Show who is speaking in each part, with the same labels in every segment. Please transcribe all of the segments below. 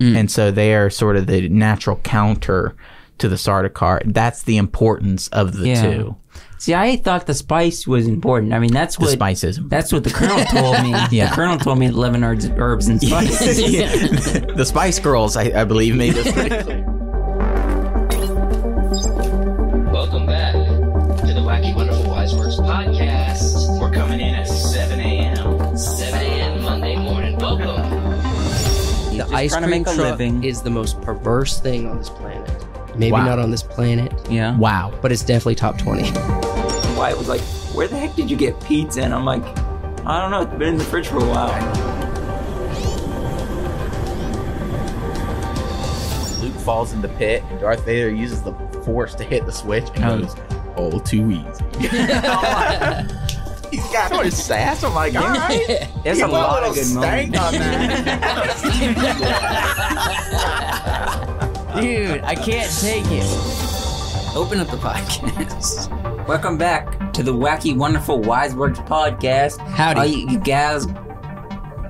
Speaker 1: And so they are sort of the natural counter to the Sardaukar. That's the importance of the
Speaker 2: Yeah.
Speaker 1: two,
Speaker 2: See, I thought the spice was important. I mean, that's
Speaker 1: the
Speaker 2: what
Speaker 1: spices.
Speaker 2: that's what the colonel told me.
Speaker 1: Yeah.
Speaker 2: The colonel told me eleven herbs, herbs and spices.
Speaker 1: the Spice Girls, I, I believe, made this pretty clear.
Speaker 3: Welcome back to the Wacky Wonderful Wise Words podcast. We're coming in at 7 a.m. 7 a.m. Monday morning. Welcome.
Speaker 4: The
Speaker 2: ice
Speaker 4: ice
Speaker 2: trying to
Speaker 4: cream
Speaker 2: make a
Speaker 4: truck
Speaker 2: living.
Speaker 4: is the most perverse thing on this planet. Maybe
Speaker 1: Wow.
Speaker 4: not on this planet,
Speaker 2: Yeah.
Speaker 1: Wow.
Speaker 4: but it's definitely top 20.
Speaker 2: Wyatt was like, "Where the heck did you get pizza?" And I'm like, "I don't know. It's been in the fridge for a while."
Speaker 1: Luke falls in the pit, and Darth Vader uses the force to hit the switch and
Speaker 2: Oh.
Speaker 1: goes, all too easy. He's got all his sass. I'm like, all right.
Speaker 2: There's
Speaker 1: He
Speaker 2: a
Speaker 1: put
Speaker 2: lot of
Speaker 1: little
Speaker 2: good
Speaker 1: stank on
Speaker 2: moments.
Speaker 1: that.
Speaker 4: Dude, I can't take it.
Speaker 2: Open up the podcast. Welcome back to the Wacky Wonderful Wise Words podcast.
Speaker 4: Howdy.
Speaker 2: All you, you guys,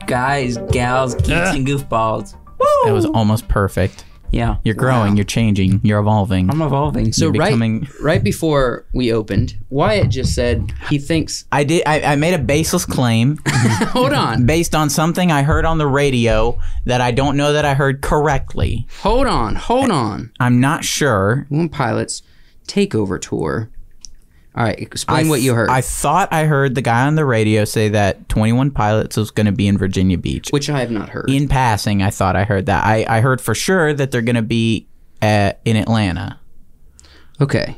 Speaker 2: guys, gals, geeks, and goofballs.
Speaker 1: That was almost perfect.
Speaker 2: Yeah.
Speaker 1: You're growing, you're changing, you're evolving.
Speaker 2: I'm evolving.
Speaker 4: So
Speaker 1: You're
Speaker 4: right,
Speaker 1: becoming-
Speaker 4: right before we opened, Wyatt just said he thinks.
Speaker 1: I did. I, I made a baseless claim
Speaker 4: Hold on,
Speaker 1: based on something I heard on the radio that I don't know that I heard correctly.
Speaker 4: hold on, hold on.
Speaker 1: I'm not sure.
Speaker 4: One Pilots Takeover Tour. All right,
Speaker 1: I
Speaker 4: explain what
Speaker 1: th-
Speaker 4: you heard,
Speaker 1: I thought I heard the guy on the radio say that 21 Pilots was going to be in Virginia Beach.
Speaker 4: which I have not heard.
Speaker 1: in passing, I thought I heard that. I, I heard for sure that they're going to be at, in Atlanta.
Speaker 4: Okay.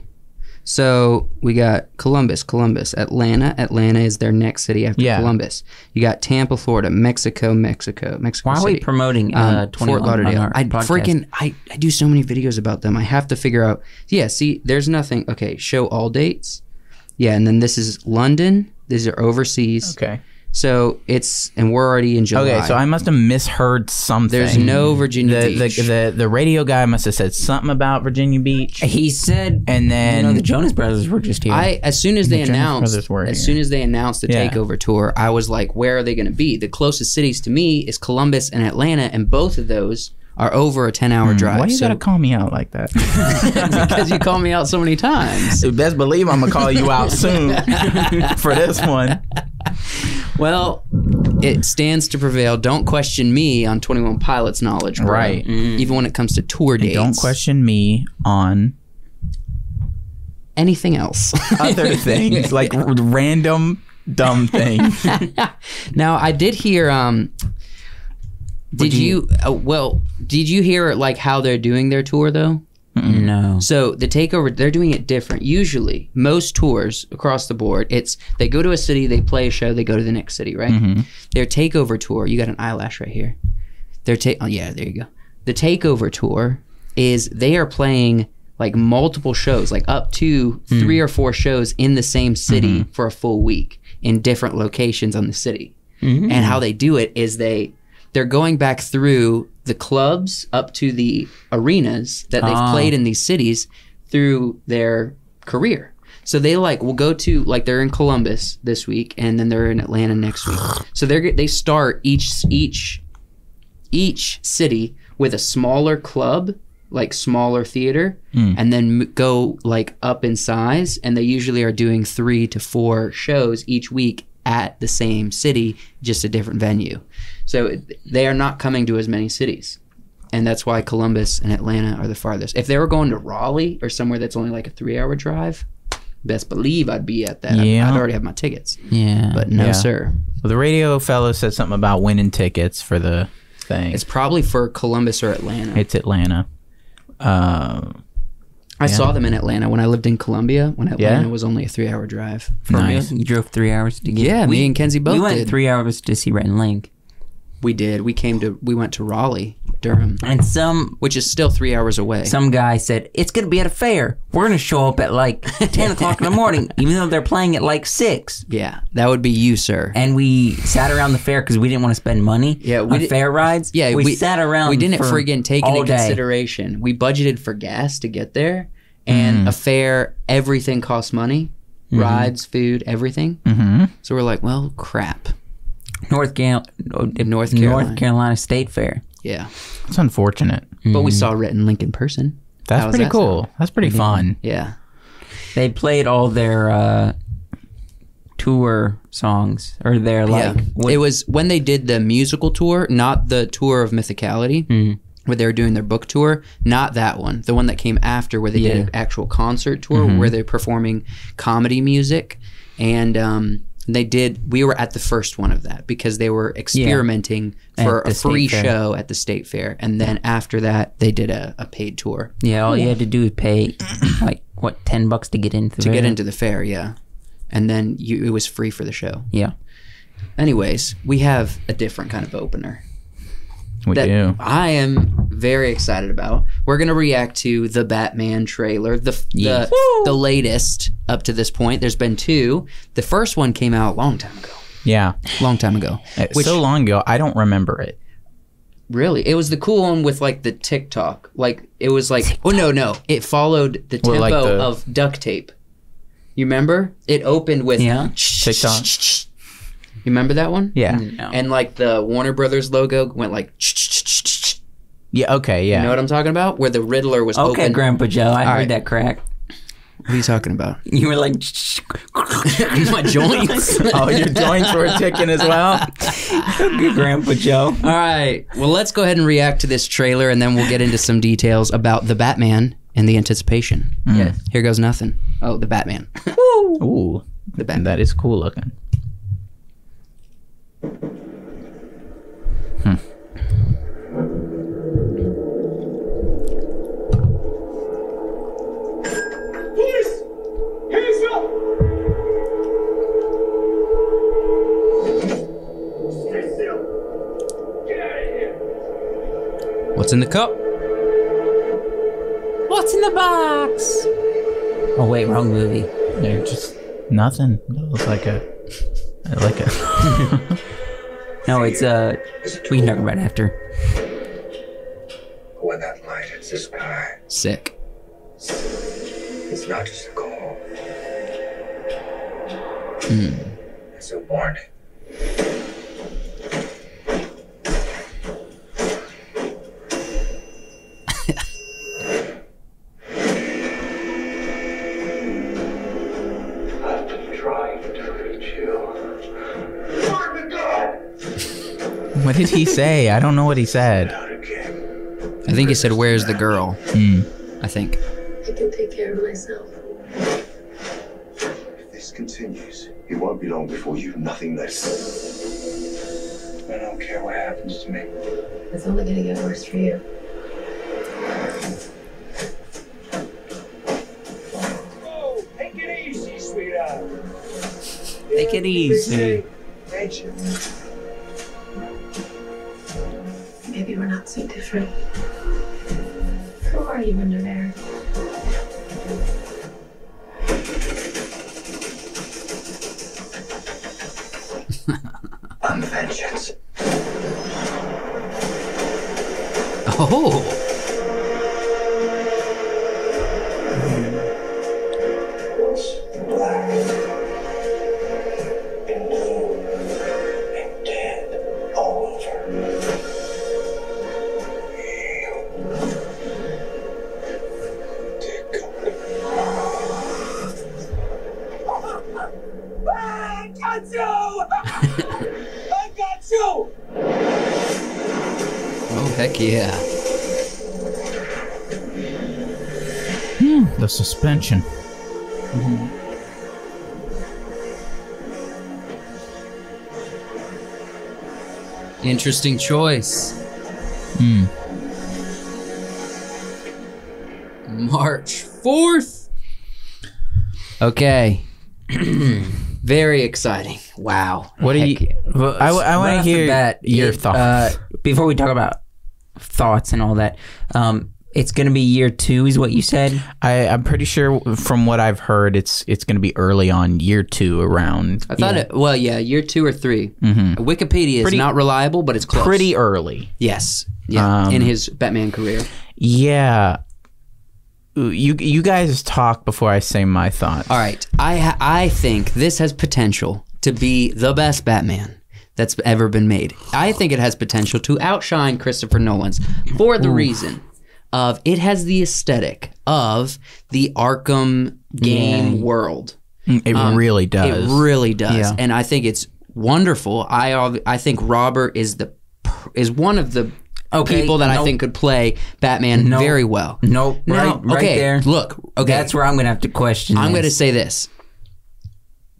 Speaker 4: So we got Columbus, Columbus, Atlanta. Atlanta is their next city after
Speaker 1: Yeah.
Speaker 4: Columbus. You got Tampa, Florida, Mexico, Mexico, Mexico
Speaker 2: Why are we
Speaker 4: City.
Speaker 2: promoting uh,
Speaker 4: um,
Speaker 2: 20
Speaker 4: Fort Lauderdale. I freaking I, I do so many videos about them. I have to figure out. Yeah, see, there's nothing. Okay, show all dates. Yeah, and then this is London. These are overseas.
Speaker 1: Okay.
Speaker 4: So it's and we're already in July.
Speaker 1: Okay, so I must have misheard something.
Speaker 4: there's no Virginia
Speaker 1: the,
Speaker 4: Beach.
Speaker 1: the, the the radio guy must have said something about Virginia Beach,
Speaker 2: He said,
Speaker 1: and
Speaker 2: you
Speaker 1: then
Speaker 2: know, the Jonas Brothers were just here.
Speaker 4: I as soon as they
Speaker 1: Jonas
Speaker 4: announced as
Speaker 1: Brothers were here.
Speaker 4: soon as they announced the
Speaker 1: Yeah.
Speaker 4: takeover tour, I was like, where are they going to be? The closest cities to me is Columbus and Atlanta, and both of those are over a ten hour drive.
Speaker 1: Hmm. why you
Speaker 4: so,
Speaker 1: gotta call me out like that?
Speaker 4: because you call me out so many times.
Speaker 1: Best believe I'm gonna call you out soon for this one.
Speaker 4: Well, it stands to prevail. Don't question me on Twenty One Pilots knowledge, bro.
Speaker 1: Right.
Speaker 4: Even when it comes to tour dates,
Speaker 1: Don't question me on
Speaker 4: anything else.
Speaker 1: other things like r- random dumb things.
Speaker 4: Now, I did hear. Um, did you, uh, well? Did you hear like how they're doing their tour though? Mm.
Speaker 2: no.
Speaker 4: So the takeover, they're doing it different. Usually, most tours across the board, it's they go to a city, they play a show, they go to the next city, right? Their takeover tour, you got an eyelash right here. Their take, oh yeah, there you go. The takeover tour is they are playing like multiple shows, like up to three or four shows in the same city for a full week in different locations on the city. And how they do it is they they're going back through the clubs up to the arenas that they've
Speaker 2: Ah.
Speaker 4: played in these cities through their career. So they like will go to like they're in Columbus this week and then they're in Atlanta next week. So they are they start each each each city with a smaller club, like smaller theater,
Speaker 1: Hmm.
Speaker 4: and then m- go like up in size. And they usually are doing three to four shows each week at the same city, just a different venue. So it- they are not coming to as many cities. And that's why Columbus and Atlanta are the farthest. If they were going to Raleigh or somewhere that's only like a three hour drive, best believe I'd be at that. I'd-
Speaker 1: Yeah. Uh,
Speaker 4: I'd, already have my tickets.
Speaker 2: Yeah.
Speaker 4: But no,
Speaker 1: Yeah.
Speaker 4: sir.
Speaker 1: Well, the radio fellow said something about winning tickets for the thing.
Speaker 4: It's
Speaker 1: It's,
Speaker 4: probably for Columbus or Atlanta.
Speaker 1: Atlanta. Um,
Speaker 4: I saw them in Atlanta when I lived in Colombia. When Atlanta
Speaker 1: Yeah?
Speaker 4: was only a three-hour drive.
Speaker 2: for
Speaker 1: Nice.
Speaker 2: real, you drove three hours to get
Speaker 4: Yeah,
Speaker 2: we,
Speaker 4: me and Kenzie both
Speaker 2: we went
Speaker 4: did.
Speaker 2: three hours to see Rhett and Link.
Speaker 4: we did. We came to. We went to Raleigh, Durham,
Speaker 2: And some
Speaker 4: which is still three hours away.
Speaker 2: some guy said, It's gonna be at a fair. We're gonna show up at like ten o'clock in the morning, even though they're playing at like six.
Speaker 4: yeah, that would be you, sir.
Speaker 2: And we sat around the fair because we didn't want to spend money.
Speaker 4: Yeah, we
Speaker 2: on
Speaker 4: di-
Speaker 2: fair rides.
Speaker 4: yeah,
Speaker 2: we, sat around.
Speaker 4: We didn't
Speaker 2: for
Speaker 4: friggin' take
Speaker 2: all
Speaker 4: into
Speaker 2: day.
Speaker 4: consideration. We budgeted for gas to get there,
Speaker 2: Mm.
Speaker 4: and a fare. Everything costs money.
Speaker 2: Mm-hmm.
Speaker 4: Rides, food, everything.
Speaker 1: Mhm.
Speaker 4: So we're like, well, crap.
Speaker 2: North Gal- North
Speaker 4: North
Speaker 2: Carolina.
Speaker 4: Carolina.
Speaker 2: North Carolina State Fair.
Speaker 4: Yeah.
Speaker 1: It's unfortunate.
Speaker 4: But
Speaker 2: Mm.
Speaker 4: we saw Rhett and Link in person.
Speaker 1: That's
Speaker 4: How was
Speaker 1: pretty
Speaker 4: that
Speaker 1: cool. That's pretty fun.
Speaker 4: Yeah.
Speaker 2: They played all their uh, tour songs or their like.
Speaker 4: yeah. it was when they did the musical tour, not the tour of Mythicality,
Speaker 2: Mm-hmm.
Speaker 4: where they were doing their book tour. Not that one, the one that came after, where they did
Speaker 2: Yeah. Mm-hmm.
Speaker 4: an actual concert tour, where they're performing comedy music, and um, they did. We were at the first one of that because they were experimenting for
Speaker 2: At
Speaker 4: a
Speaker 2: the state
Speaker 4: free
Speaker 2: fair.
Speaker 4: show at the state fair, and then after that, they did a, a paid tour
Speaker 2: Oh, Yeah, all you had to do was pay like what ten bucks to get into
Speaker 4: to get into the fair. Yeah, and then you, it was free for the show.
Speaker 2: Yeah,
Speaker 4: Anyways, we have a different kind of opener.
Speaker 1: We
Speaker 4: that
Speaker 1: do.
Speaker 4: I am very excited about. We're gonna react to the Batman trailer, the
Speaker 2: Yes.
Speaker 4: the, the latest up to this point. There's been two. The first one came out a long time ago.
Speaker 1: Yeah.
Speaker 4: Long time ago.
Speaker 1: It's
Speaker 4: Which
Speaker 1: so long ago, I don't remember it.
Speaker 4: really, it was the cool one with like the TikTok. Like it was like oh no no, it followed the
Speaker 1: Well,
Speaker 4: tempo
Speaker 1: like the-
Speaker 4: of duct tape. You remember? It opened with
Speaker 2: Yeah.
Speaker 1: TikTok.
Speaker 4: You remember that one?
Speaker 1: Yeah.
Speaker 2: No.
Speaker 4: And like the Warner Brothers logo went like.
Speaker 1: Yeah. Okay. Yeah.
Speaker 4: You know what I'm talking about? Where the Riddler was
Speaker 2: okay,
Speaker 4: open.
Speaker 2: Grandpa Joe, I heard
Speaker 4: right.
Speaker 2: that crack.
Speaker 4: What are you talking about?
Speaker 2: You were like,
Speaker 4: My joints.
Speaker 1: oh, your joints were ticking as well.
Speaker 2: good Grandpa Joe.
Speaker 4: All right. Well, let's go ahead and react to this trailer, and then we'll get into some details about the Batman and the anticipation.
Speaker 2: Yes.
Speaker 4: Here goes nothing. Oh, the Batman.
Speaker 1: Ooh,
Speaker 4: The Batman.
Speaker 1: that is cool looking.
Speaker 5: Police! Hands up! Stay still! Get out of here!
Speaker 4: What's in the cup?
Speaker 2: What's in the box? Oh wait, wrong movie.
Speaker 1: They're just nothing. It looks like a like a
Speaker 2: No, it's uh, we can talk about it after.
Speaker 6: When that light hits the sky,
Speaker 4: Sick.
Speaker 6: it's not just a call. It's a warning. I've been trying to reach you. Where to God!
Speaker 1: What did he say? I don't know what he said.
Speaker 6: Not again.
Speaker 4: I think he said, "Where's the girl?" I think.
Speaker 7: I can take care of myself.
Speaker 6: If this continues, it won't be long before you've nothing left. I don't care what happens to me.
Speaker 7: It's only gonna get worse for you.
Speaker 5: Oh, take it easy, sweetheart.
Speaker 2: Take it easy.
Speaker 6: Ain't you?
Speaker 7: Maybe we're not so different. Who are you under there?
Speaker 6: I'm vengeance.
Speaker 4: Oh.
Speaker 6: black and blue and dead all over. You dick.
Speaker 5: I got you! I got you!
Speaker 4: Oh heck yeah.
Speaker 1: The suspension.
Speaker 4: Interesting choice. Mm. March 4th. Okay. Very exciting. Wow.
Speaker 1: What do you? I, I want to hear your
Speaker 2: uh,
Speaker 1: thoughts.
Speaker 2: before we talk about thoughts and all that. Um, it's gonna be year two, is what you said.
Speaker 1: I, I'm pretty sure from what I've heard, it's it's going to be early on year two around.
Speaker 4: I thought it, well, yeah, year two or 3 Wikipedia is
Speaker 1: Mm-hmm. Pretty-
Speaker 4: not reliable, but it's close.
Speaker 1: pretty early.
Speaker 4: Yes. Yeah.
Speaker 1: Um,
Speaker 4: in his Batman career.
Speaker 1: Yeah. You you guys talk before I say my thoughts.
Speaker 4: All right. I, ha- I think this has potential to be the best Batman. that's ever been made. I think it has potential to outshine Christopher Nolan's for the reason of it has the aesthetic of the Arkham game world.
Speaker 1: Mm, It
Speaker 2: Um,
Speaker 1: really does.
Speaker 4: It really does,
Speaker 1: Yeah.
Speaker 4: and I think it's wonderful. I ob- I think Robert is the per- is one of the
Speaker 2: Okay,
Speaker 4: people that I
Speaker 2: nope.
Speaker 4: think could play Batman
Speaker 2: Nope.
Speaker 4: very well.
Speaker 2: Nope.
Speaker 4: No,
Speaker 2: Right, right
Speaker 4: okay,
Speaker 2: there.
Speaker 4: Look, okay,
Speaker 2: That's where I'm going to have to question.
Speaker 4: I'm
Speaker 2: this.
Speaker 4: going to say this.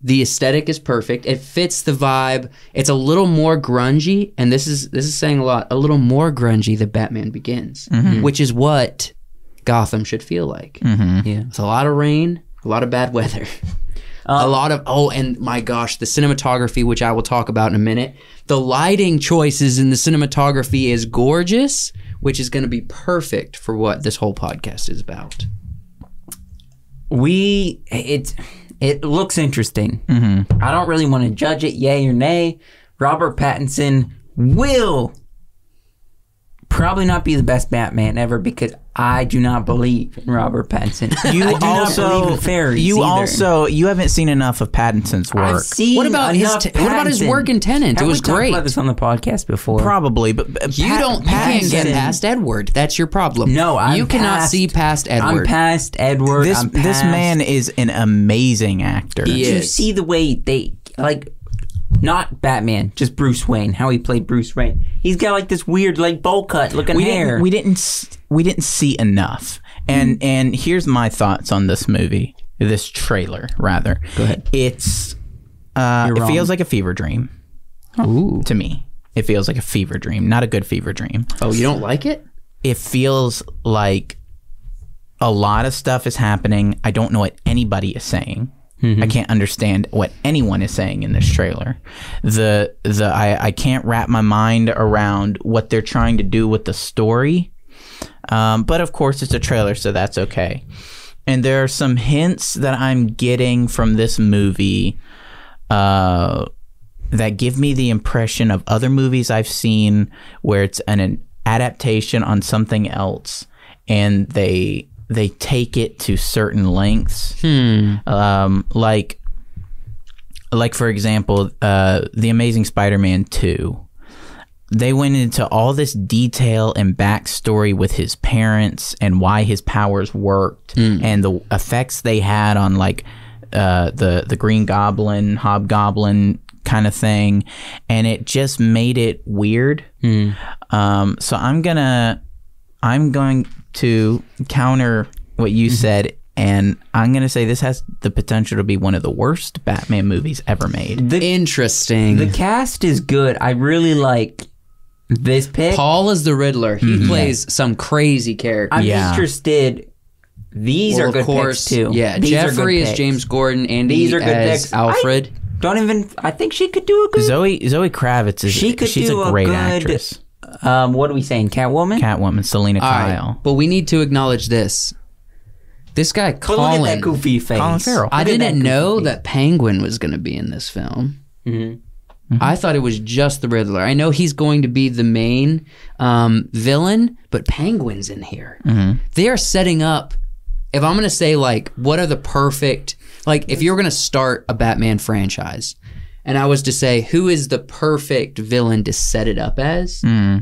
Speaker 4: The aesthetic is perfect. It fits the vibe. It's a little more grungy, and this is this is saying a lot. A little more grungy than Batman Begins, which is what Gotham should feel like.
Speaker 2: Yeah.
Speaker 4: It's a lot of rain, a lot of bad weather, a lot of oh, and my gosh, the cinematography, which I will talk about in a minute. The lighting choices in the cinematography is gorgeous, which is going to be perfect for what this whole podcast is about.
Speaker 2: we it it looks interesting. Mm-hmm. I don't really want to judge it, yay or nay. Robert Pattinson will probably not be the best Batman ever because I do not believe in Robert Pattinson.
Speaker 1: you
Speaker 2: I do not believe in fairies.
Speaker 1: you
Speaker 2: either.
Speaker 1: also you haven't seen enough of Pattinson's
Speaker 2: I've
Speaker 1: work.
Speaker 2: seen
Speaker 4: What about his
Speaker 2: enough
Speaker 4: t- what about his
Speaker 2: Pattinson.
Speaker 4: work in Tenant?
Speaker 2: Have
Speaker 4: it
Speaker 2: we
Speaker 4: was
Speaker 2: talked
Speaker 4: great.
Speaker 2: about this on the podcast before.
Speaker 1: Probably, but, but
Speaker 4: You
Speaker 1: Pat-
Speaker 4: don't you can't get
Speaker 1: Pattinson-
Speaker 4: past Edward. That's your problem.
Speaker 2: No, I'm
Speaker 4: you cannot
Speaker 2: past-
Speaker 4: see past Edward.
Speaker 2: I'm past Edward.
Speaker 1: This
Speaker 2: I'm
Speaker 1: this
Speaker 2: past-
Speaker 1: man is an amazing actor.
Speaker 4: He
Speaker 2: Did you
Speaker 4: is.
Speaker 2: see the way they like not Batman, just Bruce Wayne, how he played Bruce Wayne. He's got like this weird like bowl cut looking
Speaker 1: we
Speaker 2: hair.
Speaker 1: didn't we didn't s- we didn't see enough. And and here's my thoughts on this movie, this trailer rather. Go ahead. It's uh, it feels like a fever dream
Speaker 4: Ooh.
Speaker 1: to me. It feels like a fever dream, not a good fever dream.
Speaker 4: Oh, you don't like it?
Speaker 1: It feels like a lot of stuff is happening. I don't know what anybody is saying. I can't understand what anyone is saying in this trailer. The the I, I can't wrap my mind around what they're trying to do with the story. Um, but of course, it's a trailer, so that's okay. And there are some hints that I'm getting from this movie uh, that give me the impression of other movies I've seen where it's an, an adaptation on something else, and they they take it to certain lengths. Um, like like for example, uh, the Amazing Spider-Man two they went into all this detail and backstory with his parents and why his powers worked
Speaker 2: Hmm.
Speaker 1: and the effects they had on like uh, the the Green Goblin, Hobgoblin kind of thing, and it just made it weird.
Speaker 2: Hmm.
Speaker 1: Um, so I'm gonna I'm going to counter what you
Speaker 2: Mm-hmm.
Speaker 1: said. And I'm gonna say this has the potential to be one of the worst Batman movies ever made.
Speaker 4: Interesting.
Speaker 2: the cast is good. I really like this pick.
Speaker 4: Paul is the Riddler. He plays some crazy character.
Speaker 2: I'm
Speaker 1: Yeah.
Speaker 2: interested. These
Speaker 4: Well,
Speaker 2: are good picks too.
Speaker 4: Yeah,
Speaker 2: These are
Speaker 4: Jeffrey
Speaker 2: good
Speaker 4: is
Speaker 2: picks.
Speaker 4: James Gordon. Andy
Speaker 2: These are good
Speaker 4: as
Speaker 2: picks. I-
Speaker 4: Alfred.
Speaker 2: Don't even. I think she could do a good.
Speaker 1: Zoe Zoe Kravitz is
Speaker 2: She could
Speaker 1: she's
Speaker 2: do
Speaker 1: a
Speaker 2: a
Speaker 1: great
Speaker 2: good-
Speaker 1: actress.
Speaker 2: um, what are we saying? Catwoman.
Speaker 1: Catwoman, Selena
Speaker 4: All right,
Speaker 1: Kyle.
Speaker 4: but we need to acknowledge this. This guy
Speaker 2: but
Speaker 4: Colin.
Speaker 2: look at that goofy face.
Speaker 1: Colin Farrell.
Speaker 4: I
Speaker 2: Look at that
Speaker 4: didn't
Speaker 2: goofy
Speaker 4: know
Speaker 2: face.
Speaker 4: that Penguin was going to be in this film. I thought it was just the Riddler. I know he's going to be the main um, villain, but Penguin's in here. They are setting up. If I'm going to say like, what are the perfect like? If you're going to start a Batman franchise, and I was to say who is the perfect villain to set it up as,
Speaker 1: Hmm.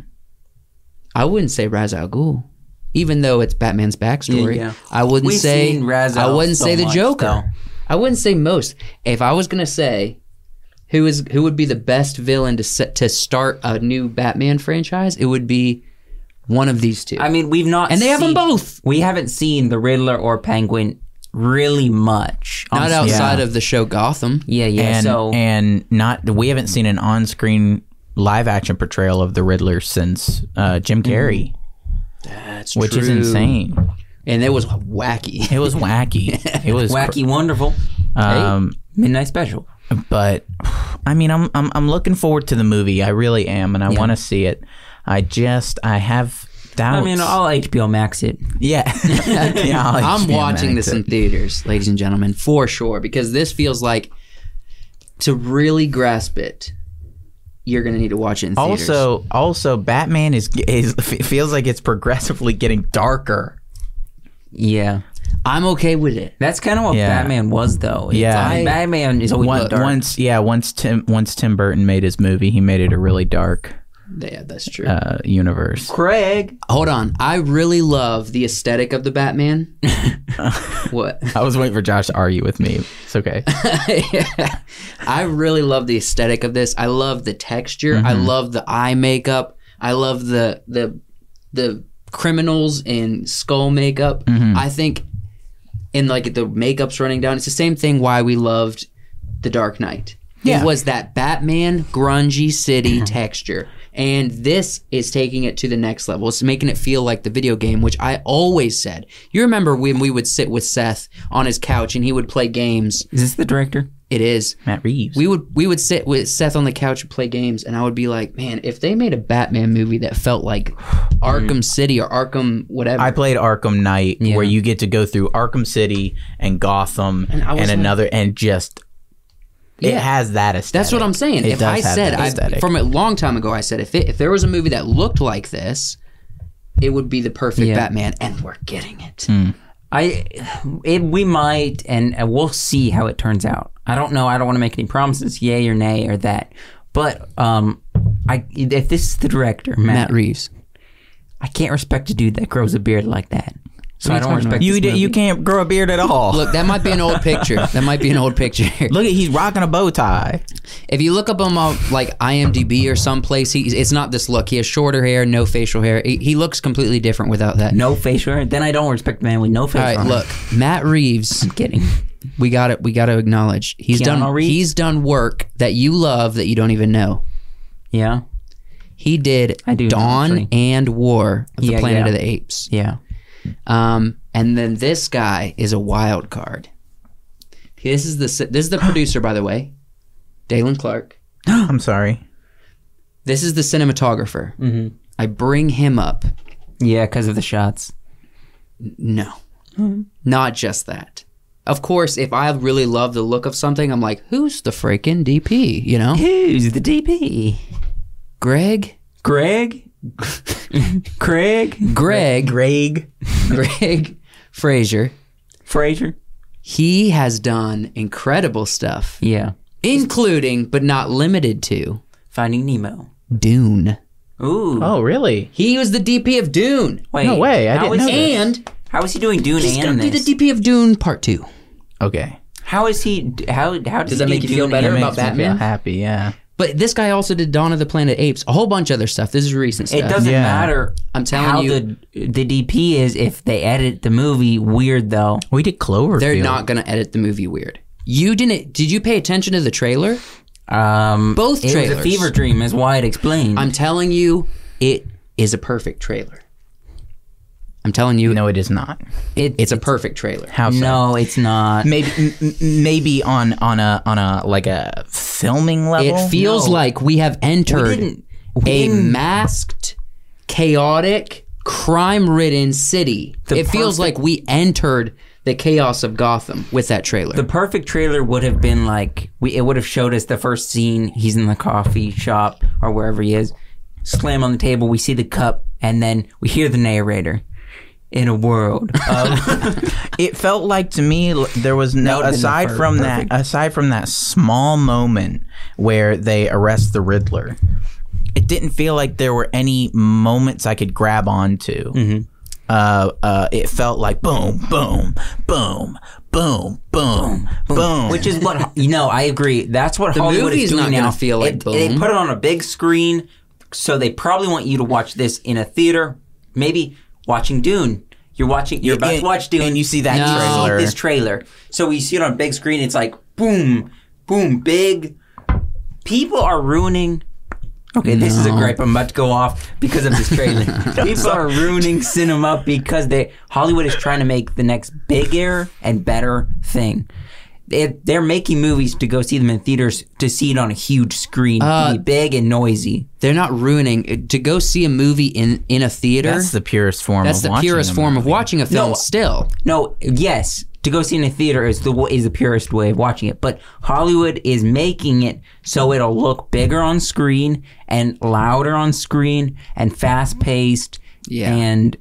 Speaker 4: I wouldn't say Ra's al Ghul. Even though it's Batman's backstory,
Speaker 2: Yeah, yeah.
Speaker 4: I wouldn't
Speaker 2: We've
Speaker 4: say
Speaker 2: seen Ra's
Speaker 4: I
Speaker 2: al
Speaker 4: wouldn't
Speaker 2: so
Speaker 4: say the
Speaker 2: much,
Speaker 4: Joker.
Speaker 2: though.
Speaker 4: I wouldn't say most. If I was gonna say who is who would be the best villain to set to start a new Batman franchise, it would be one of these two.
Speaker 2: I mean, we've not.
Speaker 4: and they have them
Speaker 2: seen-
Speaker 4: both.
Speaker 2: We haven't seen the Riddler or Penguin really much. on-
Speaker 4: Not outside of the show Gotham.
Speaker 2: Yeah, yeah.
Speaker 1: and
Speaker 2: so
Speaker 1: and not we haven't seen an on-screen live action portrayal of the Riddler since uh, Jim
Speaker 4: Mm-hmm.
Speaker 1: Carrey,
Speaker 4: That's
Speaker 1: which is insane.
Speaker 4: And it was wacky.
Speaker 1: It was wacky. It was cr-
Speaker 2: wacky, wonderful
Speaker 1: um,
Speaker 2: midnight special.
Speaker 1: but I mean, I'm, I'm I'm looking forward to the movie. I really am, and I want to see it. I just I have doubts.
Speaker 2: I mean, I'll HBO Max it.
Speaker 1: yeah, yeah. I'll
Speaker 4: I'm
Speaker 1: expand
Speaker 4: watching
Speaker 1: that
Speaker 4: this
Speaker 1: to-
Speaker 4: in theaters, ladies and gentlemen, for sure, because this feels like to really grasp it, you're gonna need to watch it in theaters.
Speaker 1: Also, also, Batman is is feels like it's progressively getting darker.
Speaker 2: Yeah,
Speaker 4: I'm okay with it.
Speaker 2: That's kind of what
Speaker 1: Yeah.
Speaker 2: Batman was, though. It's
Speaker 1: Yeah.
Speaker 2: like,
Speaker 1: I-
Speaker 2: Batman is always
Speaker 1: Once,
Speaker 2: dark.
Speaker 1: once, yeah, once Tim, once Tim Burton made his movie, he made it a really dark
Speaker 4: Yeah, that's true.
Speaker 1: uh, universe.
Speaker 2: Craig,
Speaker 4: Hold on. I really love the aesthetic of the Batman. what?
Speaker 1: I was waiting for Josh to argue with me. It's okay.
Speaker 4: I really love the aesthetic of this. I love the texture. I love the eye makeup. I love the the the criminals in skull makeup. I think in like the makeup's running down. It's the same thing why we loved The Dark Knight.
Speaker 1: Yeah.
Speaker 4: It was that Batman grungy city texture. And this is taking it to the next level. It's making it feel like the video game, which I always said. You remember when we would sit with Seth on his couch and he would play games.
Speaker 2: is this the director?
Speaker 4: It is
Speaker 1: Matt Reeves.
Speaker 4: we would we would sit with Seth on the couch and play games, and I would be like, man, if they made a Batman movie that felt like Arkham City or Arkham whatever,
Speaker 1: Mm-hmm. I played Arkham Knight,
Speaker 4: Yeah.
Speaker 1: where you get to go through Arkham City and Gotham and,
Speaker 4: I was like-
Speaker 1: another, and just it
Speaker 4: Yeah.
Speaker 1: has that aesthetic.
Speaker 4: that's what I'm saying.
Speaker 1: It
Speaker 4: if
Speaker 1: does
Speaker 4: I
Speaker 1: have
Speaker 4: said
Speaker 1: that
Speaker 4: I,
Speaker 1: aesthetic.
Speaker 4: from a long time ago, I said if it, if there was a movie that looked like this, it would be the perfect
Speaker 2: Yeah.
Speaker 4: Batman, and we're getting it.
Speaker 1: Hmm.
Speaker 2: I, it, we might, and uh, we'll see how it turns out. I don't know. I don't want to make any promises, yay or nay or that. But um, I if this is the director, Matt,
Speaker 4: Matt Reeves.
Speaker 2: I can't respect a dude that grows a beard like that. So I don't
Speaker 4: talking
Speaker 2: respect
Speaker 1: You
Speaker 2: this
Speaker 1: d-
Speaker 2: movie.
Speaker 1: you can't grow a beard at all. Look,
Speaker 4: Look, that might be an old picture. That might be an old picture.
Speaker 1: at he's rocking a bow tie.
Speaker 4: If you look up him on like IMDb or someplace, he it's not this look. He has shorter hair, no facial hair. He, he looks completely different without that.
Speaker 2: no facial hair. Then I don't respect a man with no facial.
Speaker 4: All right,
Speaker 2: hair.
Speaker 4: look, Matt Reeves.
Speaker 2: I'm kidding.
Speaker 4: We got it. We got to acknowledge he's
Speaker 2: Keanu
Speaker 4: done.
Speaker 2: Reeves?
Speaker 4: He's done work that you love that you don't even know.
Speaker 2: Yeah,
Speaker 4: He did
Speaker 2: I do know,
Speaker 4: Dawn
Speaker 2: actually.
Speaker 4: and War of
Speaker 2: Yeah,
Speaker 4: the Planet
Speaker 2: yeah.
Speaker 4: of the Apes.
Speaker 2: yeah.
Speaker 4: Um, and then this guy is a wild card. This is the s- this is the producer, by the way, Dalen Clark.
Speaker 1: I'm sorry.
Speaker 4: This is the cinematographer.
Speaker 2: Mhm.
Speaker 4: I bring him up.
Speaker 2: Yeah, because of the shots.
Speaker 4: No,
Speaker 2: Mm-hmm.
Speaker 4: not just that. Of course, if I really love the look of something, I'm like, who's the freaking DP? You know,
Speaker 2: Who's the DP?
Speaker 4: Greg.
Speaker 2: Greg? Craig?
Speaker 4: Greg.
Speaker 1: Greg.
Speaker 4: Greg Fraser.
Speaker 2: Fraser?
Speaker 4: He has done incredible stuff,
Speaker 2: Yeah.
Speaker 4: including but not limited to
Speaker 2: Finding Nemo.
Speaker 4: Dune.
Speaker 2: Ooh.
Speaker 1: Oh, really?
Speaker 4: He was the DP of Dune,
Speaker 2: wait.
Speaker 1: no way, I
Speaker 2: how
Speaker 1: didn't
Speaker 2: is-
Speaker 1: know this.
Speaker 4: and
Speaker 2: How is he doing Dune
Speaker 4: he's
Speaker 2: and
Speaker 4: going to be
Speaker 2: this?
Speaker 4: the DP of Dune Part Two.
Speaker 1: Okay.
Speaker 2: how is he? How how does,
Speaker 4: Does
Speaker 2: he
Speaker 4: that
Speaker 2: do
Speaker 4: make you feel
Speaker 2: Dune
Speaker 4: better
Speaker 2: and
Speaker 4: about
Speaker 2: this?
Speaker 4: that? Batman?
Speaker 1: Feel happy, yeah.
Speaker 4: But this guy also did Dawn of the Planet Apes, a whole bunch of other stuff. This is recent
Speaker 2: It
Speaker 4: stuff.
Speaker 2: doesn't
Speaker 1: Yeah.
Speaker 2: matter.
Speaker 4: I'm telling
Speaker 2: how
Speaker 4: you-
Speaker 2: the the DP is if they edit the movie. Weird though.
Speaker 1: We did Cloverfield.
Speaker 4: They're not going to edit the movie weird. You didn't? Did you pay attention to the trailer?
Speaker 2: Um,
Speaker 4: Both
Speaker 2: it was a
Speaker 4: trailers.
Speaker 2: fever dream, is why it explained.
Speaker 4: I'm telling you, it is a perfect trailer. I'm telling you,
Speaker 1: No, it is not.
Speaker 2: It-
Speaker 4: it's a perfect trailer.
Speaker 1: How so?
Speaker 2: no, it's not.
Speaker 1: Maybe m- m- maybe on on a on a like a filming level.
Speaker 4: It feels
Speaker 2: no.
Speaker 4: like we have
Speaker 2: We
Speaker 4: entered
Speaker 2: didn't. we
Speaker 4: a
Speaker 2: didn't-
Speaker 4: masked, chaotic, crime-ridden city.
Speaker 2: The
Speaker 4: it feels like we entered the chaos of Gotham with that trailer.
Speaker 2: The perfect trailer would have been like we. It would have showed us the first scene. He's in the coffee shop or wherever he is. Slam on the table. We see the cup, and then we hear the narrator. In a world, of,
Speaker 1: it felt like to me l- there was no
Speaker 2: would've been the
Speaker 1: aside
Speaker 2: fir-
Speaker 1: from
Speaker 2: perfect.
Speaker 1: that aside from that small moment where they arrest the Riddler. It didn't feel like there were any moments I could grab onto. Uh, uh, it felt like boom, boom, boom, boom, boom, boom.
Speaker 2: which is what you know. I agree. That's what Hollywood is
Speaker 4: movie's
Speaker 2: doing
Speaker 4: not gonna
Speaker 2: now.
Speaker 4: feel like
Speaker 2: It- they
Speaker 4: boom.
Speaker 2: put it on a big screen, so they probably want you to watch this in a theater. Maybe watching Dune. You're watching. You're about
Speaker 1: and,
Speaker 2: to watch Dune,
Speaker 1: and you see that
Speaker 4: No.
Speaker 2: see
Speaker 1: trailer.
Speaker 2: this trailer. So we see it on a big screen. It's like boom, boom, big. People are ruining. Okay, this is a gripe I'm about to go off because of this trailer. People are ruining cinema because they Hollywood is trying to make the next bigger and better thing. They- They're making movies to go see them in theaters to see it on a huge screen, to
Speaker 4: Uh,
Speaker 2: be big and noisy.
Speaker 4: They're not ruining to go see a movie in in a theater.
Speaker 1: That's the purest form.
Speaker 4: that's
Speaker 1: of
Speaker 4: the
Speaker 1: watching
Speaker 4: purest
Speaker 1: a
Speaker 4: form
Speaker 1: movie.
Speaker 4: of watching a film.
Speaker 2: No.
Speaker 4: Still,
Speaker 2: No, yes, to go see it in a theater is the wa- is the purest way of watching it. But Hollywood is making it so it'll look bigger on screen and louder on screen and fast paced.
Speaker 4: Yeah.
Speaker 2: and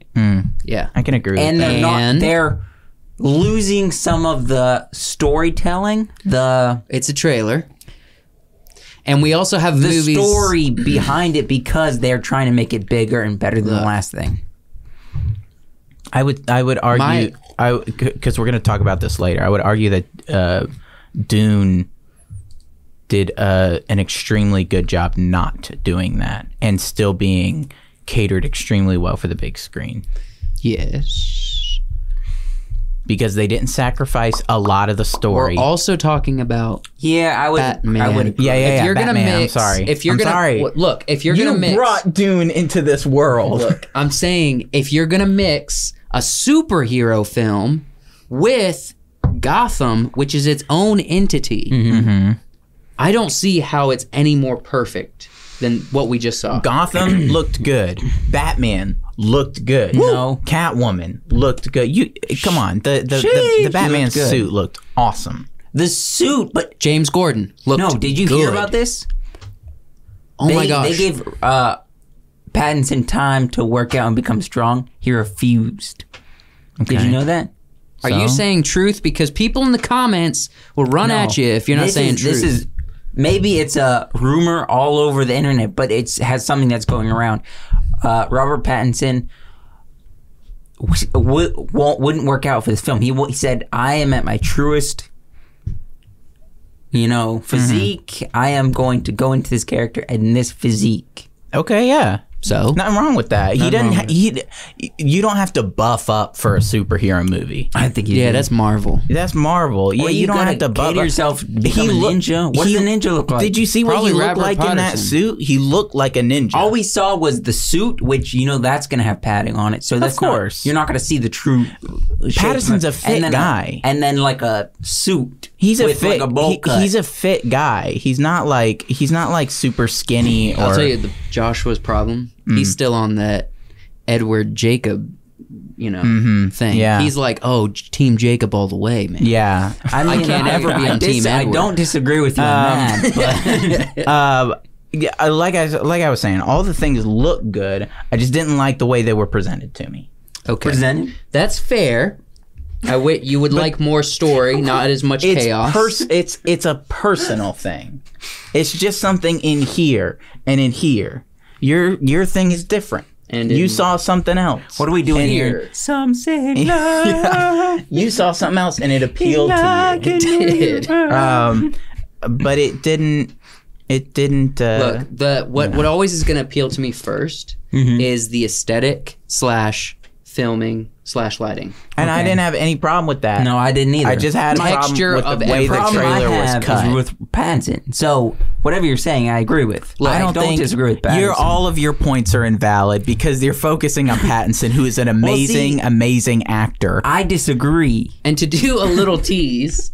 Speaker 4: yeah. Mm.
Speaker 1: I can agree. with
Speaker 2: and
Speaker 1: that.
Speaker 2: they're not
Speaker 4: And-
Speaker 2: they're losing some of the storytelling, the
Speaker 4: It's a trailer. And we also have
Speaker 2: the
Speaker 4: movies.
Speaker 2: story behind it because they're trying to make it bigger and better than the
Speaker 4: Look.
Speaker 2: last thing.
Speaker 1: I would I would argue I because we're going to talk about this later. I would argue that uh, Dune did uh, an extremely good job not doing that and still being catered extremely well for the big screen
Speaker 4: Yes.
Speaker 1: because they didn't sacrifice a lot of the story.
Speaker 4: We're also talking about
Speaker 2: Yeah, I would.
Speaker 4: Batman.
Speaker 2: I would.
Speaker 1: yeah, yeah,
Speaker 4: if
Speaker 1: yeah.
Speaker 4: you're gonna
Speaker 1: Batman,
Speaker 4: mix,
Speaker 1: I'm sorry.
Speaker 4: If you're
Speaker 1: I'm
Speaker 4: gonna
Speaker 1: sorry.
Speaker 4: w- look, if you're gonna mix,
Speaker 1: Dune into this world.
Speaker 4: look, I'm saying if you're gonna mix a superhero film with Gotham, which is its own entity,
Speaker 2: Mm-hmm.
Speaker 4: I don't see how it's any more perfect than what we just saw.
Speaker 1: Gotham looked good. Batman looked good.
Speaker 2: No.
Speaker 1: Catwoman looked good. You come on. The the, the,
Speaker 2: She
Speaker 1: the Batman
Speaker 2: looked good.
Speaker 1: suit looked awesome.
Speaker 2: The suit, but
Speaker 4: James Gordon looked.
Speaker 2: no. Did you hear
Speaker 4: good.
Speaker 2: about this?
Speaker 4: Oh
Speaker 2: they,
Speaker 4: my gosh!
Speaker 2: They gave uh, Pattinson time to work out and become strong. He refused. Did
Speaker 1: Okay.
Speaker 2: you know that?
Speaker 4: Are you
Speaker 1: So?
Speaker 4: saying truth? Because people in the comments will run at you if you're not
Speaker 2: This
Speaker 4: saying
Speaker 2: is,
Speaker 4: truth.
Speaker 2: This is maybe it's a rumor all over the internet, but it's has something that's going around. Uh, Robert Pattinson w- w- won't wouldn't work out for this film. He, w- he said, "I am at my truest." You know, physique.
Speaker 4: Mm-hmm.
Speaker 2: I am going to go into this character and this physique.
Speaker 1: Okay, yeah.
Speaker 4: so.
Speaker 1: Nothing wrong with that. he didn't. Ha- he, you don't have to buff up for a superhero movie.
Speaker 2: I think you
Speaker 4: Yeah,
Speaker 2: did.
Speaker 4: that's Marvel.
Speaker 1: That's Marvel. Yeah,
Speaker 2: Well,
Speaker 1: you, don't
Speaker 2: gotta
Speaker 1: have to buff
Speaker 2: kid
Speaker 1: up.
Speaker 2: yourself. to Become a
Speaker 1: loo-
Speaker 2: ninja. What
Speaker 1: he-
Speaker 2: does a ninja look like?
Speaker 1: Did you see what
Speaker 4: Probably
Speaker 1: he looked
Speaker 4: Robert
Speaker 1: like in that
Speaker 4: Pattinson.
Speaker 1: suit? He looked like a ninja.
Speaker 2: All we saw was the suit, which you know that's going to have padding on it. So that's not-
Speaker 1: course.
Speaker 2: you're not going to see the true. shape.
Speaker 1: Patterson's a fit
Speaker 2: and then
Speaker 1: guy.
Speaker 2: and then like a suit.
Speaker 1: He's a
Speaker 2: with
Speaker 1: fit.
Speaker 2: like a bowl
Speaker 1: he-
Speaker 2: cut.
Speaker 1: he's a fit guy. He's not like he's not like super skinny or. Mm-hmm.
Speaker 4: I'll tell you the Joshua's problem. He's still on that Edward Jacob, you know, thing.
Speaker 1: Mm-hmm. Yeah.
Speaker 4: He's like, oh, J- Team Jacob all the way, man.
Speaker 1: yeah,
Speaker 2: I, mean,
Speaker 4: can't ever be
Speaker 2: I
Speaker 4: on Team
Speaker 2: I
Speaker 4: Edward.
Speaker 2: don't disagree with you on that. But
Speaker 1: Um, yeah, I- like I like I was saying, all the things look good. I just didn't like the way they were presented to me.
Speaker 4: Okay.
Speaker 2: presented.
Speaker 4: That's fair. I wait. You would like more story, not as much
Speaker 1: It's
Speaker 4: chaos.
Speaker 1: pers- it's it's a personal thing. It's just something in here and in here. Your your thing is different.
Speaker 4: And
Speaker 1: you
Speaker 4: in-
Speaker 1: saw something else.
Speaker 2: What are we doing here?
Speaker 4: Here.
Speaker 2: Some say love.
Speaker 1: Yeah. You saw something else and it appealed to
Speaker 4: did.
Speaker 1: you. Um, but it didn't. It didn't. Uh,
Speaker 4: Look, the what what always is going to appeal to me 1st
Speaker 1: Mm-hmm.
Speaker 4: is the aesthetic slash filming slash lighting.
Speaker 1: and I didn't have any problem with that.
Speaker 2: No, I didn't either.
Speaker 1: I just had a
Speaker 4: Texture
Speaker 1: problem
Speaker 4: of
Speaker 1: with the way the
Speaker 4: everything.
Speaker 2: problem I
Speaker 1: trailer was
Speaker 2: have
Speaker 1: cut.
Speaker 2: is with Pattinson. So whatever you're saying, I agree with. I don't, disagree with Pattinson.
Speaker 1: Your all of your points are invalid because you're focusing on Pattinson, who is an amazing, amazing actor.
Speaker 2: I disagree.
Speaker 4: And to do a little tease,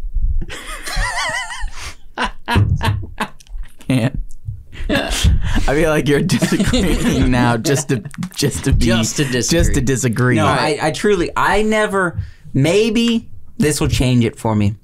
Speaker 1: can't. I feel like you're disagreeing now, just to just to be
Speaker 4: Just to disagree.
Speaker 1: just to disagree.
Speaker 2: No, I, I truly, I never. Maybe this will change it for me.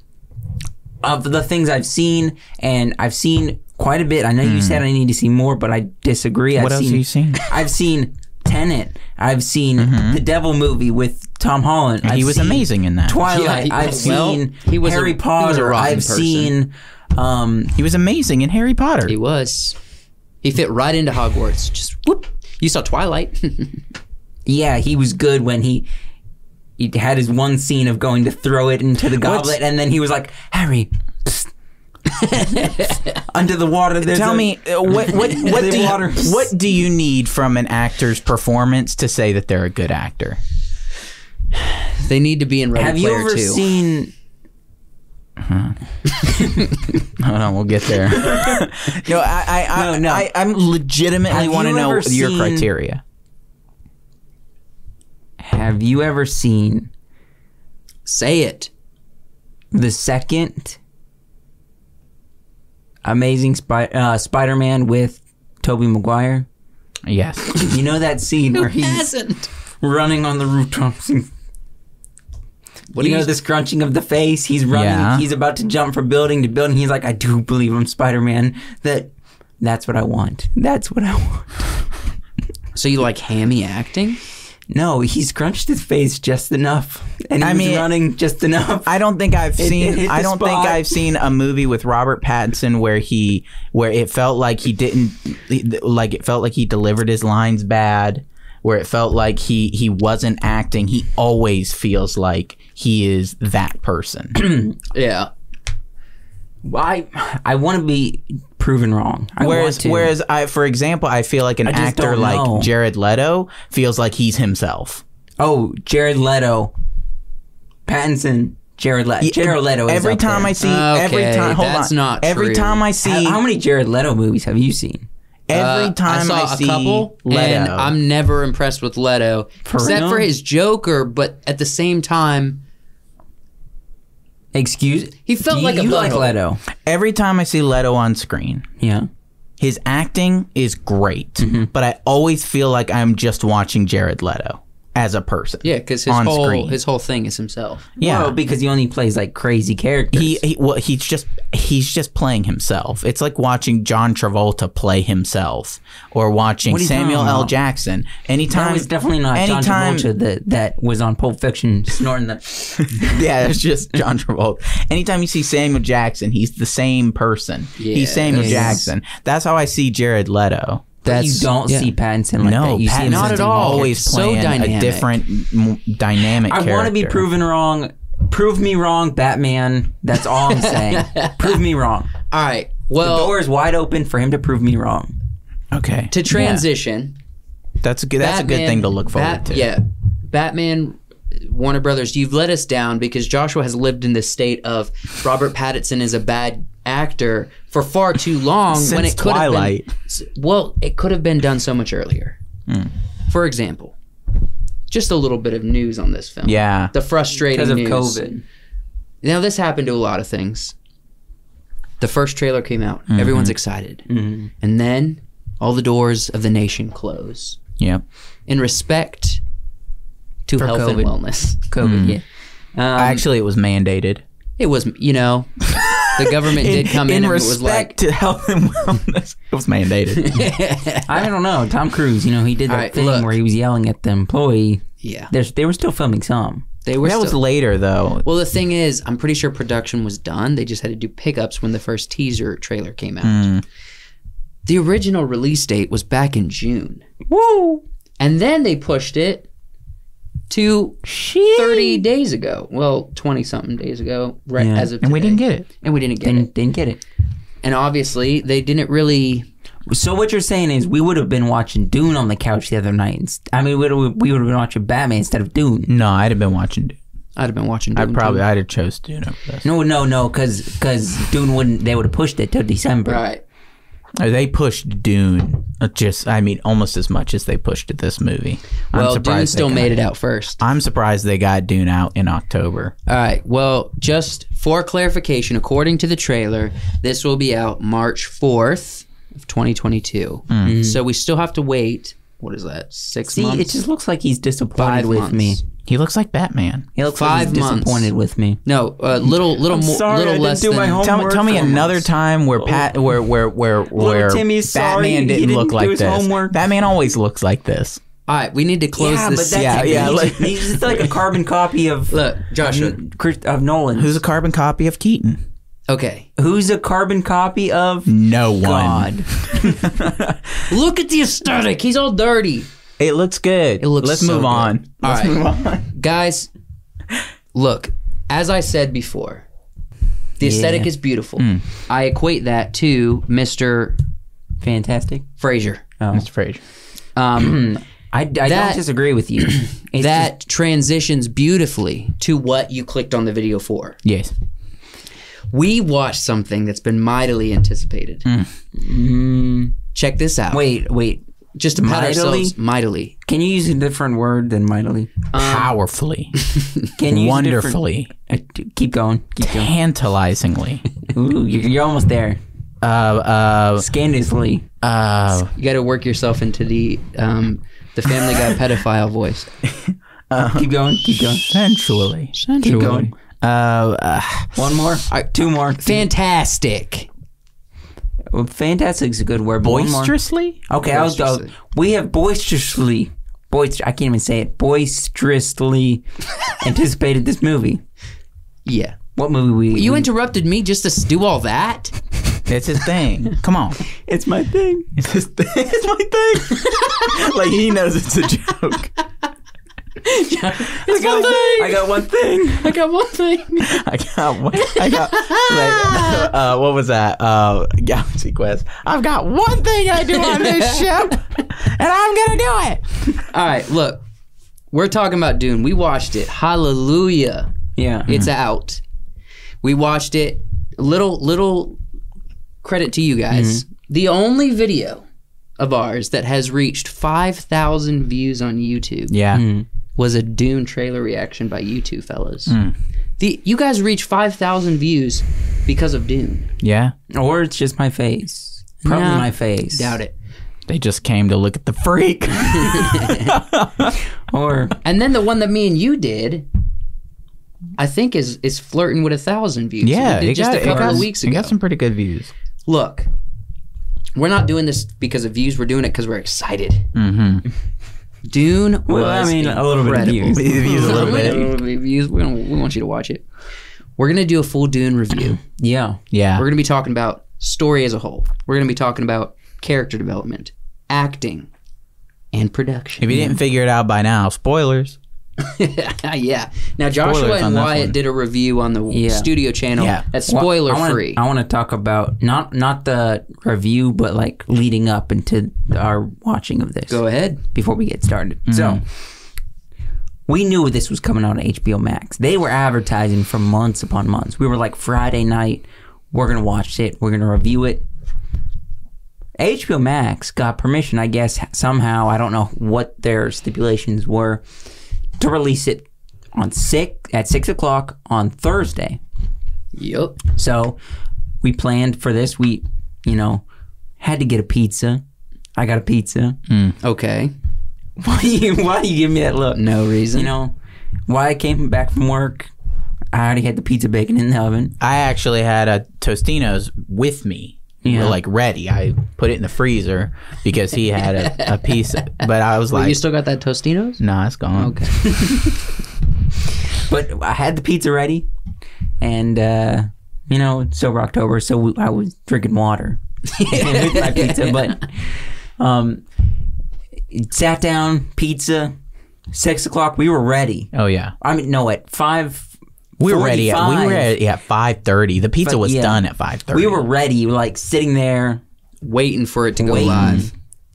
Speaker 2: Of the things I've seen, and I've seen quite a bit. I know you said I need to see more, but I disagree.
Speaker 1: Hmm. What
Speaker 2: I've
Speaker 1: else
Speaker 2: seen,
Speaker 1: have you seen?
Speaker 2: I've seen Tenet. I've seen the Devil movie with Tom Holland.
Speaker 1: Mm-hmm. he
Speaker 2: I've
Speaker 1: was
Speaker 2: seen
Speaker 1: amazing in that.
Speaker 4: Yeah,
Speaker 2: Twilight.
Speaker 4: he
Speaker 2: I've
Speaker 4: was- well,
Speaker 2: seen
Speaker 4: he was a-
Speaker 2: Harry
Speaker 4: he was a
Speaker 2: Potter.
Speaker 4: rotten
Speaker 2: I've
Speaker 4: person.
Speaker 2: seen. Um,
Speaker 1: he was amazing in Harry Potter.
Speaker 4: he was he fit right into Hogwarts. Just whoop. You saw Twilight.
Speaker 2: yeah, he was good when he. He had his one scene of going to throw it into the goblet, and then he was like, "Harry, psst. under the water." There's
Speaker 1: Tell
Speaker 2: a-
Speaker 1: me uh, what what what
Speaker 2: The
Speaker 1: do you,
Speaker 2: water.
Speaker 1: what do you need from an actor's performance to say that they're a good actor?
Speaker 4: they need to be in Ready
Speaker 2: Have you
Speaker 4: Player
Speaker 2: ever
Speaker 4: Two.
Speaker 2: seen?
Speaker 1: Hold on, we'll get there. no, I I, I,
Speaker 2: No, no.
Speaker 1: I I'm legitimately
Speaker 2: Have
Speaker 1: want to
Speaker 2: you
Speaker 1: know
Speaker 2: ever
Speaker 1: your
Speaker 2: seen-
Speaker 1: criteria.
Speaker 2: Have you ever seen
Speaker 4: Say it.
Speaker 2: the second Amazing Spy- uh, Spider-Man with Tobey Maguire?
Speaker 1: Yes.
Speaker 2: You know that scene where he's
Speaker 4: hasn't?
Speaker 2: running on the rooftops. and- you know this crunching of the face. He's running.
Speaker 1: Yeah.
Speaker 2: He's about to jump from building to building. He's like, I do believe I'm Spider-Man. That, that's what I want. That's what I want.
Speaker 4: So you like hammy acting?
Speaker 2: No, he's crunched his face just enough, and he's
Speaker 1: I mean-
Speaker 2: running just enough.
Speaker 1: I don't think I've
Speaker 2: It-
Speaker 1: seen.
Speaker 2: it hit
Speaker 1: I
Speaker 2: the
Speaker 1: don't
Speaker 2: spot.
Speaker 1: think I've seen a movie with Robert Pattinson where he, where it felt like he didn't, like it felt like he delivered his lines bad, where it felt like he he wasn't acting. He always feels like he is that person.
Speaker 4: Yeah.
Speaker 2: I I want to be proven wrong. I want
Speaker 1: whereas
Speaker 2: to.
Speaker 1: whereas I, for example, I feel like an
Speaker 2: just
Speaker 1: actor
Speaker 2: don't know.
Speaker 1: like Jared Leto feels like he's himself.
Speaker 2: oh, Jared Leto, Pattinson, Jared Leto. Jared Leto. Is
Speaker 1: Every
Speaker 2: up
Speaker 1: time
Speaker 2: there.
Speaker 1: I see,
Speaker 4: Okay,
Speaker 1: every time, hold
Speaker 4: that's
Speaker 1: on.
Speaker 4: not
Speaker 1: every
Speaker 4: true.
Speaker 1: time I see,
Speaker 2: how, how many Jared Leto movies have you seen?
Speaker 1: every
Speaker 4: Uh,
Speaker 1: time I,
Speaker 4: saw a
Speaker 1: see
Speaker 4: couple,
Speaker 1: Leto,
Speaker 4: and I'm never impressed with Leto, except
Speaker 2: real?
Speaker 4: for his Joker. But at the same time,
Speaker 2: Excuse.
Speaker 4: He felt
Speaker 2: Do you,
Speaker 4: like a
Speaker 2: you like
Speaker 4: butthole.
Speaker 2: Leto.
Speaker 1: every time I see Leto on screen.
Speaker 2: Yeah.
Speaker 1: His acting is great,
Speaker 4: Mm-hmm.
Speaker 1: but I always feel like I'm just watching Jared Leto as a person.
Speaker 4: yeah, because his
Speaker 1: On
Speaker 4: whole
Speaker 1: screen.
Speaker 4: his whole thing is himself.
Speaker 1: yeah.
Speaker 2: Well, because he only plays like crazy characters.
Speaker 1: he, he well, he's just he's just playing himself. It's like watching John Travolta play himself, or watching
Speaker 2: What are you
Speaker 1: Samuel
Speaker 2: talking
Speaker 1: L.
Speaker 2: about?
Speaker 1: Jackson. Anytime
Speaker 2: that was definitely not
Speaker 1: anytime-
Speaker 2: John Travolta that, that was on Pulp Fiction snorting the.
Speaker 1: yeah, it's just John Travolta. Anytime you see Samuel Jackson, he's the same person. he's
Speaker 4: Yeah,
Speaker 1: Samuel
Speaker 4: yes.
Speaker 1: Jackson. That's how I see Jared Leto.
Speaker 2: you don't
Speaker 4: yeah.
Speaker 2: see Pattinson like
Speaker 1: no,
Speaker 2: that. You see him
Speaker 1: Pattinson's
Speaker 4: Not
Speaker 2: as
Speaker 4: at
Speaker 2: a
Speaker 4: all.
Speaker 2: character.
Speaker 1: Always
Speaker 4: So
Speaker 1: playing a
Speaker 4: dynamic.
Speaker 1: different m- dynamic.
Speaker 2: I want to be
Speaker 1: character.
Speaker 2: proven wrong. Prove me wrong, Batman. That's all I'm saying. prove me wrong.
Speaker 4: All right.
Speaker 2: The
Speaker 4: Well,
Speaker 2: door is wide open for him to prove me wrong.
Speaker 1: Okay,
Speaker 4: to transition,
Speaker 1: that's a good. That's a good
Speaker 4: Batman-
Speaker 1: thing to look forward
Speaker 4: Bat-
Speaker 1: to.
Speaker 4: Yeah. Batman, Warner Brothers, you've let us down because Joshua has lived in this state of Robert Pattinson is a bad actor for far too long when
Speaker 1: Since
Speaker 4: it could have
Speaker 1: Twilight. Hmm.
Speaker 4: been s- well, it could have been done so much earlier. For example, just a little bit of news on this film.
Speaker 1: yeah.
Speaker 4: The frustrating
Speaker 2: Because of
Speaker 4: news.
Speaker 2: COVID.
Speaker 4: Now this happened to a lot of things. The first trailer came out.
Speaker 1: Mm-hmm.
Speaker 4: Everyone's excited.
Speaker 2: Mm-hmm.
Speaker 4: And then all the doors of the nation close
Speaker 1: Yep.
Speaker 4: in respect to
Speaker 2: For
Speaker 4: health and
Speaker 2: COVID.
Speaker 4: wellness.
Speaker 1: Hmm.
Speaker 2: COVID, yeah. Um,
Speaker 1: Actually, it was mandated.
Speaker 4: It was, you know, the government did come in, and it was like,
Speaker 1: respect to health and wellness. It was mandated.
Speaker 2: I don't know. Tom Cruise, you know, he did that
Speaker 4: All right,
Speaker 2: thing
Speaker 4: look.
Speaker 2: where he was yelling at the employee.
Speaker 4: yeah,
Speaker 2: There's, they were still filming some.
Speaker 4: they were.
Speaker 1: that was
Speaker 4: still-
Speaker 1: later though.
Speaker 4: well, the thing is, I'm pretty sure production was done. They just had to do pickups when the first teaser trailer came out.
Speaker 1: Hmm.
Speaker 4: The original release date was back in June,
Speaker 2: Woo!
Speaker 4: and then they pushed it to 30 days ago. Well, 20 something days ago, right
Speaker 2: Yeah.
Speaker 4: as of
Speaker 1: And we
Speaker 4: today.
Speaker 1: didn't get it.
Speaker 4: and we didn't get it.
Speaker 2: Didn't, didn't get it.
Speaker 4: And obviously, they didn't really
Speaker 2: So what you're saying is we would have been watching Dune on the couch the other night. inst- I mean, we would have, we would have been watching Batman instead of Dune.
Speaker 1: No, I'd have been watching. Dune.
Speaker 4: I'd have been watching.
Speaker 1: I
Speaker 4: Doom
Speaker 1: probably
Speaker 4: too.
Speaker 1: I'd have chose Dune over this.
Speaker 2: No, no, no, because Dune wouldn't. They would have pushed it to December.
Speaker 4: right.
Speaker 1: Uh, They pushed Dune uh, just I mean almost as much as they pushed this movie. I'm
Speaker 4: Well, Dune
Speaker 1: surprised they
Speaker 4: still
Speaker 1: got-
Speaker 4: made it out first.
Speaker 1: I'm surprised they got Dune out in October.
Speaker 4: All right. Well, just for clarification, according to the trailer, this will be out March 4th of 2022.
Speaker 1: Hmm.
Speaker 4: So we still have to wait. What is that? Six
Speaker 2: See,
Speaker 4: months?
Speaker 2: it just looks like he's disappointed
Speaker 4: Five
Speaker 2: with
Speaker 4: months.
Speaker 2: me.
Speaker 1: He looks like Batman.
Speaker 2: He looks
Speaker 4: Five
Speaker 2: like he's
Speaker 4: months.
Speaker 2: disappointed with me.
Speaker 4: no, a little, little more,
Speaker 2: sorry, I
Speaker 4: little
Speaker 2: didn't
Speaker 4: less
Speaker 2: do
Speaker 4: than.
Speaker 2: my homework.
Speaker 1: Tell me, tell me
Speaker 2: Homework.
Speaker 1: another time where Pat, where where where where
Speaker 2: Timmy's Oh. sorry,
Speaker 1: Batman
Speaker 2: he
Speaker 1: didn't,
Speaker 2: didn't
Speaker 1: look
Speaker 2: do
Speaker 1: like
Speaker 2: his
Speaker 1: this.
Speaker 2: homework.
Speaker 1: Batman always looks like this.
Speaker 4: All right, we need to close
Speaker 2: yeah,
Speaker 4: this.
Speaker 2: but
Speaker 1: yeah,
Speaker 2: that's,
Speaker 1: yeah,
Speaker 2: he's,
Speaker 1: like-
Speaker 2: he's just like a carbon copy of
Speaker 4: Look, Joshua.
Speaker 2: of, Chris- of Nolan.
Speaker 1: Who's a carbon copy of Keaton?
Speaker 4: Okay,
Speaker 2: who's a carbon copy of
Speaker 1: No one.
Speaker 2: God?
Speaker 4: look at the aesthetic. He's all dirty,
Speaker 1: It looks good.
Speaker 4: It looks
Speaker 1: Let's
Speaker 4: so
Speaker 1: move
Speaker 4: good.
Speaker 1: on.
Speaker 4: All
Speaker 1: Let's
Speaker 4: right.
Speaker 1: move on.
Speaker 4: guys. Look, as I said before, the aesthetic is beautiful. I equate that to Mister
Speaker 2: Fantastic.
Speaker 4: Fraser.
Speaker 2: Oh.
Speaker 1: Mr. Fraser.
Speaker 4: Um,
Speaker 2: I, I
Speaker 4: That-
Speaker 2: don't disagree with you. It's
Speaker 4: that transitions beautifully to what you clicked on the video for.
Speaker 1: Yes.
Speaker 4: We watched something that's been mightily anticipated. Mm. Check this out.
Speaker 2: just- wait, wait.
Speaker 4: just to pat
Speaker 2: mightily?
Speaker 4: ourselves mightily.
Speaker 2: Can you use a different word than mightily?
Speaker 4: Um,
Speaker 1: Powerfully,
Speaker 2: Can you use a different-
Speaker 1: wonderfully,
Speaker 2: Uh, d- keep going. Keep going.
Speaker 1: tantalizingly,
Speaker 2: Ooh, you're, you're almost there.
Speaker 1: uh, uh,
Speaker 2: Scandalously.
Speaker 1: uh,
Speaker 4: You got to work yourself into the um, the Family Guy pedophile voice.
Speaker 2: keep going. Keep going.
Speaker 1: sensually,
Speaker 2: Keep going.
Speaker 1: uh, uh,
Speaker 2: One more. Two more.
Speaker 4: Fantastic.
Speaker 2: Well, Fantastic's a good word. but one more.
Speaker 1: boisterously.
Speaker 2: Okay, I was. I was-
Speaker 4: Boisterously.
Speaker 2: we have boisterously. boister I can't even say it boisterously anticipated this movie.
Speaker 4: Yeah.
Speaker 2: What movie we
Speaker 4: You
Speaker 2: we-
Speaker 4: interrupted me just to s- do all that?
Speaker 1: It's his thing. Come on.
Speaker 2: It's my thing.
Speaker 1: It's his thing. It's my thing. like he knows it's a joke.
Speaker 4: It's one
Speaker 2: I got one thing.
Speaker 4: I got one thing.
Speaker 1: I got one. I got. like, uh, what was that? Uh, Galaxy Quest. I've got one thing I do on this ship, and I'm gonna do it.
Speaker 4: All right, look. We're talking about Dune. We watched it. Hallelujah.
Speaker 2: Yeah.
Speaker 4: It's out. We watched it. Little little credit to you guys. The only video of ours that has reached 5,000 views on YouTube
Speaker 1: Yeah.
Speaker 2: Mm.
Speaker 4: was a Dune trailer reaction by you two fellas. The you guys reached 5,000 views because of Dune.
Speaker 1: Yeah.
Speaker 2: or it's just my face. Probably
Speaker 4: Nah.
Speaker 2: my face.
Speaker 4: Doubt it.
Speaker 1: They just came to look at the freak.
Speaker 2: Or
Speaker 4: And then the one that me and you did, I think is is flirting with a thousand views.
Speaker 1: yeah.
Speaker 4: we did
Speaker 1: it
Speaker 4: just
Speaker 1: got,
Speaker 4: a couple
Speaker 1: it got,
Speaker 4: of weeks
Speaker 1: It
Speaker 4: ago.
Speaker 1: got some pretty good views.
Speaker 4: Look, we're not doing this because of views. We're doing it because we're excited.
Speaker 1: Mm-hmm.
Speaker 4: Dune was
Speaker 2: well, I mean a little bit of
Speaker 4: incredible.
Speaker 2: views.
Speaker 1: views a little
Speaker 4: We
Speaker 1: bit.
Speaker 4: don't wanna do reviews. We, don't, we want you to watch it. We're gonna do a full Dune review.
Speaker 2: Yeah.
Speaker 1: Yeah.
Speaker 4: We're gonna be talking about story as a whole. We're gonna be talking about character development, acting, and production.
Speaker 1: if you didn't figure it out by now, spoilers.
Speaker 4: yeah. Now Joshua
Speaker 1: Spoilers on
Speaker 4: and
Speaker 1: this
Speaker 4: Wyatt
Speaker 1: one.
Speaker 4: did a review on the
Speaker 2: Yeah.
Speaker 4: studio channel
Speaker 1: Yeah.
Speaker 4: that's
Speaker 2: Well,
Speaker 4: spoiler
Speaker 2: I wanna,
Speaker 4: free.
Speaker 2: I want to talk about not not the review, but like leading up into our watching of this.
Speaker 4: Go ahead. Mm-hmm.
Speaker 2: before we get started. So we knew this was coming out on HBO Max. They were advertising for months upon months. We were like Friday night, we're gonna watch it, we're gonna review it. HBO Max got permission, I guess somehow. I don't know what their stipulations were to release it on six at six o'clock on Thursday.
Speaker 4: Yup.
Speaker 2: So we planned for this. We, you know, had to get a pizza. I got a pizza.
Speaker 4: Okay.
Speaker 2: Why you why you give me that look?
Speaker 4: No reason.
Speaker 2: You know, why I came back from work, I already had the pizza bacon in the oven.
Speaker 1: I actually had a Tostino's with me,
Speaker 2: Yeah.
Speaker 1: like ready. I put it in the freezer because he had a, a piece, but I was
Speaker 4: Wait,
Speaker 1: like,
Speaker 4: you still got that Tostinos?
Speaker 1: "No, nah, it's gone."
Speaker 4: Okay.
Speaker 2: But I had the pizza ready, and uh, you know, it's sober October, so we, I was drinking water with my pizza. But um, sat down, pizza, six o'clock. We were ready.
Speaker 1: Oh yeah,
Speaker 2: I mean, no, at five.
Speaker 1: we were ready. At, we were
Speaker 2: 45.
Speaker 1: at yeah five thirty. The pizza
Speaker 2: But,
Speaker 1: was
Speaker 2: yeah.
Speaker 1: done at five thirty.
Speaker 2: We were ready, like sitting there,
Speaker 4: Waiting for it to go
Speaker 2: Waiting.
Speaker 4: live.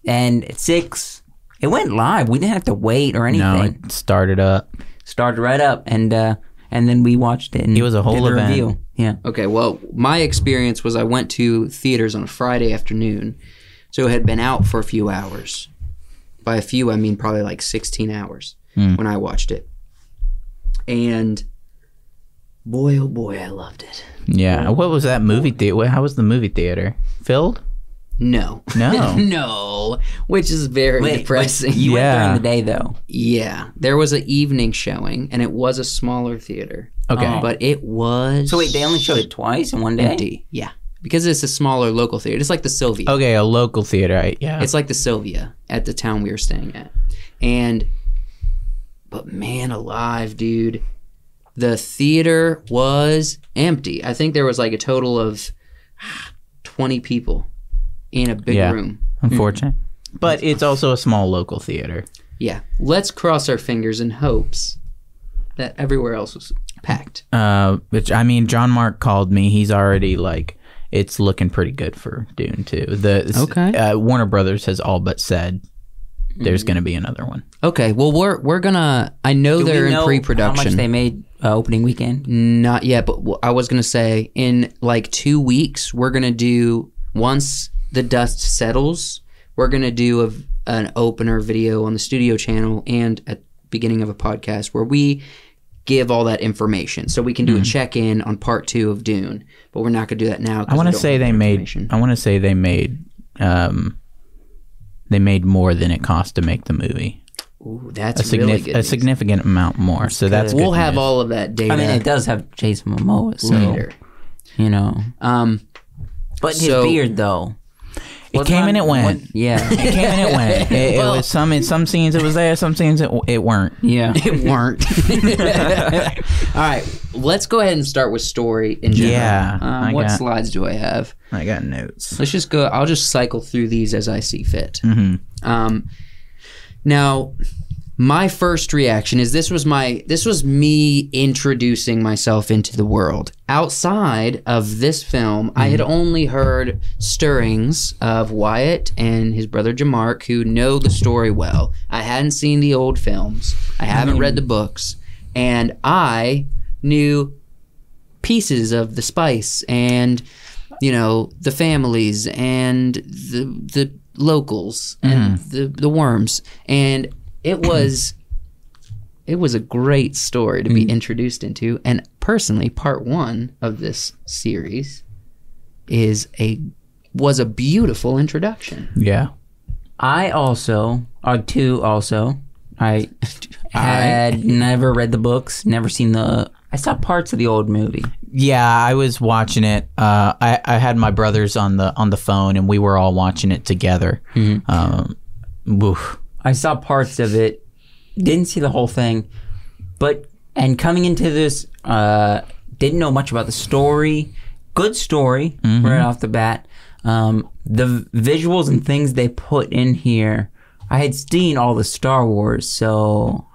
Speaker 2: and at six, it went live. We didn't have to wait or anything.
Speaker 1: no, it started up.
Speaker 2: started right up and uh and then we watched it and
Speaker 1: It was a whole
Speaker 2: did the
Speaker 1: event.
Speaker 2: review. yeah
Speaker 4: Okay, well, my experience was I went to theaters on a Friday afternoon, so it had been out for a few hours. By a few, I mean probably like 16 hours
Speaker 2: Hmm.
Speaker 1: Mm.
Speaker 4: when I watched it. And boy, oh boy, I loved it.
Speaker 1: Yeah. What was that movie theater? How was the movie theater filled?
Speaker 4: No.
Speaker 1: No.
Speaker 4: no. Which is very depressing.
Speaker 2: you
Speaker 1: Yeah.
Speaker 2: went during the day though
Speaker 4: yeah. There was an evening showing, and it was a smaller theater. Oh.
Speaker 1: Okay.
Speaker 2: Oh,
Speaker 4: But it was.
Speaker 2: so wait they only showed it twice in one day
Speaker 4: empty. Yeah. Because it's a smaller local theater. It's like the Sylvia.
Speaker 1: okay, a local theater. I, Oh, yeah.
Speaker 4: It's like the Sylvia at the town we were staying at. And but man alive, dude. The theater was empty. I think there was like a total of 20 people in a big
Speaker 1: Yeah.
Speaker 4: room.
Speaker 1: unfortunate,
Speaker 2: Mm.
Speaker 1: but it's also a small local theater.
Speaker 4: Yeah. Let's cross our fingers in hopes that everywhere else was packed.
Speaker 1: Uh, which I mean, John Mark called me. He's already like, it's looking pretty good for Dune too. The
Speaker 4: Okay. Mm.
Speaker 1: uh, Warner Brothers has all but said there's going to be another one.
Speaker 4: Okay, well we're we're going to I know
Speaker 2: Do we
Speaker 4: they're
Speaker 2: know
Speaker 4: in
Speaker 2: how much
Speaker 4: pre-production.
Speaker 2: they made uh, opening weekend
Speaker 4: Not yet, but wh- I was gonna say in like two weeks we're gonna do once the dust settles, we're gonna do a v an opener video on the studio channel and at beginning of a podcast where we give all that information so we can do a check in on part two of Dune, but we're not gonna do that now. 'cause
Speaker 1: I want
Speaker 4: we
Speaker 1: to
Speaker 4: don't
Speaker 1: say
Speaker 4: have
Speaker 1: they
Speaker 4: the
Speaker 1: made.
Speaker 4: information.
Speaker 1: I want to say they made. Um, they made more than it cost to make the movie.
Speaker 4: Ooh,
Speaker 1: A,
Speaker 4: that's
Speaker 1: signif-
Speaker 4: really good.
Speaker 1: a
Speaker 4: news.
Speaker 1: significant amount more. so that's
Speaker 4: We'll
Speaker 1: good
Speaker 4: have
Speaker 1: news.
Speaker 4: all of that data
Speaker 2: i mean it does have jason momoa so
Speaker 4: later.
Speaker 2: you know
Speaker 4: Um,
Speaker 2: but his
Speaker 4: So-
Speaker 2: beard though
Speaker 1: It came and it went.
Speaker 2: yeah.
Speaker 1: It came and it went. It, it was some in some scenes it was there, some scenes it it weren't.
Speaker 2: Yeah.
Speaker 4: It weren't. All right, let's go ahead and start with story in general.
Speaker 1: Yeah,
Speaker 4: Um,
Speaker 1: I
Speaker 4: what
Speaker 1: got-
Speaker 4: slides do I have?
Speaker 1: I got notes.
Speaker 4: Let's just go. I'll just cycle through these as I see fit.
Speaker 1: hmm
Speaker 4: Um, now, my first reaction is this was my this was me introducing myself into the world. Outside of this film, I had only heard stirrings of Wyatt and his brother Jamark, who know the story well. I hadn't seen the old films. I haven't read the books, and I knew pieces of the spice and you know the families and the the locals and the the worms and it was it was a great story to be introduced into and personally part 1 of this series is a was a beautiful introduction
Speaker 1: Yeah.
Speaker 2: I also, or two also, I had never read the books, never seen the. I saw parts of the old movie.
Speaker 1: Yeah, I was watching it. Uh, I I had my brothers on the on the phone, and we were all watching it together. Um, woof.
Speaker 2: I saw parts of it, didn't see the whole thing, but and coming into this, uh, didn't know much about the story. Good story right off the bat. Um, the v- visuals and things they put in here. I had seen all the Star Wars, so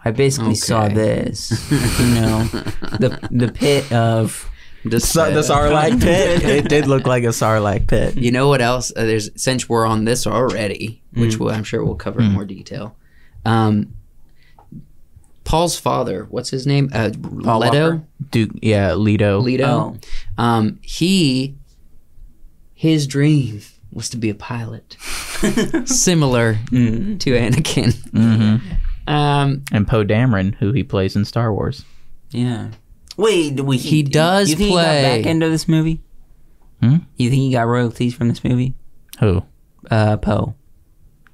Speaker 2: I basically saw
Speaker 4: Okay.
Speaker 2: this. You know, the the pit of
Speaker 1: the Sarlacc pit. it did look like a Sarlacc pit.
Speaker 4: You know what else? Uh, there's since we're on this already, which we'll, I'm sure we'll cover in more detail. Um, Paul's father, what's his name? Uh, Leto.
Speaker 2: Walker?
Speaker 1: Duke. Yeah, Leto.
Speaker 4: Leto.
Speaker 1: Oh.
Speaker 4: Um, he, his dream was to be a pilot, similar to Anakin.
Speaker 1: Mm-hmm.
Speaker 4: Um,
Speaker 1: and Poe Dameron, who he plays in Star Wars.
Speaker 2: yeah. Wait, wait,
Speaker 4: He does
Speaker 2: you think He got
Speaker 4: play-
Speaker 2: back into this movie.
Speaker 1: Hmm?
Speaker 2: You think he got royalties from this movie?
Speaker 1: Who?
Speaker 2: Uh, Poe.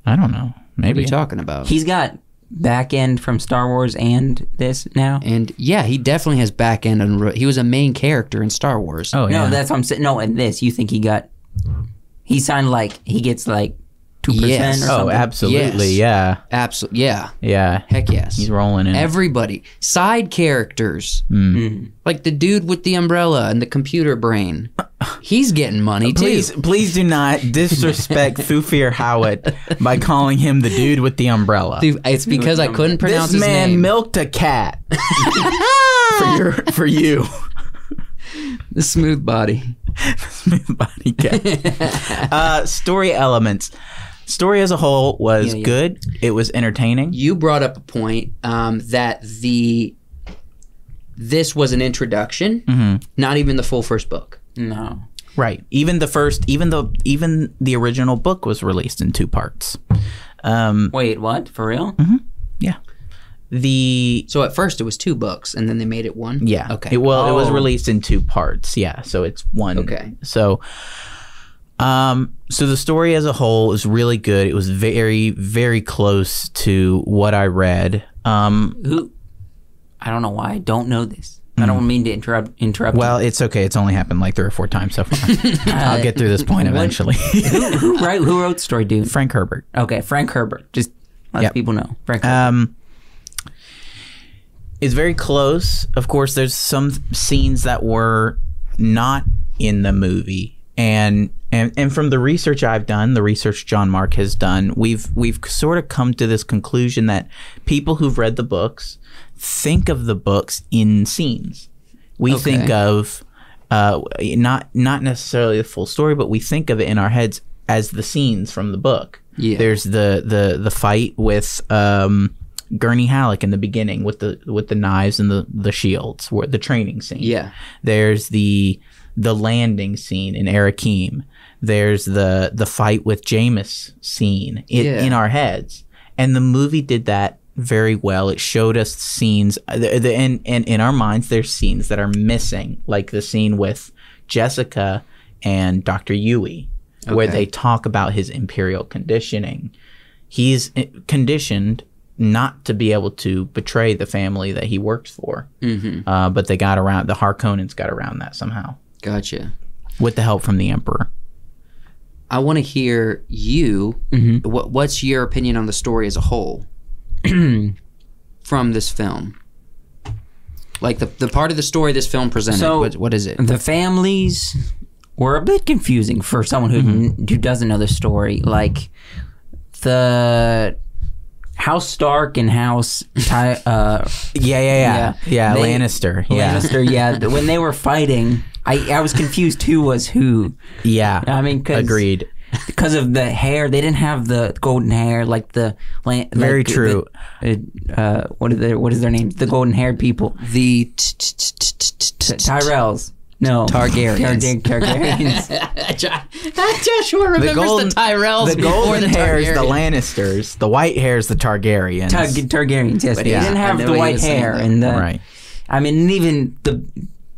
Speaker 1: I don't know.
Speaker 4: what are
Speaker 1: Maybe.
Speaker 4: you talking about?
Speaker 2: He's got back end from Star Wars and this now.
Speaker 4: and yeah, he definitely has back end. And ro- he was a main character in Star Wars.
Speaker 1: oh yeah.
Speaker 2: No, that's what I'm saying. No, and this. You think he got? He signed like he gets like two
Speaker 4: Yes.
Speaker 2: percent or
Speaker 4: Oh,
Speaker 1: oh,
Speaker 2: something.
Speaker 1: absolutely.
Speaker 4: Yes.
Speaker 1: Yeah.
Speaker 4: absolutely. Yeah,
Speaker 1: Yeah.
Speaker 4: heck yes.
Speaker 1: He's rolling in.
Speaker 4: Everybody, side characters,
Speaker 2: Mm,
Speaker 4: like the dude with the umbrella and the computer brain, he's getting money too.
Speaker 1: Uh, Please, please do not disrespect Thufir Howard by calling him the dude with the umbrella.
Speaker 4: Dude, It's because I couldn't pronounce
Speaker 1: this
Speaker 4: his
Speaker 1: man
Speaker 4: name.
Speaker 1: milked a cat for your for you.
Speaker 4: the smooth body.
Speaker 1: Smooth body cat. uh, story elements. Story as a whole was good. It was entertaining.
Speaker 4: You brought up a point um, that the this was an introduction,
Speaker 1: Mm-hmm.
Speaker 4: not even the full first book.
Speaker 2: No.
Speaker 1: Right. Even the first, even the even the original book was released in two parts. Um,
Speaker 2: Wait, what? For real?
Speaker 1: Mm-hmm. the
Speaker 4: So at first it was two books, and then they made it one.
Speaker 1: Yeah.
Speaker 4: Okay.
Speaker 1: It, well, it was
Speaker 2: Oh.
Speaker 1: released in two parts. Yeah. So it's one.
Speaker 4: Okay.
Speaker 1: So, um, so the story as a whole is really good. It was very, very close to what I read. Um,
Speaker 2: Who? I don't know why. I don't know this. I don't mean to interrupt. Interrupt.
Speaker 1: Mm-hmm. well, it's okay. It's only happened like three or four times so far. I'll get through this point eventually.
Speaker 2: who, who right? Who wrote the story, dude?
Speaker 1: Frank Herbert.
Speaker 2: Okay, Frank Herbert. Just let
Speaker 1: Yep.
Speaker 2: people know. Frank. Herbert.
Speaker 1: Um, it's very close. Of course, there's some scenes that were not in the movie, and and and from the research I've done, the research John Mark has done, we've we've sort of come to this conclusion that people who've read the books think of the books in scenes. We think of uh, not not necessarily the full story, but we think of it in our heads as the scenes from the book.
Speaker 4: Yeah.
Speaker 1: There's the the the fight with um, Gurney Halleck in the beginning with the with the knives and the the shields, where the training scene.
Speaker 4: Yeah.
Speaker 1: There's the the landing scene in Arakim. There's the the fight with Jameis scene in,
Speaker 4: Yeah.
Speaker 1: in our heads, and the movie did that very well. It showed us scenes, uh, the, the, and and in our minds, there's scenes that are missing, like the scene with Jessica and Doctor Yui, where
Speaker 4: Okay.
Speaker 1: they talk about his imperial conditioning. He's eh, conditioned not to be able to betray the family that he works for.
Speaker 4: Mm-hmm.
Speaker 1: Uh, but they got around the Harkonnens got around that somehow
Speaker 4: Gotcha.
Speaker 1: with the help from the Emperor.
Speaker 4: I want to hear you.
Speaker 1: Mm-hmm.
Speaker 2: Mhm.
Speaker 4: What What's your opinion on the story as a whole from this film? Like the the part of the story this film presented.
Speaker 2: So-
Speaker 4: what, what is it?
Speaker 2: the families were a bit confusing for someone who who doesn't know the story. Like the House Stark and House Ty, uh,
Speaker 1: Yeah, yeah, yeah, yeah.
Speaker 2: They-
Speaker 1: Lannister. Yeah,
Speaker 2: Lannister. Yeah, th- when they were fighting, I I was confused who was who.
Speaker 1: yeah.
Speaker 2: I mean, cause,
Speaker 1: Agreed.
Speaker 2: because of the hair, they didn't have the golden hair like the Lan-
Speaker 1: Very
Speaker 2: like the-
Speaker 1: true.
Speaker 2: the, uh, what are their what is their name? The golden haired people.
Speaker 4: The t- t- t- t- t-
Speaker 2: T-
Speaker 4: t-
Speaker 2: Tyrells. No.
Speaker 4: Targaryens.
Speaker 2: Targa- Targaryens.
Speaker 4: Joshua remembers the,
Speaker 1: golden-
Speaker 4: Tyrells
Speaker 1: The
Speaker 4: before
Speaker 1: golden
Speaker 4: the
Speaker 1: hair is the
Speaker 4: Targaryens.
Speaker 1: Lannisters. The white hair is the Targaryens.
Speaker 2: Tar- Targaryens, yes. But
Speaker 4: yeah,
Speaker 2: he didn't
Speaker 4: I
Speaker 2: have
Speaker 4: know
Speaker 2: the
Speaker 4: what he
Speaker 2: white
Speaker 4: was saying,
Speaker 2: hair
Speaker 4: though.
Speaker 2: and the.
Speaker 1: right.
Speaker 2: I mean, and even the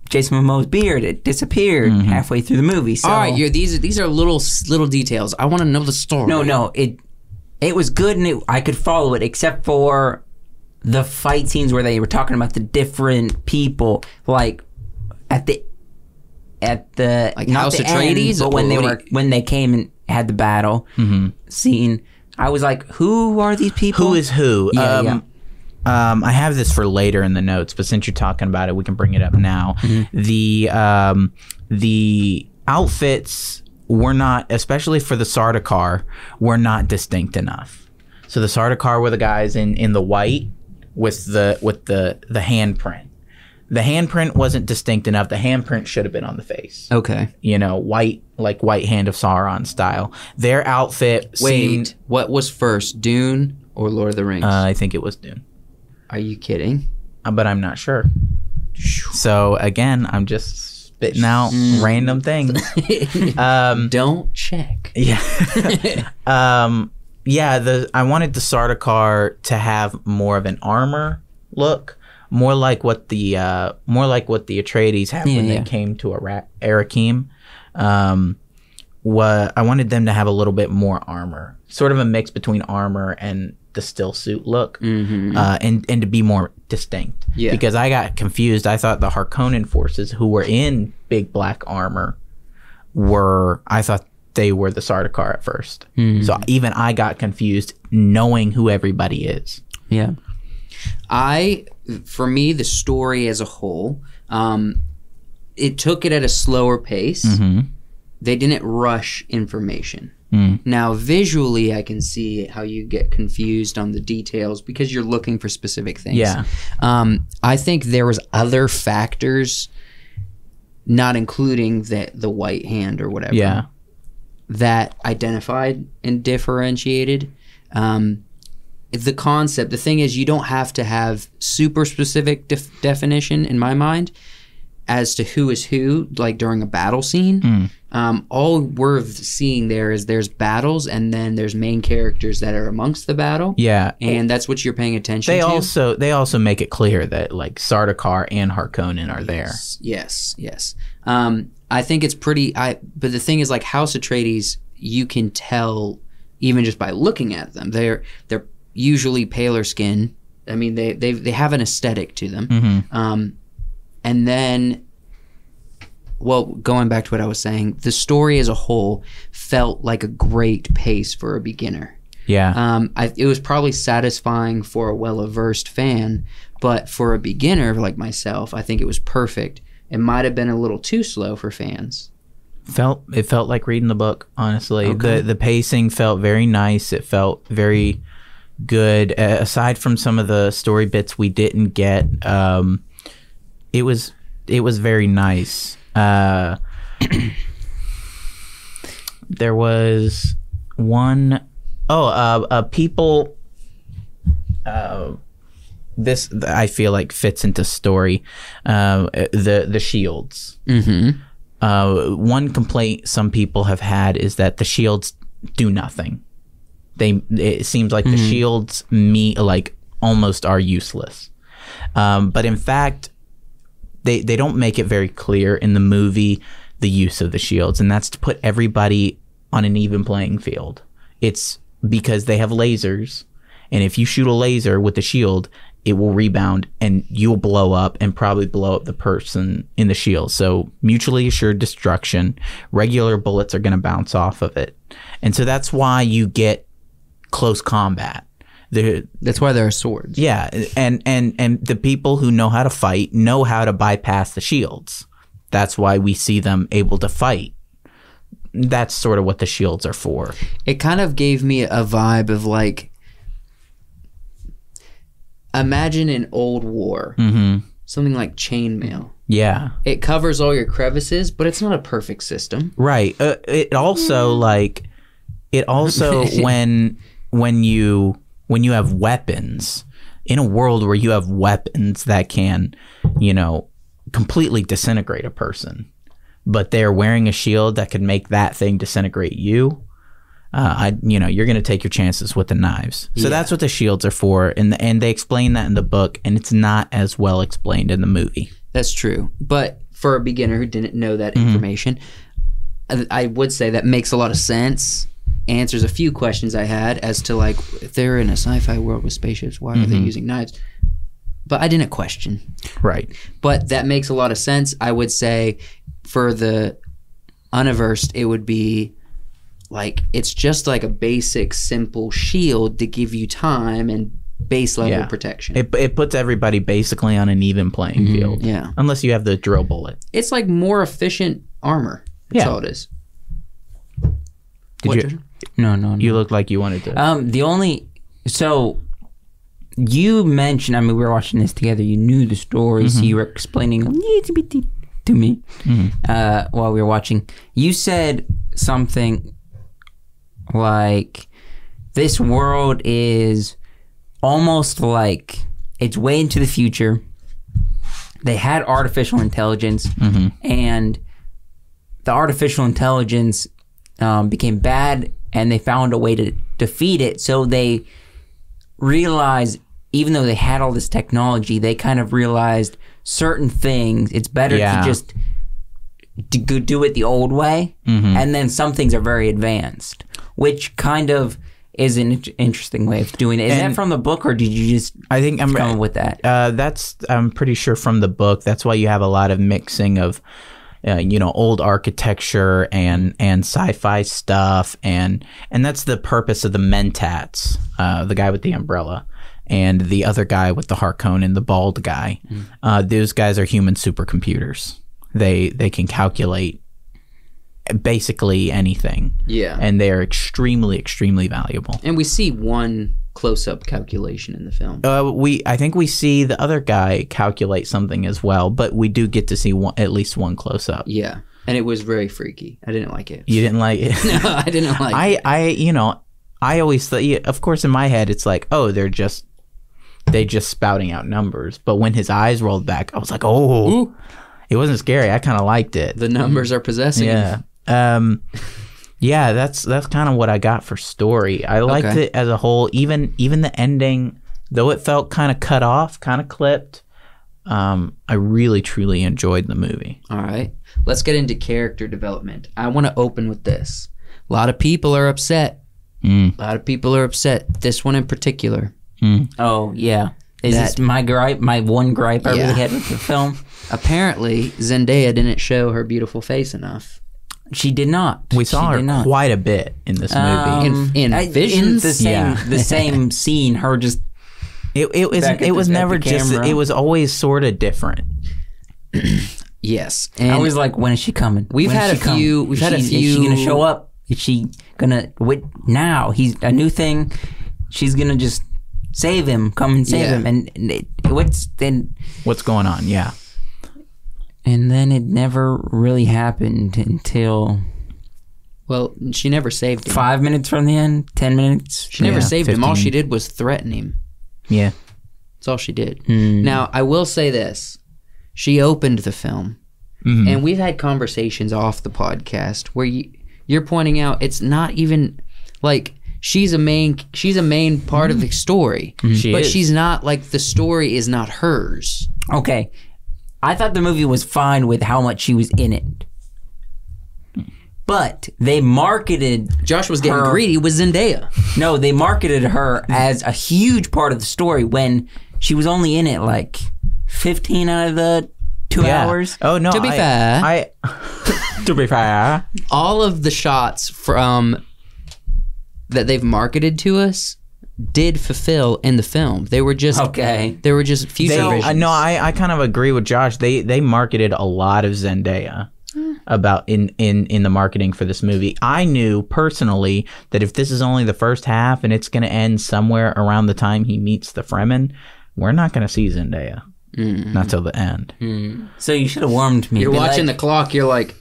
Speaker 2: Jason Momoa's beard it disappeared
Speaker 1: Mm-hmm.
Speaker 2: halfway through the movie. So
Speaker 4: All right, you're, these are these are little little details. I want to know the story.
Speaker 2: no, no, it it was good and it, I could follow it except for the fight scenes where they were talking about the different people, like at the at the
Speaker 4: Like
Speaker 2: not
Speaker 4: House
Speaker 2: the
Speaker 4: Atreides?
Speaker 2: end, but when they
Speaker 4: What do
Speaker 2: were when they came and had the battle
Speaker 1: Mm-hmm.
Speaker 2: scene. I was like, who are these people?
Speaker 1: Who is who?
Speaker 2: Yeah,
Speaker 1: um, Um, I have this for later in the notes, but since you're talking about it, we can bring it up now. The um, the outfits were not, especially for the Sardaukar, were not distinct enough. So the Sardaukar were the guys in, in the white with the with the the handprint. The handprint wasn't distinct enough. The handprint should have been on the face.
Speaker 4: Okay.
Speaker 1: You know, white like white hand of Sauron style. Their outfit
Speaker 4: Wait.
Speaker 1: seemed.
Speaker 4: what was first, Dune or Lord of the Rings?
Speaker 1: Uh, I think it was Dune.
Speaker 4: Are you kidding?
Speaker 1: Uh, but I'm not sure. So again, I'm just spitting out random things. Um,
Speaker 4: Don't check.
Speaker 1: yeah, um, yeah. The I wanted the Sardaukar to have more of an armor look, more like what the uh, more like what the Atreides had when
Speaker 2: yeah.
Speaker 1: they came to Ara- Arakim. Um, wa- I wanted them to have a little bit more armor, sort of a mix between armor and the still suit look
Speaker 4: Mm-hmm.
Speaker 1: uh, and and to be more distinct.
Speaker 4: Yeah.
Speaker 1: Because I got confused. I thought the Harkonnen forces who were in big black armor were. I thought they were the Sardaukar at first. So even I got confused knowing who everybody is.
Speaker 2: yeah.
Speaker 4: I, for me, the story as a whole, um, it took it at a slower pace.
Speaker 1: Mm-hmm.
Speaker 4: They didn't rush information. Now, visually, I can see how you get confused on the details because you're looking for specific things.
Speaker 1: Yeah.
Speaker 4: Um, I think there was other factors, not including the the white hand or whatever.
Speaker 1: Yeah.
Speaker 4: That identified and differentiated. Um, the concept. The thing is, you don't have to have super specific def- definition in my mind as to who is who, like during a battle scene.
Speaker 1: Hmm.
Speaker 4: Um, all we're seeing there is there's battles, and then there's main characters that are amongst the battle.
Speaker 1: Yeah.
Speaker 4: And that's what you're paying attention
Speaker 1: They
Speaker 4: to.
Speaker 1: also they also make it clear that like Sardaukar and Harkonnen are there.
Speaker 4: Yes, yes, yes. Um, I think it's pretty. I but the thing is, like House Atreides, you can tell even just by looking at them. They're they're usually paler skin. I mean, they they they have an aesthetic to them.
Speaker 1: Mhm.
Speaker 4: Um, and then, well, going back to what I was saying, the story as a whole felt like a great pace for a beginner.
Speaker 1: Yeah.
Speaker 4: Um, I, it was probably satisfying for a well-versed fan, but for a beginner like myself, I think it was perfect. It might have been a little too slow for fans.
Speaker 1: felt it felt like reading the book honestly the the pacing felt very nice it felt very good uh, aside from some of the story bits we didn't get um it was it was very nice uh there was one oh uh, uh people uh this I feel like fits into story uh the the shields
Speaker 4: Mm-hmm.
Speaker 1: uh, one complaint some people have had is that the shields do nothing. They it seems like the shields me like almost are useless. Um, but in fact, they they don't make it very clear in the movie the use of the shields, and that's to put everybody on an even playing field. It's because they have lasers, and if you shoot a laser with the shield, it will rebound and you'll blow up and probably blow up the person in the shield. So mutually assured destruction. Regular bullets are going to bounce off of it, and so that's why you get close combat. The
Speaker 4: That's why there are swords.
Speaker 1: yeah, and and and the people who know how to fight know how to bypass the shields. That's why we see them able to fight. That's sort of what the shields are for.
Speaker 4: It kind of gave me a vibe of like imagine an old war,
Speaker 1: Mm-hmm.
Speaker 4: something like chainmail.
Speaker 1: Yeah.
Speaker 4: It covers all your crevices, but it's not a perfect system.
Speaker 1: Right. Uh, it also like it also when when you when you have weapons in a world where you have weapons that can, you know, completely disintegrate a person, but they're wearing a shield that could make that thing disintegrate you. Uh, I, you know, you're going to take your chances with the knives. So that's what the shields are for, and and they explain that in the book, and it's not as well explained in the movie.
Speaker 4: That's true. But for a beginner who didn't know that
Speaker 1: Mm-hmm.
Speaker 4: information, I, I would say that makes a lot of sense. Answers a few questions I had as to like if they're in a sci-fi world with spaceships, why are they
Speaker 1: Mm-hmm.
Speaker 4: using knives? But I didn't question.
Speaker 1: Right.
Speaker 4: but that makes a lot of sense. I would say for the universed, it would be like it's just like a basic, simple shield to give you time and base level
Speaker 1: Yeah.
Speaker 4: protection.
Speaker 1: It it puts everybody basically on an even playing field.
Speaker 4: yeah,
Speaker 1: Unless you have the drill bullet.
Speaker 4: it's like more efficient armor. That's
Speaker 1: Yeah.
Speaker 4: all it is.
Speaker 1: Did
Speaker 4: What,
Speaker 1: you-
Speaker 4: Joshua?
Speaker 2: No, no, no.
Speaker 1: You look like you wanted to.
Speaker 2: Um, the only so you mentioned. I mean, we were watching this together. You knew the story, so you were explaining a little bit to- to me uh, while we were watching. You said something like, "This world is almost like it's way into the future." They had artificial intelligence,
Speaker 1: Mm-hmm.
Speaker 2: and the artificial intelligence um, became bad and they found a way to defeat it. So they realized, even though they had all this technology, they kind of realized certain things. It's better
Speaker 1: Yeah.
Speaker 2: to just to go do it the old way.
Speaker 1: Mm-hmm.
Speaker 2: And then some things are very advanced, which kind of is an int- interesting way of doing it. Is
Speaker 1: And-
Speaker 2: that from the book or did you just
Speaker 1: I think I'm
Speaker 2: come up with that?
Speaker 1: Uh, that's I'm pretty sure from the book. That's why you have a lot of mixing of, uh, you know, old architecture and and sci-fi stuff, and and that's the purpose of the Mentats, uh, the guy with the umbrella, and the other guy with the Harkonnen, the bald guy. Uh, those guys are human supercomputers. They they can calculate basically anything,
Speaker 4: Yeah, and,
Speaker 1: and they are extremely extremely valuable.
Speaker 4: we see one close-up calculation in the film.
Speaker 1: Uh, we I think we see the other guy calculate something as well, but we do get to see one, at least one close up.
Speaker 4: Yeah, and it was very freaky. I didn't like it.
Speaker 1: You didn't like it.
Speaker 4: no, I didn't like.
Speaker 1: I
Speaker 4: it.
Speaker 1: I you know I always thought yeah, of course in my head it's like oh they're just they just spouting out numbers, but when his eyes rolled back, I was like oh it wasn't scary. I kind of liked it.
Speaker 4: The numbers are possessing.
Speaker 1: yeah. Um, yeah, that's that's kind of what I got for story. I liked
Speaker 4: Okay.
Speaker 1: it as a whole. Even even the ending, though it felt kind of cut off, kind of clipped. Um, I really truly enjoyed the movie.
Speaker 4: All right. Let's get into character development. I want to open with this. A lot of people are upset.
Speaker 1: Mm.
Speaker 4: A lot of people are upset. This one in particular.
Speaker 2: Oh, yeah. Is
Speaker 4: That-
Speaker 2: this my gripe? My one gripe I
Speaker 4: Yeah.
Speaker 2: really had with the film?
Speaker 4: Apparently, Zendaya didn't show her beautiful face enough.
Speaker 2: She did not.
Speaker 1: We
Speaker 2: She
Speaker 1: saw her
Speaker 2: did not.
Speaker 1: quite a bit in this
Speaker 2: Um,
Speaker 1: movie.
Speaker 4: In- in Visions?
Speaker 2: the same
Speaker 1: Yeah.
Speaker 2: the same scene. Her just
Speaker 1: It it was
Speaker 2: back at
Speaker 1: it was
Speaker 2: the- at the
Speaker 1: never just
Speaker 2: camera.
Speaker 1: it was always sort of different.
Speaker 4: Yes. And
Speaker 2: I was like, when is she coming?
Speaker 4: We've
Speaker 2: When is
Speaker 4: had
Speaker 2: she
Speaker 4: a few-
Speaker 2: coming?
Speaker 4: we've
Speaker 2: Is
Speaker 4: had a
Speaker 2: she- Is she gonna
Speaker 4: few-
Speaker 2: show up? Is she gonna wait now? He's a new thing. She's gonna just save him. Come and save
Speaker 4: Yeah.
Speaker 2: him. And, and it, what's then?
Speaker 1: What's going on? Yeah.
Speaker 2: And then it never really happened until
Speaker 4: well, she never saved him.
Speaker 2: five minutes from the end, ten minutes.
Speaker 4: She never
Speaker 1: Yeah,
Speaker 4: saved him. All
Speaker 1: 15.
Speaker 4: she did was threaten him.
Speaker 1: Yeah. Mm-hmm.
Speaker 4: That's all she did.
Speaker 2: Hmm.
Speaker 4: Now, I will say this. She opened the film.
Speaker 1: Mm-hmm.
Speaker 4: And we've had conversations off the podcast where you, you're pointing out it's not even like she's a main she's a main part of the
Speaker 1: Mm-hmm.
Speaker 4: story,
Speaker 1: She
Speaker 4: but
Speaker 1: is.
Speaker 4: she's not like the story is not hers.
Speaker 2: Okay. I thought the movie was fine with how much she was in it. But they marketed
Speaker 4: Josh was getting
Speaker 2: Her-
Speaker 4: greedy with Zendaya.
Speaker 2: no, they marketed her as a huge part of the story when she was only in it like 15 out of the two
Speaker 1: Yeah.
Speaker 2: hours.
Speaker 1: Oh no.
Speaker 4: To be
Speaker 1: I-
Speaker 4: fair.
Speaker 1: I. to be fair.
Speaker 4: all of the shots from that they've marketed to us did fulfill in the film. They were just
Speaker 2: Okay.
Speaker 4: They were just future
Speaker 1: They,
Speaker 4: visions.
Speaker 1: uh, no, I, I kind of agree with Josh. They they marketed a lot of Zendaya about in, in in the marketing for this movie. I knew personally that if this is only the first half and it's going to end somewhere around the time he meets the Fremen, we're not going to see Zendaya. Not till the end.
Speaker 2: So Mm-hmm. you should have warned me.
Speaker 4: you're
Speaker 2: Be
Speaker 4: watching
Speaker 2: like-
Speaker 4: the clock. You're like,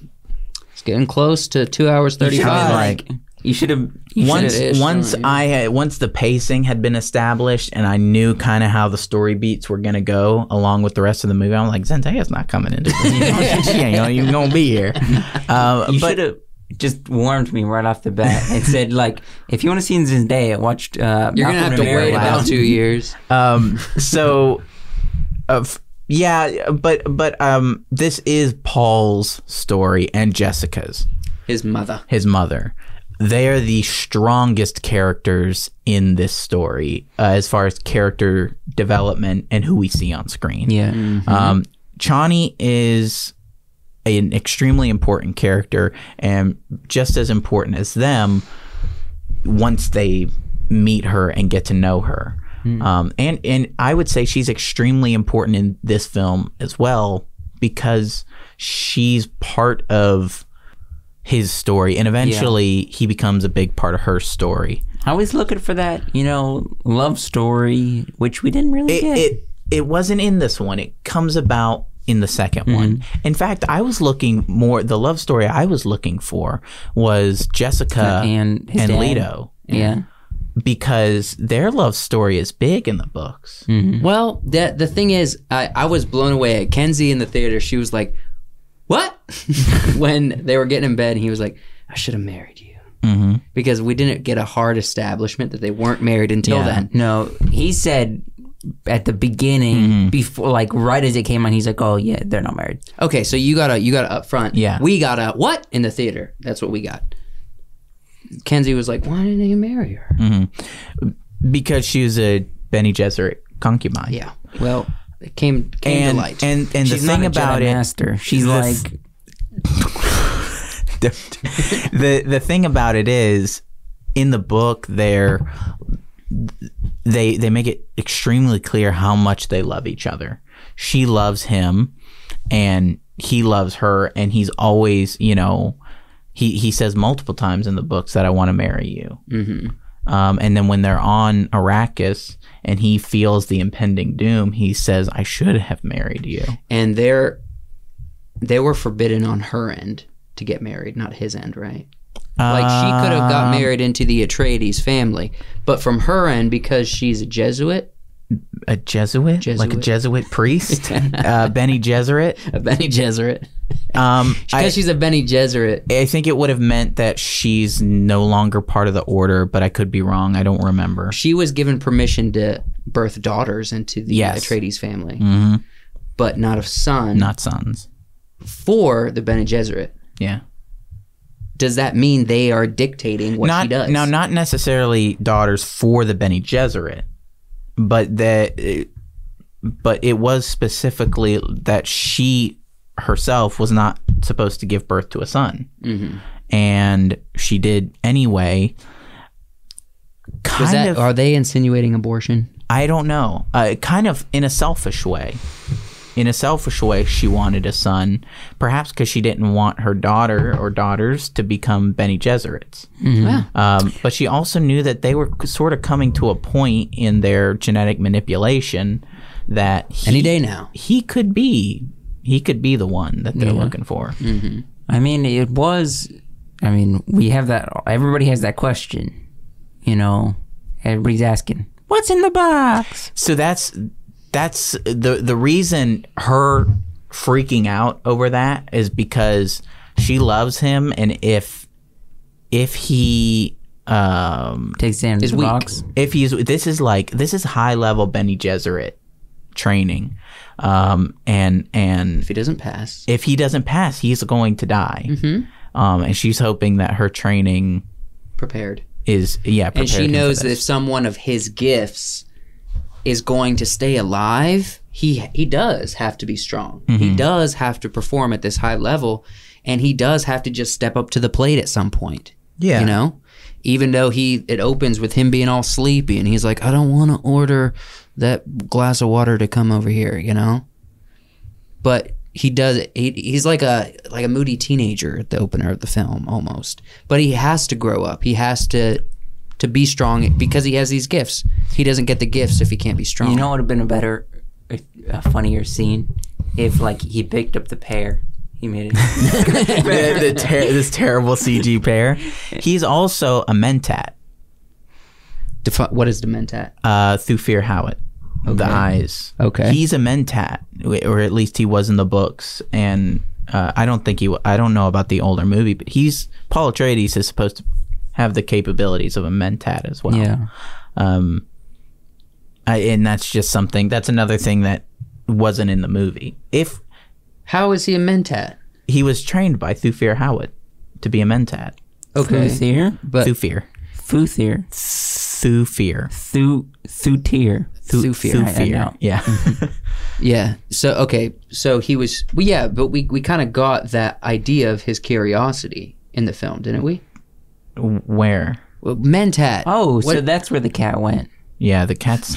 Speaker 4: it's getting close to two hours
Speaker 2: you should've
Speaker 4: thirty-five.
Speaker 2: been
Speaker 1: Like-
Speaker 2: like, you should have. you
Speaker 1: once
Speaker 2: should've-
Speaker 4: ish,
Speaker 1: once
Speaker 4: don't you?
Speaker 1: I had, once the pacing had been established and I knew kind of how the story beats were gonna go along with the rest of the movie, I'm like Zendaya's not coming into this. You know, she ain't gonna- even gonna be here. Uh,
Speaker 2: you
Speaker 1: but
Speaker 2: should have just warned me right off the bat. It said like, if you want to see Zendaya, watch. Uh,
Speaker 4: You're gonna have to wait about two years.
Speaker 1: um, so, uh, f- yeah, but but um, this is Paul's story and Jessica's.
Speaker 4: His mother.
Speaker 1: his mother. They are the strongest characters in this story uh, as far as character development and who we see on screen.
Speaker 2: Yeah.
Speaker 4: Mm.
Speaker 1: Um, Chani is an extremely important character and just as important as them once they meet her and get to know her. Um, and and I would say she's extremely important in this film as well because she's part of his story and eventually he becomes a big part of her story.
Speaker 2: I was looking for that, you know, love story, which we didn't really
Speaker 1: it,
Speaker 2: get.
Speaker 1: it it wasn't in this one. It comes about in the 2nd
Speaker 2: Mm-hmm.
Speaker 1: one. In fact, I was looking more. The love story I was looking for was Jessica
Speaker 2: uh, and his
Speaker 1: and
Speaker 2: dad.
Speaker 1: Leto
Speaker 2: yeah.
Speaker 1: because their love story is big in the books.
Speaker 2: Mm.
Speaker 4: Well, the the thing is, I, I was blown away. Kenzie in the theater, she was like, "What?" when they were getting in bed, and he was like, "I should have married you,"
Speaker 1: Mm-hmm.
Speaker 4: because we didn't get a hard establishment that they weren't married until
Speaker 1: Yeah.
Speaker 4: then.
Speaker 2: No, he said at the beginning, before, like right as it came on, he's like, "Oh yeah, they're not married."
Speaker 4: Okay, so you got a you got a up front.
Speaker 1: Yeah.
Speaker 4: we got a what in the theater? That's what we got. Kenzie was like, "Why didn't you marry her?"
Speaker 1: Mm. Because she was a Benny Gesserit concubine.
Speaker 4: Yeah. Well, it came
Speaker 1: And
Speaker 4: came to
Speaker 1: and
Speaker 4: light.
Speaker 1: and the
Speaker 2: She's
Speaker 1: thing
Speaker 2: not a
Speaker 1: about
Speaker 2: Jedi
Speaker 1: it,
Speaker 2: master. She's
Speaker 1: the
Speaker 2: like,
Speaker 1: th- the the thing about it is in the book they're they they make it extremely clear how much they love each other. She loves him and he loves her and he's always, you know, he he says multiple times in the books that I want to marry you.
Speaker 4: Mm-hmm.
Speaker 1: Um, and then when they're on Arrakis and he feels the impending doom, he says, "I should have married you."
Speaker 4: and they're they were forbidden on her end to get married, not his end, right? Like she could have
Speaker 1: Um,
Speaker 4: got married into the Atreides family, but from her end because she's a Jesuit,
Speaker 1: a Jesuit, like a
Speaker 4: Jesuit.
Speaker 1: Jesuit priest, uh, Benny Gesserit.
Speaker 4: a Benny Gesserit,
Speaker 1: Um, I,
Speaker 4: because she's a Benny Gesserit.
Speaker 1: I think it would have meant that she's no longer part of the order, but I could be wrong. I don't remember.
Speaker 4: She was given permission to birth daughters into the
Speaker 1: Yes.
Speaker 4: Atreides family,
Speaker 1: hmm
Speaker 4: but not a son
Speaker 1: Not sons.
Speaker 4: for the Benny Gesserit.
Speaker 1: Yeah.
Speaker 4: Does that mean they are dictating what
Speaker 1: not
Speaker 4: she does?
Speaker 1: now, not necessarily daughters for the Benny Gesserit, but that, but it was specifically that she herself was not supposed to give birth to a son,
Speaker 4: Mhm.
Speaker 1: and she did anyway.
Speaker 4: Was
Speaker 1: Kind
Speaker 4: that,
Speaker 1: of,
Speaker 4: are they insinuating abortion?
Speaker 1: I don't know. Uh, kind of in a selfish way. In a selfish way, she wanted a son, perhaps because she didn't want her daughter or daughters to become Benny Gesserits.
Speaker 4: Yeah.
Speaker 1: Um, but she also knew that they were c- sort of coming to a point in their genetic manipulation that he,
Speaker 4: Any day now.
Speaker 1: he could be he could be the one that they're looking for.
Speaker 2: I mean, it was. I mean, we have that. Everybody has that question. You know, everybody's asking, "What's in the box?"
Speaker 1: So that's that's the the reason her freaking out over that is because she loves him, and if if he um
Speaker 2: Takes in the
Speaker 4: weak.
Speaker 2: box.
Speaker 1: if he's this is like this is high level Benny Gesserit training, um and and
Speaker 4: If he doesn't pass,
Speaker 1: if he doesn't pass, he's going to die.
Speaker 4: Mm-hmm.
Speaker 1: Um, and she's hoping that her training
Speaker 4: prepared.
Speaker 1: is yeah,
Speaker 4: and she
Speaker 1: prepared him for
Speaker 4: knows that
Speaker 1: this.
Speaker 4: if someone of his gifts is going to stay alive, he he does have to be strong.
Speaker 1: Mm-hmm.
Speaker 4: He does have to perform at this high level, and he does have to just step up to the plate at some point.
Speaker 1: Yeah.
Speaker 4: You know? Even though he it opens with him being all sleepy and he's like, I don't wanna order that glass of water to come over here, you know? But he does it. He, he's like a like a moody teenager at the opener of the film almost. But he has to grow up. He has to to be strong because he has these gifts. He doesn't get the gifts if he can't be strong.
Speaker 2: You know what would have been a better, a, a funnier scene if like he picked up the pear. He made it.
Speaker 1: the, the ter- this terrible CG pair. He's also a mentat
Speaker 4: Defi- what is Dementat?
Speaker 1: uh, through Fear Howitt. The eyes.
Speaker 4: Okay.
Speaker 1: He's a mentat, w- or at least he was in the books. And uh, I don't think he. w- I don't know about the older movie, but he's Paul Atreides is supposed to have the capabilities of a mentat as well.
Speaker 4: Yeah.
Speaker 1: Um, I, and that's just something. That's another thing that wasn't in the movie. If
Speaker 4: How is he a Mentat?
Speaker 1: he was trained by Thufir Howard to be a mentat.
Speaker 4: Okay.
Speaker 2: Thuthier,
Speaker 4: But
Speaker 1: Thufir.
Speaker 2: Futhier,
Speaker 1: Thufir.
Speaker 2: Thu Thutier,
Speaker 4: Thufir,
Speaker 2: I- I know.
Speaker 1: Yeah.
Speaker 4: yeah. So okay. So he was. Well, yeah. But we we kind of got that idea of his curiosity in the film, didn't we?
Speaker 1: Where?
Speaker 4: Well, Mentat.
Speaker 2: Oh, so
Speaker 4: What-
Speaker 2: that's where the cat went.
Speaker 1: Yeah, the cats.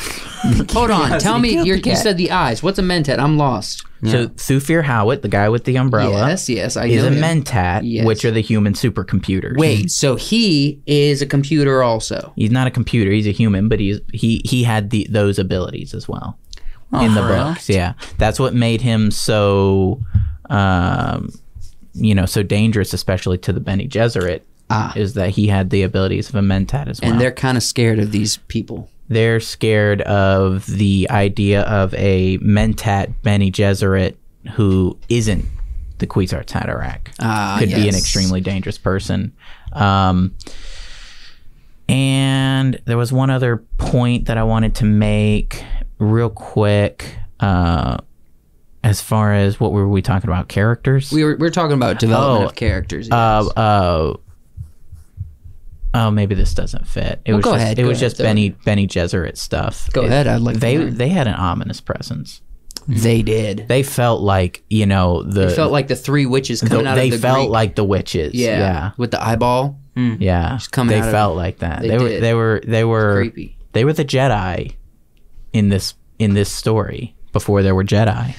Speaker 4: hold on. Tell me.
Speaker 2: killed
Speaker 4: You're,
Speaker 2: the
Speaker 4: you
Speaker 2: cat.
Speaker 4: said the eyes. What's a Mentat? I'm lost.
Speaker 1: So Thufir Howitt, the guy with the umbrella,
Speaker 4: Yes. Yes. I
Speaker 1: is
Speaker 4: know
Speaker 1: a
Speaker 4: him.
Speaker 1: mentat,
Speaker 4: Yes.
Speaker 1: which are the human supercomputers.
Speaker 4: Wait. So he is a computer also.
Speaker 1: He's not a computer. He's a human, but he's he he had the those abilities as well in the
Speaker 4: Uh-huh.
Speaker 2: Alright.
Speaker 1: books. Yeah, that's what made him so, um, you know, so dangerous, especially to the Bene Gesserit,
Speaker 4: Ah.
Speaker 1: is that he had the abilities of a mentat as well.
Speaker 4: And they're kind of scared of these people.
Speaker 1: they're scared of the idea of a mentat Bene Gesserit who isn't the Cuisart Haderach.
Speaker 4: Ah,
Speaker 1: Could be an
Speaker 4: yes.
Speaker 1: extremely dangerous person. Um, and there was one other point that I wanted to make real quick. Uh, as far as what were we talking about? Characters?
Speaker 4: We were, we are talking about development
Speaker 1: Oh,
Speaker 4: of characters.
Speaker 1: uh, uh, oh, maybe this doesn't fit. It was
Speaker 4: go
Speaker 1: just,
Speaker 4: ahead,
Speaker 1: It
Speaker 4: go
Speaker 1: was
Speaker 4: ahead,
Speaker 1: just
Speaker 4: throw
Speaker 1: Benny Benny Gesserit stuff.
Speaker 4: Go
Speaker 1: It-
Speaker 4: ahead, I'd like to
Speaker 1: They
Speaker 4: hear.
Speaker 1: they had an ominous presence.
Speaker 4: they did.
Speaker 1: They felt like you know the.
Speaker 4: It felt like the three witches
Speaker 1: the-
Speaker 4: coming out
Speaker 1: they
Speaker 4: of the
Speaker 1: felt
Speaker 4: Greek-
Speaker 1: like the witches.
Speaker 4: yeah,
Speaker 1: yeah,
Speaker 4: with the eyeball
Speaker 1: yeah.
Speaker 4: coming
Speaker 1: they
Speaker 4: out of-
Speaker 1: felt like that. They,
Speaker 4: They
Speaker 1: were
Speaker 4: did.
Speaker 1: they were they were
Speaker 4: creepy
Speaker 1: they were the Jedi in this in this story before there were Jedi.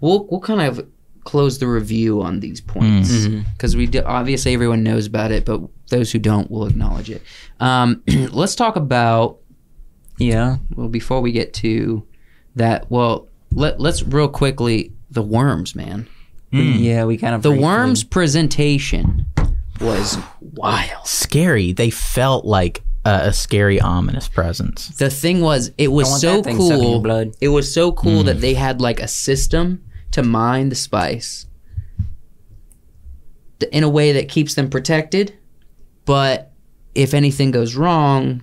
Speaker 4: we'll we'll kind of close the review on these points
Speaker 2: Mm-hmm.
Speaker 4: because we do, obviously everyone knows about it but those who don't will acknowledge it um, let's talk about
Speaker 2: Yeah,
Speaker 4: well before we get to that well let, let's real quickly the worms man
Speaker 2: Hmm.
Speaker 4: Mm.
Speaker 2: yeah, we kind of
Speaker 4: the
Speaker 2: briefly-
Speaker 4: worms presentation was wild
Speaker 1: Scary. They felt like a, a scary ominous presence.
Speaker 4: the thing was it was
Speaker 2: I want
Speaker 4: so
Speaker 2: that thing sucking your
Speaker 4: cool
Speaker 2: blood.
Speaker 4: it was so cool that they had like a system to mine the spice th- in a way that keeps them protected but if anything goes wrong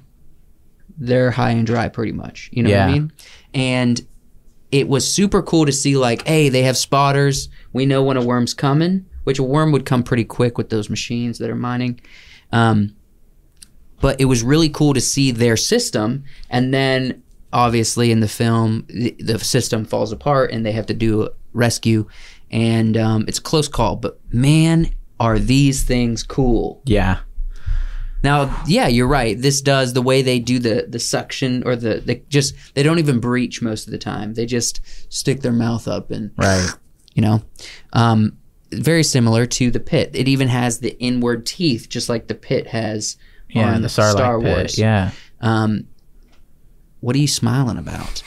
Speaker 4: they're high and dry pretty much you know what
Speaker 1: Yeah.
Speaker 4: i mean and it was super cool to see like hey they have spotters we know when a worm's coming which a worm would come pretty quick with those machines that are mining um, but it was really cool to see their system and then obviously in the film the, the system falls apart and they have to do a rescue and um, it's a close call but man are these things cool
Speaker 1: Yeah.
Speaker 4: now yeah you're right this does the way they do the the suction or the they just they don't even breach most of the time they just stick their mouth up and
Speaker 1: Right.
Speaker 4: you know um, very similar to the pit it even has the inward teeth just like the pit has
Speaker 1: Yeah.
Speaker 4: on
Speaker 1: the Sarlacc
Speaker 4: star
Speaker 1: pit.
Speaker 4: wars
Speaker 1: Yeah.
Speaker 4: um, what are you smiling about?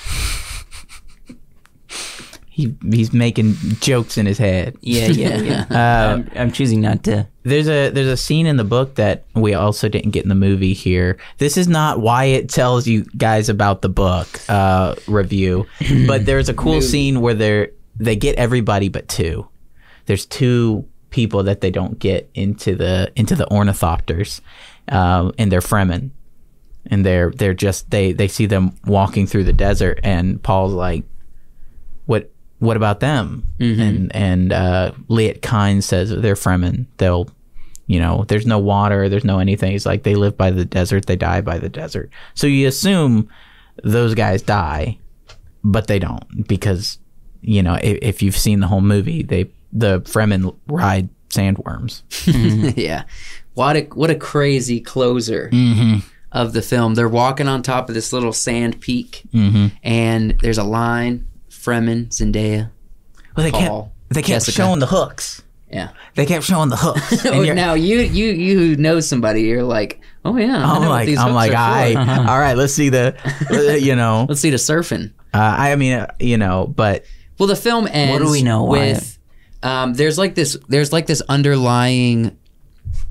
Speaker 1: he he's making jokes in his head. Uh,
Speaker 2: Yeah, yeah, yeah. Uh, I'm, I'm choosing not to.
Speaker 1: There's a there's a scene in the book that we also didn't get in the movie here. This is not why it tells you guys about the book uh, review, but there's a cool scene where they're they get everybody but two. There's two people that they don't get into the into the ornithopters, um, and they're Fremen, and they're they're just they they see them walking through the desert, and Paul's like, what what about them?
Speaker 4: Mm-hmm.
Speaker 1: And and uh, Liet Kine says they're Fremen. They'll you know, there's no water, there's no anything. It's like they live by the desert, they die by the desert. So you assume those guys die, but they don't because you know if, if you've seen the whole movie, they the Fremen ride sandworms. Mm-hmm.
Speaker 4: yeah. What a what a crazy closer
Speaker 1: Mm.
Speaker 4: of the film. They're walking on top of this little sand peak, and there's a line. Fremen, Zendaya.
Speaker 1: Well, they
Speaker 4: Paul,
Speaker 1: kept they kept
Speaker 4: Jessica.
Speaker 1: showing the hooks.
Speaker 4: Yeah.
Speaker 1: They kept showing the hooks. And
Speaker 4: Oh,
Speaker 1: you're-
Speaker 4: now you you you know somebody. You're like, oh yeah. I know
Speaker 1: I'm
Speaker 4: what
Speaker 1: like
Speaker 4: these
Speaker 1: I'm
Speaker 4: hooks
Speaker 1: like
Speaker 4: are
Speaker 1: I
Speaker 4: for."
Speaker 1: all right. Let's see the you know
Speaker 4: Let's see the surfing.
Speaker 1: uh, I mean uh, you know but
Speaker 4: Well, the film ends.
Speaker 2: do we know,
Speaker 4: with? Um, there's like this. There's like this underlying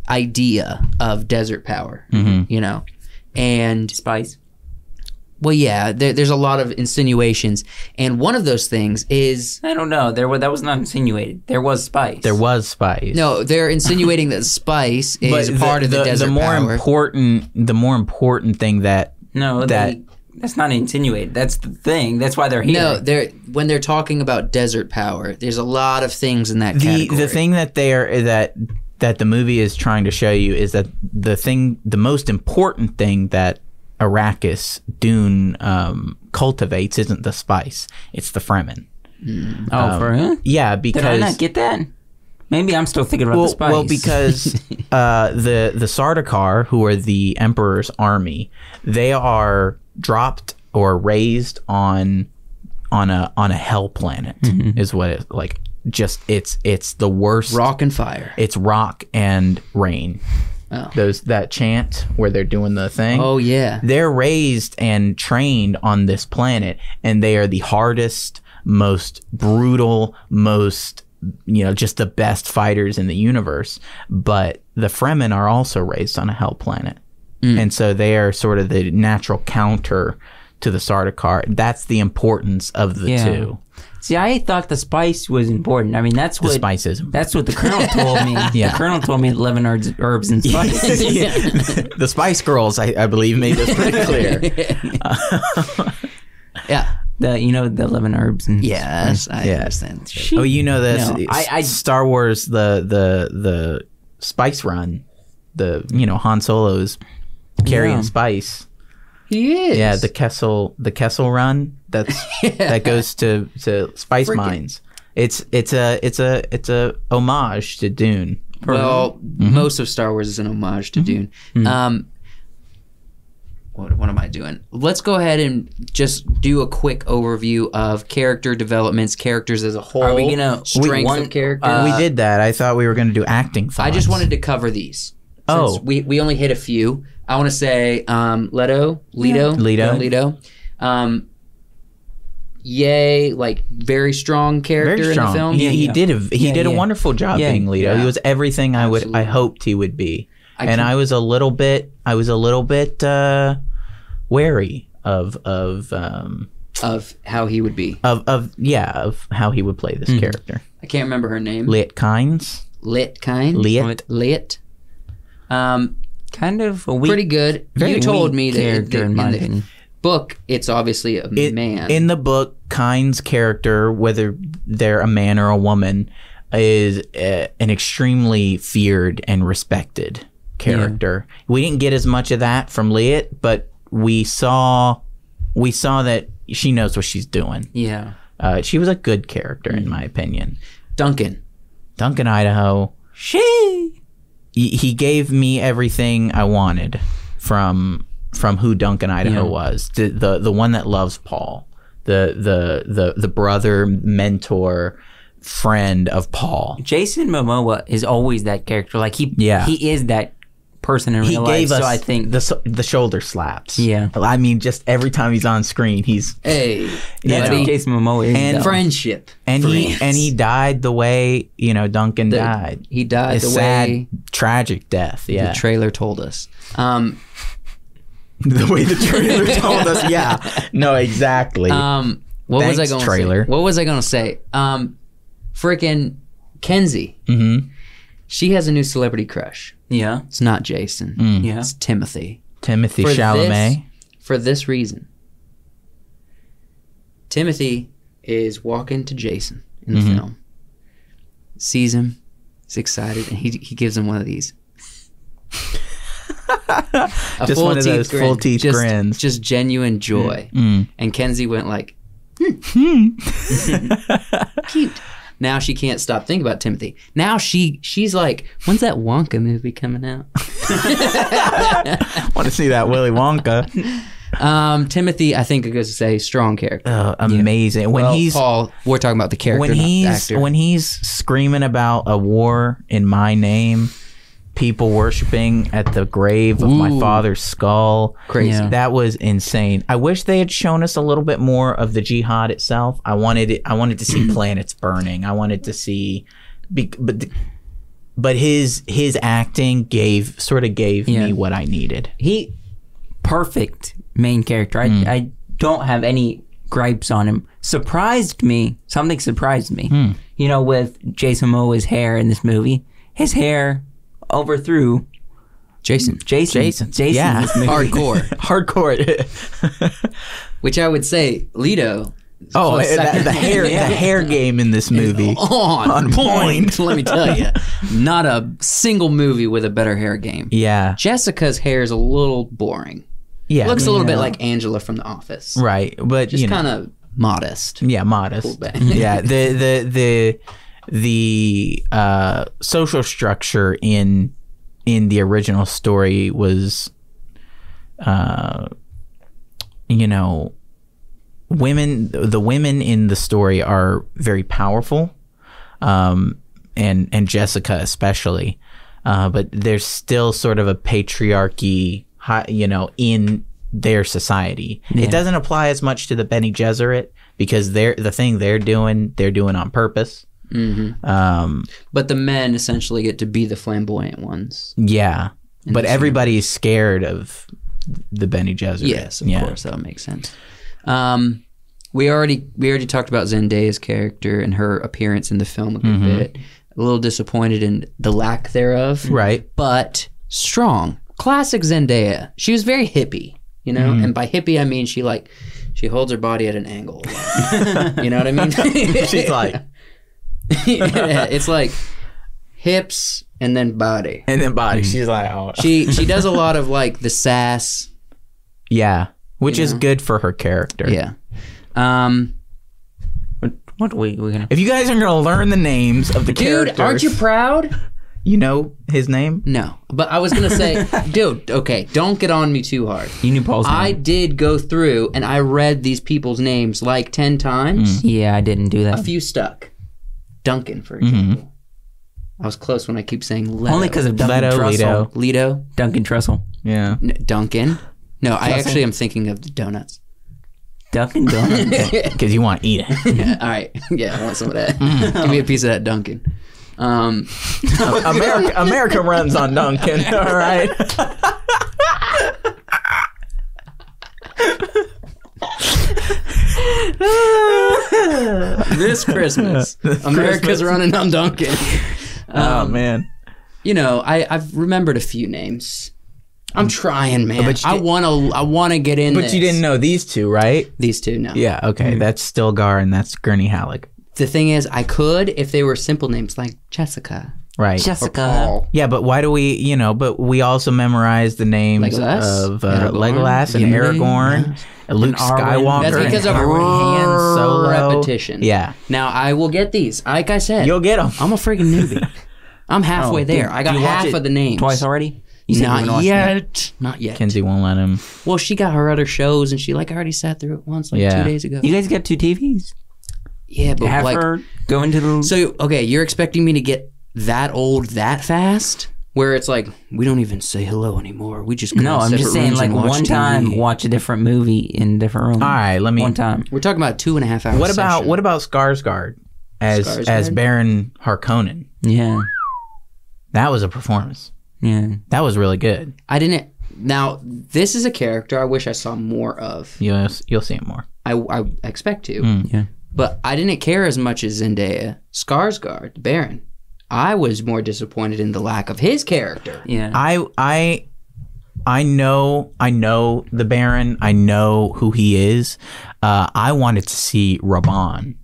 Speaker 4: idea of desert power.
Speaker 1: Mm-hmm.
Speaker 4: You know, and
Speaker 2: Spice.
Speaker 4: well, yeah. There, there's a lot of insinuations, and one of those things is
Speaker 2: I don't know. There was that was not insinuated. There was spice.
Speaker 1: there was spice.
Speaker 4: no. They're insinuating that spice is a part of the, desert
Speaker 1: the more
Speaker 4: power.
Speaker 1: important the more important thing that
Speaker 2: no
Speaker 1: that-
Speaker 2: that. that's not insinuated. That's the thing. That's why they're here.
Speaker 4: no, they're when they're talking about desert power. There's a lot of things in that
Speaker 1: the
Speaker 4: category.
Speaker 1: the thing that they are that that the movie is trying to show you is that the thing the most important thing that Arrakis Dune um, cultivates isn't the spice it's the Fremen
Speaker 2: oh, for who?
Speaker 1: yeah
Speaker 2: Did
Speaker 1: because
Speaker 2: I not get that? Maybe I'm still thinking about
Speaker 1: well,
Speaker 2: the spice.
Speaker 1: well because uh, the the Sardaukar who are the Emperor's army they are dropped or raised on on a on a hell planet is what it like just it's it's the worst
Speaker 4: Mm-hmm. rock and fire.
Speaker 1: it's rock and rain.
Speaker 4: Oh.
Speaker 1: Those that chant where they're doing the thing.
Speaker 4: Oh yeah.
Speaker 1: They're raised and trained on this planet and they are the hardest, most brutal, most you know, just the best fighters in the universe. But the Fremen are also raised on a hell planet. And so they are sort of the natural counter to the Sardaukar. That's the importance of the
Speaker 2: Yeah.
Speaker 1: two.
Speaker 2: see, I thought the spice was important. I mean, that's
Speaker 1: The
Speaker 2: what
Speaker 1: spices.
Speaker 2: that's what the colonel told me.
Speaker 1: Yeah.
Speaker 2: The colonel told me eleven herbs, herbs and spice.
Speaker 1: the Spice Girls, I, I believe, made this pretty clear.
Speaker 4: Yeah.
Speaker 2: the you know the eleven herbs and
Speaker 4: Yes, I
Speaker 1: Yeah.
Speaker 4: understand.
Speaker 1: Oh, you know this.
Speaker 2: No,
Speaker 1: it's
Speaker 2: I- I-
Speaker 1: Star Wars the the the spice run, the you know Han Solo's carrying
Speaker 2: Yeah.
Speaker 1: spice.
Speaker 4: He is.
Speaker 1: Yeah, the Kessel the Kessel run. That's that goes to to spice
Speaker 4: Freaking-
Speaker 1: mines. It's it's a it's a it's a homage to Dune.
Speaker 4: well, most of Star Wars is an homage to Dune. Um, what, what am I doing? Let's go ahead and just do a quick overview of character developments, characters as a whole.
Speaker 2: Are we gonna-
Speaker 4: strength
Speaker 2: we- one-
Speaker 4: of character?
Speaker 1: we did that. I thought we were going to do acting. uh, Thoughts.
Speaker 4: Uh, I just wanted to cover these.
Speaker 1: Oh.
Speaker 4: Since we we only hit a few. I want to say um, Leto, Leto,
Speaker 1: Leto.
Speaker 4: Leto. Um, yay! Like very strong character
Speaker 1: very
Speaker 4: in
Speaker 1: strong.
Speaker 4: the film.
Speaker 1: He, he
Speaker 2: yeah.
Speaker 1: did a he
Speaker 2: Yeah,
Speaker 1: did a
Speaker 2: yeah.
Speaker 1: wonderful job
Speaker 2: Yeah,
Speaker 1: being Leto. He was everything I would I
Speaker 4: Absolutely.
Speaker 1: hoped he would be.
Speaker 4: I
Speaker 1: and
Speaker 4: can-
Speaker 1: I was a little bit I was a little bit uh, wary of of um,
Speaker 4: of how he would be.
Speaker 1: of of yeah of how he would play this
Speaker 4: Hmm.
Speaker 1: character.
Speaker 4: I can't remember her name.
Speaker 1: Liet Kynes,
Speaker 4: Lit kind.
Speaker 1: Liet.
Speaker 4: Lit. Um,
Speaker 2: kind of a weak.
Speaker 4: pretty good.
Speaker 2: very
Speaker 4: you told
Speaker 2: weak
Speaker 4: me that
Speaker 2: character
Speaker 4: in
Speaker 2: in
Speaker 4: the,
Speaker 2: my
Speaker 4: in the
Speaker 2: opinion.
Speaker 4: book, it's obviously a
Speaker 1: It-
Speaker 4: man.
Speaker 1: in the book, Kynes' character, whether they're a man or a woman, is uh an extremely feared and respected character. We didn't get as much of that from Liet, but we saw we saw that she knows what she's doing.
Speaker 4: yeah. Hmm.
Speaker 1: Uh, she was a good character, in my opinion.
Speaker 4: Duncan.
Speaker 1: Duncan, Idaho.
Speaker 2: She.
Speaker 1: he he gave me everything I wanted from from who Duncan Idaho
Speaker 2: Yeah.
Speaker 1: was the, the the one that loves Paul the the the the brother mentor friend of Paul
Speaker 2: Jason Momoa is always that character. Like he,
Speaker 1: Yeah.
Speaker 2: he is that person in
Speaker 1: he
Speaker 2: real
Speaker 1: gave
Speaker 2: life.
Speaker 1: us
Speaker 2: so I think
Speaker 1: the s- the shoulder slaps
Speaker 2: Yeah.
Speaker 1: I mean just every time he's on screen he's
Speaker 4: Hey.
Speaker 2: that's
Speaker 1: Yeah.
Speaker 2: what Jason Momoa is.
Speaker 1: And
Speaker 2: though.
Speaker 4: Friendship.
Speaker 1: and he
Speaker 4: Friends.
Speaker 1: and he died the way you know Duncan died
Speaker 4: He died
Speaker 1: a
Speaker 4: the
Speaker 1: sad
Speaker 4: way
Speaker 1: tragic death yeah
Speaker 4: the trailer told us. Um,
Speaker 1: the way the trailer told us yeah no exactly
Speaker 4: um, what was
Speaker 1: Thanks,
Speaker 4: I going to
Speaker 1: trailer.
Speaker 4: Say? What was I going to say? Um, freaking Kenzie.
Speaker 1: hmm
Speaker 4: She has a new celebrity crush.
Speaker 2: yeah,
Speaker 4: It's not Jason.
Speaker 2: yeah.
Speaker 4: It's Timothy.
Speaker 1: Timothy
Speaker 4: For this-
Speaker 1: Chalamet
Speaker 4: for this reason. Timothy is walking to Jason in the
Speaker 1: Mhm.
Speaker 4: film, sees him, is excited, and he, he gives him one of these.
Speaker 1: Just one of those full teeth
Speaker 4: just,
Speaker 1: grins. Mm.
Speaker 4: Just genuine joy. And Kenzie went like, hmm. cute. Now she can't stop thinking about Timothy. Now she she's like, when's that Wonka movie coming out?
Speaker 1: Want to see that Willy Wonka?
Speaker 4: Um, Timothy, I think it goes to say strong character.
Speaker 1: Oh, amazing. When
Speaker 4: Well,
Speaker 1: he's
Speaker 4: Paul, we're talking about the character,
Speaker 1: when
Speaker 4: not the
Speaker 1: he's
Speaker 4: actor.
Speaker 1: when he's screaming about a war in my name, people worshiping at the grave of my
Speaker 4: Ooh.
Speaker 1: father's skull.
Speaker 4: Crazy. Yeah.
Speaker 1: That was insane. I wish they had shown us a little bit more of the jihad itself. I wanted it, I wanted to see planets burning. I wanted to see be, but th- but his his acting gave sort of gave me
Speaker 2: Yeah.
Speaker 1: what I needed.
Speaker 2: he perfect main character. I, I don't have any gripes on him. Surprised me. Something surprised me. You know, with Jason Momoa's hair in this movie, his hair overthrew
Speaker 4: Jason.
Speaker 2: Jason.
Speaker 1: Jason,
Speaker 2: Jason.
Speaker 1: yeah.
Speaker 2: in this movie.
Speaker 4: Hardcore.
Speaker 1: Hardcore.
Speaker 4: Which I would say Leto
Speaker 1: oh,
Speaker 4: Close
Speaker 1: that,
Speaker 4: second.
Speaker 1: the hair the hair game in this movie.
Speaker 4: on,
Speaker 1: On point.
Speaker 4: Let me tell you, not a single movie with a better hair game.
Speaker 1: Yeah.
Speaker 4: Jessica's hair is a little boring.
Speaker 1: Yeah.
Speaker 4: Looks a little bit
Speaker 2: Yeah.
Speaker 4: like Angela from The Office.
Speaker 1: right, but
Speaker 4: Just
Speaker 1: you know,
Speaker 4: kind of modest.
Speaker 1: yeah, modest.
Speaker 4: bit.
Speaker 1: yeah, the the the the uh, social structure in in the original story was, uh, you know, women. The women in the story are very powerful, um, and and Jessica especially. Uh, but there's still sort of a patriarchy, hi- you know, in their society. It doesn't apply as much to the Benny Gesserit because they're the thing they're doing. They're doing on purpose. Um,
Speaker 4: But the men essentially get to be the flamboyant ones.
Speaker 1: yeah, but
Speaker 4: this
Speaker 1: everybody is scared of the Benny Gesserit.
Speaker 4: Yes, of
Speaker 1: yeah.
Speaker 4: course, that makes sense. Um, we already we already talked about Zendaya's character and her appearance in the film a good bit. A little disappointed in the lack thereof.
Speaker 1: Mm-hmm. Right.
Speaker 4: but strong. Classic Zendaya. She was very hippie, you know. And by hippie, I mean she like she holds her body at an angle. you know what I mean?
Speaker 1: She's like,
Speaker 4: Yeah, it's like hips and then body.
Speaker 1: and then body. She's like, oh,
Speaker 4: She she does a lot of like the sass.
Speaker 1: yeah, which
Speaker 4: You
Speaker 1: is
Speaker 4: know?
Speaker 1: good for her character.
Speaker 4: Yeah. Um,
Speaker 2: What, what we we gonna?
Speaker 1: If you guys are gonna learn the names of the characters,
Speaker 4: dude, aren't you proud?
Speaker 1: you know his name?
Speaker 4: No, but I was gonna say, dude, okay, don't get on me too hard.
Speaker 2: You knew Paul's name.
Speaker 4: I did go through and I read these people's names like ten times.
Speaker 2: yeah, I didn't do
Speaker 4: a
Speaker 1: Oh.
Speaker 2: that.
Speaker 4: few stuck. Duncan, for
Speaker 1: Mm-hmm.
Speaker 4: example. I was close when I keep saying Leto.
Speaker 2: Only because of Duncan
Speaker 1: Leto,
Speaker 2: Trussell.
Speaker 1: Leto.
Speaker 4: Leto,
Speaker 2: Duncan Trussell.
Speaker 1: Yeah.
Speaker 4: N- Duncan. No, I actually am thinking of the donuts.
Speaker 2: Duncan Donuts.
Speaker 1: Because you want to eat it.
Speaker 4: Yeah, all right, yeah, I want some of that.
Speaker 1: Mm.
Speaker 4: Give me a piece of that Duncan. Um,
Speaker 1: America, America runs on Duncan. All right.
Speaker 4: oh, this Christmas, America's running on Duncan.
Speaker 1: oh man.
Speaker 4: You know, I, I've remembered a few names. I'm trying, man.
Speaker 1: Mm. But you
Speaker 4: I
Speaker 1: did-
Speaker 4: want to. I want to get in.
Speaker 1: But you didn't know these two, right? Mm-hmm.
Speaker 4: these two. No.
Speaker 1: Yeah. Okay. That's Stilgar and that's Gurney Halleck.
Speaker 4: The thing is, I could if they were simple names like Jessica.
Speaker 1: Right.
Speaker 2: Jessica.
Speaker 1: Yeah, but why do we, you know, but we also memorize the names
Speaker 4: Legolas,
Speaker 1: of uh,
Speaker 4: Aragorn,
Speaker 1: Legolas and
Speaker 4: Gimli,
Speaker 1: Aragorn, and Luke
Speaker 2: Arwen.
Speaker 1: Skywalker.
Speaker 4: That's
Speaker 1: and
Speaker 4: because of
Speaker 1: Arwen
Speaker 4: hand
Speaker 1: Solo.
Speaker 4: repetition.
Speaker 1: Yeah.
Speaker 4: Now I will get these. Like I said,
Speaker 1: You'll get them.
Speaker 4: I'm a freaking newbie. I'm halfway
Speaker 2: Oh,
Speaker 4: there.
Speaker 2: did-
Speaker 4: I got
Speaker 2: did you watch
Speaker 4: half
Speaker 2: it
Speaker 4: of the names.
Speaker 2: Twice already. You said you were gonna
Speaker 4: Not
Speaker 2: watch that.
Speaker 4: yet. Not yet.
Speaker 1: Kenzie won't let him.
Speaker 4: Well, she got her other shows, and she like already sat through it once, like
Speaker 1: Yeah.
Speaker 4: two days ago.
Speaker 2: You guys got two TVs.
Speaker 4: Yeah, but
Speaker 2: Have
Speaker 4: like,
Speaker 2: her go into the.
Speaker 4: so okay, you're expecting me to get that old that fast? Where it's like we don't even say hello anymore. We just go
Speaker 2: no,
Speaker 4: in
Speaker 2: I'm just
Speaker 4: separate
Speaker 2: saying,
Speaker 4: rooms
Speaker 2: like
Speaker 4: and watch
Speaker 2: one
Speaker 4: TV.
Speaker 2: time, watch a different movie in a different room.
Speaker 1: All right, let me.
Speaker 2: one time.
Speaker 4: We're talking about two and a half hours.
Speaker 1: What about what about Skarsgård as as
Speaker 4: Skarsgård?
Speaker 1: Baron Harkonnen?
Speaker 2: Yeah,
Speaker 1: That was a performance.
Speaker 2: yeah.
Speaker 1: That was really good.
Speaker 4: I didn't. Now this is a character I wish I saw more of.
Speaker 1: You'll you'll see it more.
Speaker 4: I, I expect to.
Speaker 1: Mm.
Speaker 2: Yeah.
Speaker 4: But I didn't care as much as Zendaya, Skarsgård, the Baron. I was more disappointed in the lack of his
Speaker 1: Um,
Speaker 4: character.
Speaker 2: Yeah.
Speaker 1: I I I know I know the Baron. I know who he is. Uh, I wanted to see Raban.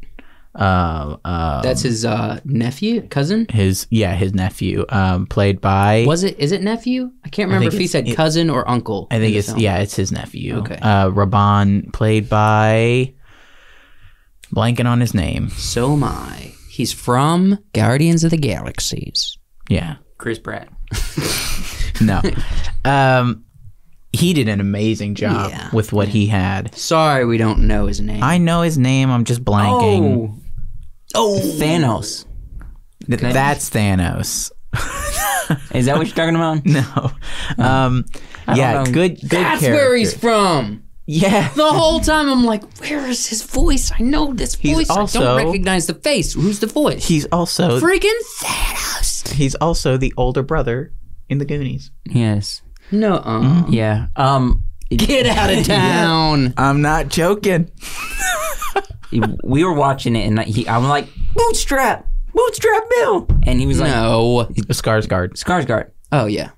Speaker 1: Uh, uh,
Speaker 4: That's his uh, nephew, cousin.
Speaker 1: his yeah, his nephew, um, played by
Speaker 4: Was it? Is it nephew? I can't
Speaker 1: I
Speaker 4: remember
Speaker 1: think
Speaker 4: if he
Speaker 1: it's-
Speaker 4: said
Speaker 1: it-
Speaker 4: cousin or uncle.
Speaker 1: I
Speaker 4: in
Speaker 1: think
Speaker 4: the
Speaker 1: it's
Speaker 4: film.
Speaker 1: yeah, it's his nephew.
Speaker 4: Okay.
Speaker 1: Uh, Raban, played by blanking on his name.
Speaker 4: So am I. He's from Guardians of the Galaxies.
Speaker 1: Yeah.
Speaker 2: Chris Pratt.
Speaker 1: No. um, he did an amazing job
Speaker 4: Yeah.
Speaker 1: with what he had.
Speaker 4: Sorry, we don't know his name.
Speaker 1: I know his name. I'm just blanking.
Speaker 2: Oh. Oh. Thanos.
Speaker 1: Th- That's Thanos.
Speaker 2: Is that what you're talking about?
Speaker 1: No. Um, yeah.
Speaker 2: know.
Speaker 1: Good. Good
Speaker 4: That's
Speaker 1: character.
Speaker 4: where he's from.
Speaker 1: Yeah.
Speaker 4: The whole
Speaker 1: Mm-hmm.
Speaker 4: time I'm like, where is his voice? I know this voice. I
Speaker 1: also-
Speaker 4: don't recognize the face. Who's the voice?
Speaker 1: He's also
Speaker 4: Freaking Thanos.
Speaker 1: he's also the older brother in the Goonies.
Speaker 2: Yes.
Speaker 4: No,
Speaker 1: Mm-hmm.
Speaker 4: uh
Speaker 2: Yeah. Um,
Speaker 4: get out of town.
Speaker 1: I'm not joking.
Speaker 2: we were watching it, and he, I'm like, Bootstrap, Bootstrap Bill, and he was like,
Speaker 4: No.
Speaker 1: Skarsgård.
Speaker 2: Skarsgård.
Speaker 4: Oh yeah.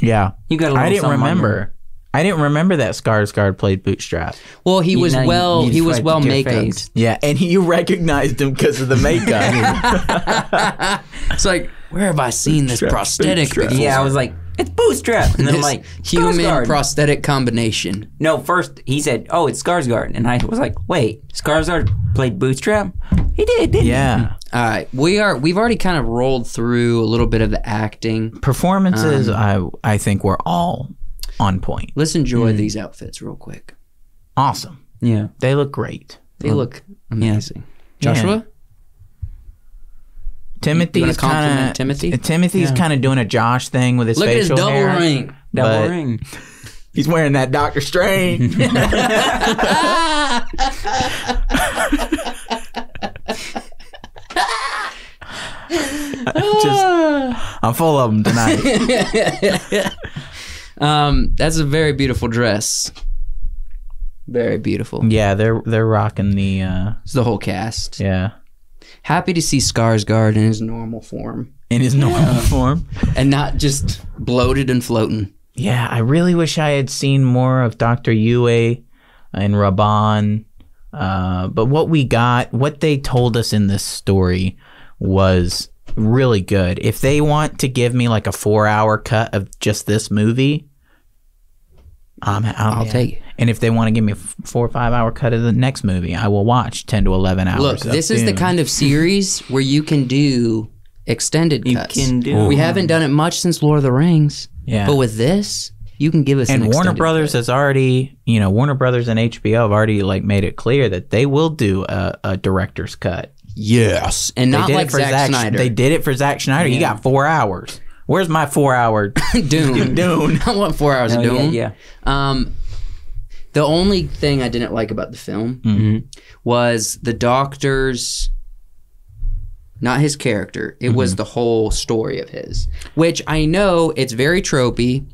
Speaker 1: Yeah.
Speaker 2: You got. A little
Speaker 1: I didn't
Speaker 2: something on your-
Speaker 1: remember. I didn't remember that Skarsgård played Bootstrap.
Speaker 4: Well, he
Speaker 2: You
Speaker 4: was
Speaker 2: know, you-
Speaker 4: well.
Speaker 2: you
Speaker 4: he was
Speaker 2: described
Speaker 4: well
Speaker 2: your
Speaker 4: makeuped.
Speaker 2: face.
Speaker 1: Yeah, and you recognized him because of the makeup.
Speaker 4: It's like, where have I seen this prosthetic? before?
Speaker 2: Yeah, I was like, it's Bootstrap, and then I'm
Speaker 4: This
Speaker 2: like,
Speaker 4: human
Speaker 2: Skarsgård.
Speaker 4: prosthetic combination.
Speaker 2: no, first he said, oh, it's Skarsgård, and I was like, wait, Skarsgård played Bootstrap. He did, didn't
Speaker 1: yeah.
Speaker 4: All right, we are. We've already kind of rolled through a little bit of the acting.
Speaker 1: Performances
Speaker 4: Um,
Speaker 1: I I think were all on point.
Speaker 4: Let's enjoy
Speaker 2: Hmm.
Speaker 4: these outfits real quick.
Speaker 1: Awesome.
Speaker 2: he? Yeah.
Speaker 1: They look great.
Speaker 4: They look amazing. Joshua,
Speaker 1: Timothy
Speaker 4: You wanna
Speaker 1: is kind
Speaker 4: compliment
Speaker 1: of
Speaker 4: Timothy?
Speaker 1: Timothy's kind of doing a Josh thing with his
Speaker 4: look at his
Speaker 1: facial
Speaker 4: double
Speaker 1: hair.
Speaker 4: ring.
Speaker 2: Double
Speaker 1: But-
Speaker 2: ring.
Speaker 1: He's wearing that Doctor Strange. Just, I'm full of them tonight.
Speaker 4: Um, that's a very beautiful dress. Very beautiful.
Speaker 1: yeah, they're they're rocking the uh,
Speaker 4: It's the whole cast.
Speaker 1: yeah
Speaker 4: Happy to see Skarsgård in his normal form
Speaker 1: in his normal form.
Speaker 4: and not just bloated and floating.
Speaker 1: Yeah, I really wish I had seen more of Dr. Yue and Raban. Uh, but what we got, what they told us in this story was really good. If they want to give me like a four hour cut of just this movie, I'm,
Speaker 4: I'll take it.
Speaker 1: And if they want to give me a f- four or five hour cut of the next movie, I will watch 10 to 11 hours.
Speaker 4: Look,
Speaker 1: of
Speaker 4: this is the
Speaker 1: Dune.
Speaker 4: kind of series where you can do extended
Speaker 2: You
Speaker 4: cuts.
Speaker 2: can do.
Speaker 4: We haven't done it much since Lord of the Rings,
Speaker 1: Yeah.
Speaker 4: but with this, you can give us an
Speaker 1: and Warner
Speaker 4: extended
Speaker 1: Brothers
Speaker 4: cut.
Speaker 1: has already, you know, Warner Brothers and HBO have already like made it clear that they will do a, a director's cut.
Speaker 4: yes, and not
Speaker 1: they did
Speaker 4: like
Speaker 1: it for
Speaker 4: Zack
Speaker 1: Zack
Speaker 4: Snyder.
Speaker 1: They did it for Zack Schneider. You got four hours. Where's my four hour
Speaker 4: Dune.
Speaker 1: Dune?
Speaker 4: I want four hours
Speaker 2: Oh,
Speaker 4: of
Speaker 2: yeah,
Speaker 4: Dune.
Speaker 2: yeah.
Speaker 4: Um, the only thing I didn't like about the film was the doctor's, not his character. It was the whole story of his, which I know it's very tropey.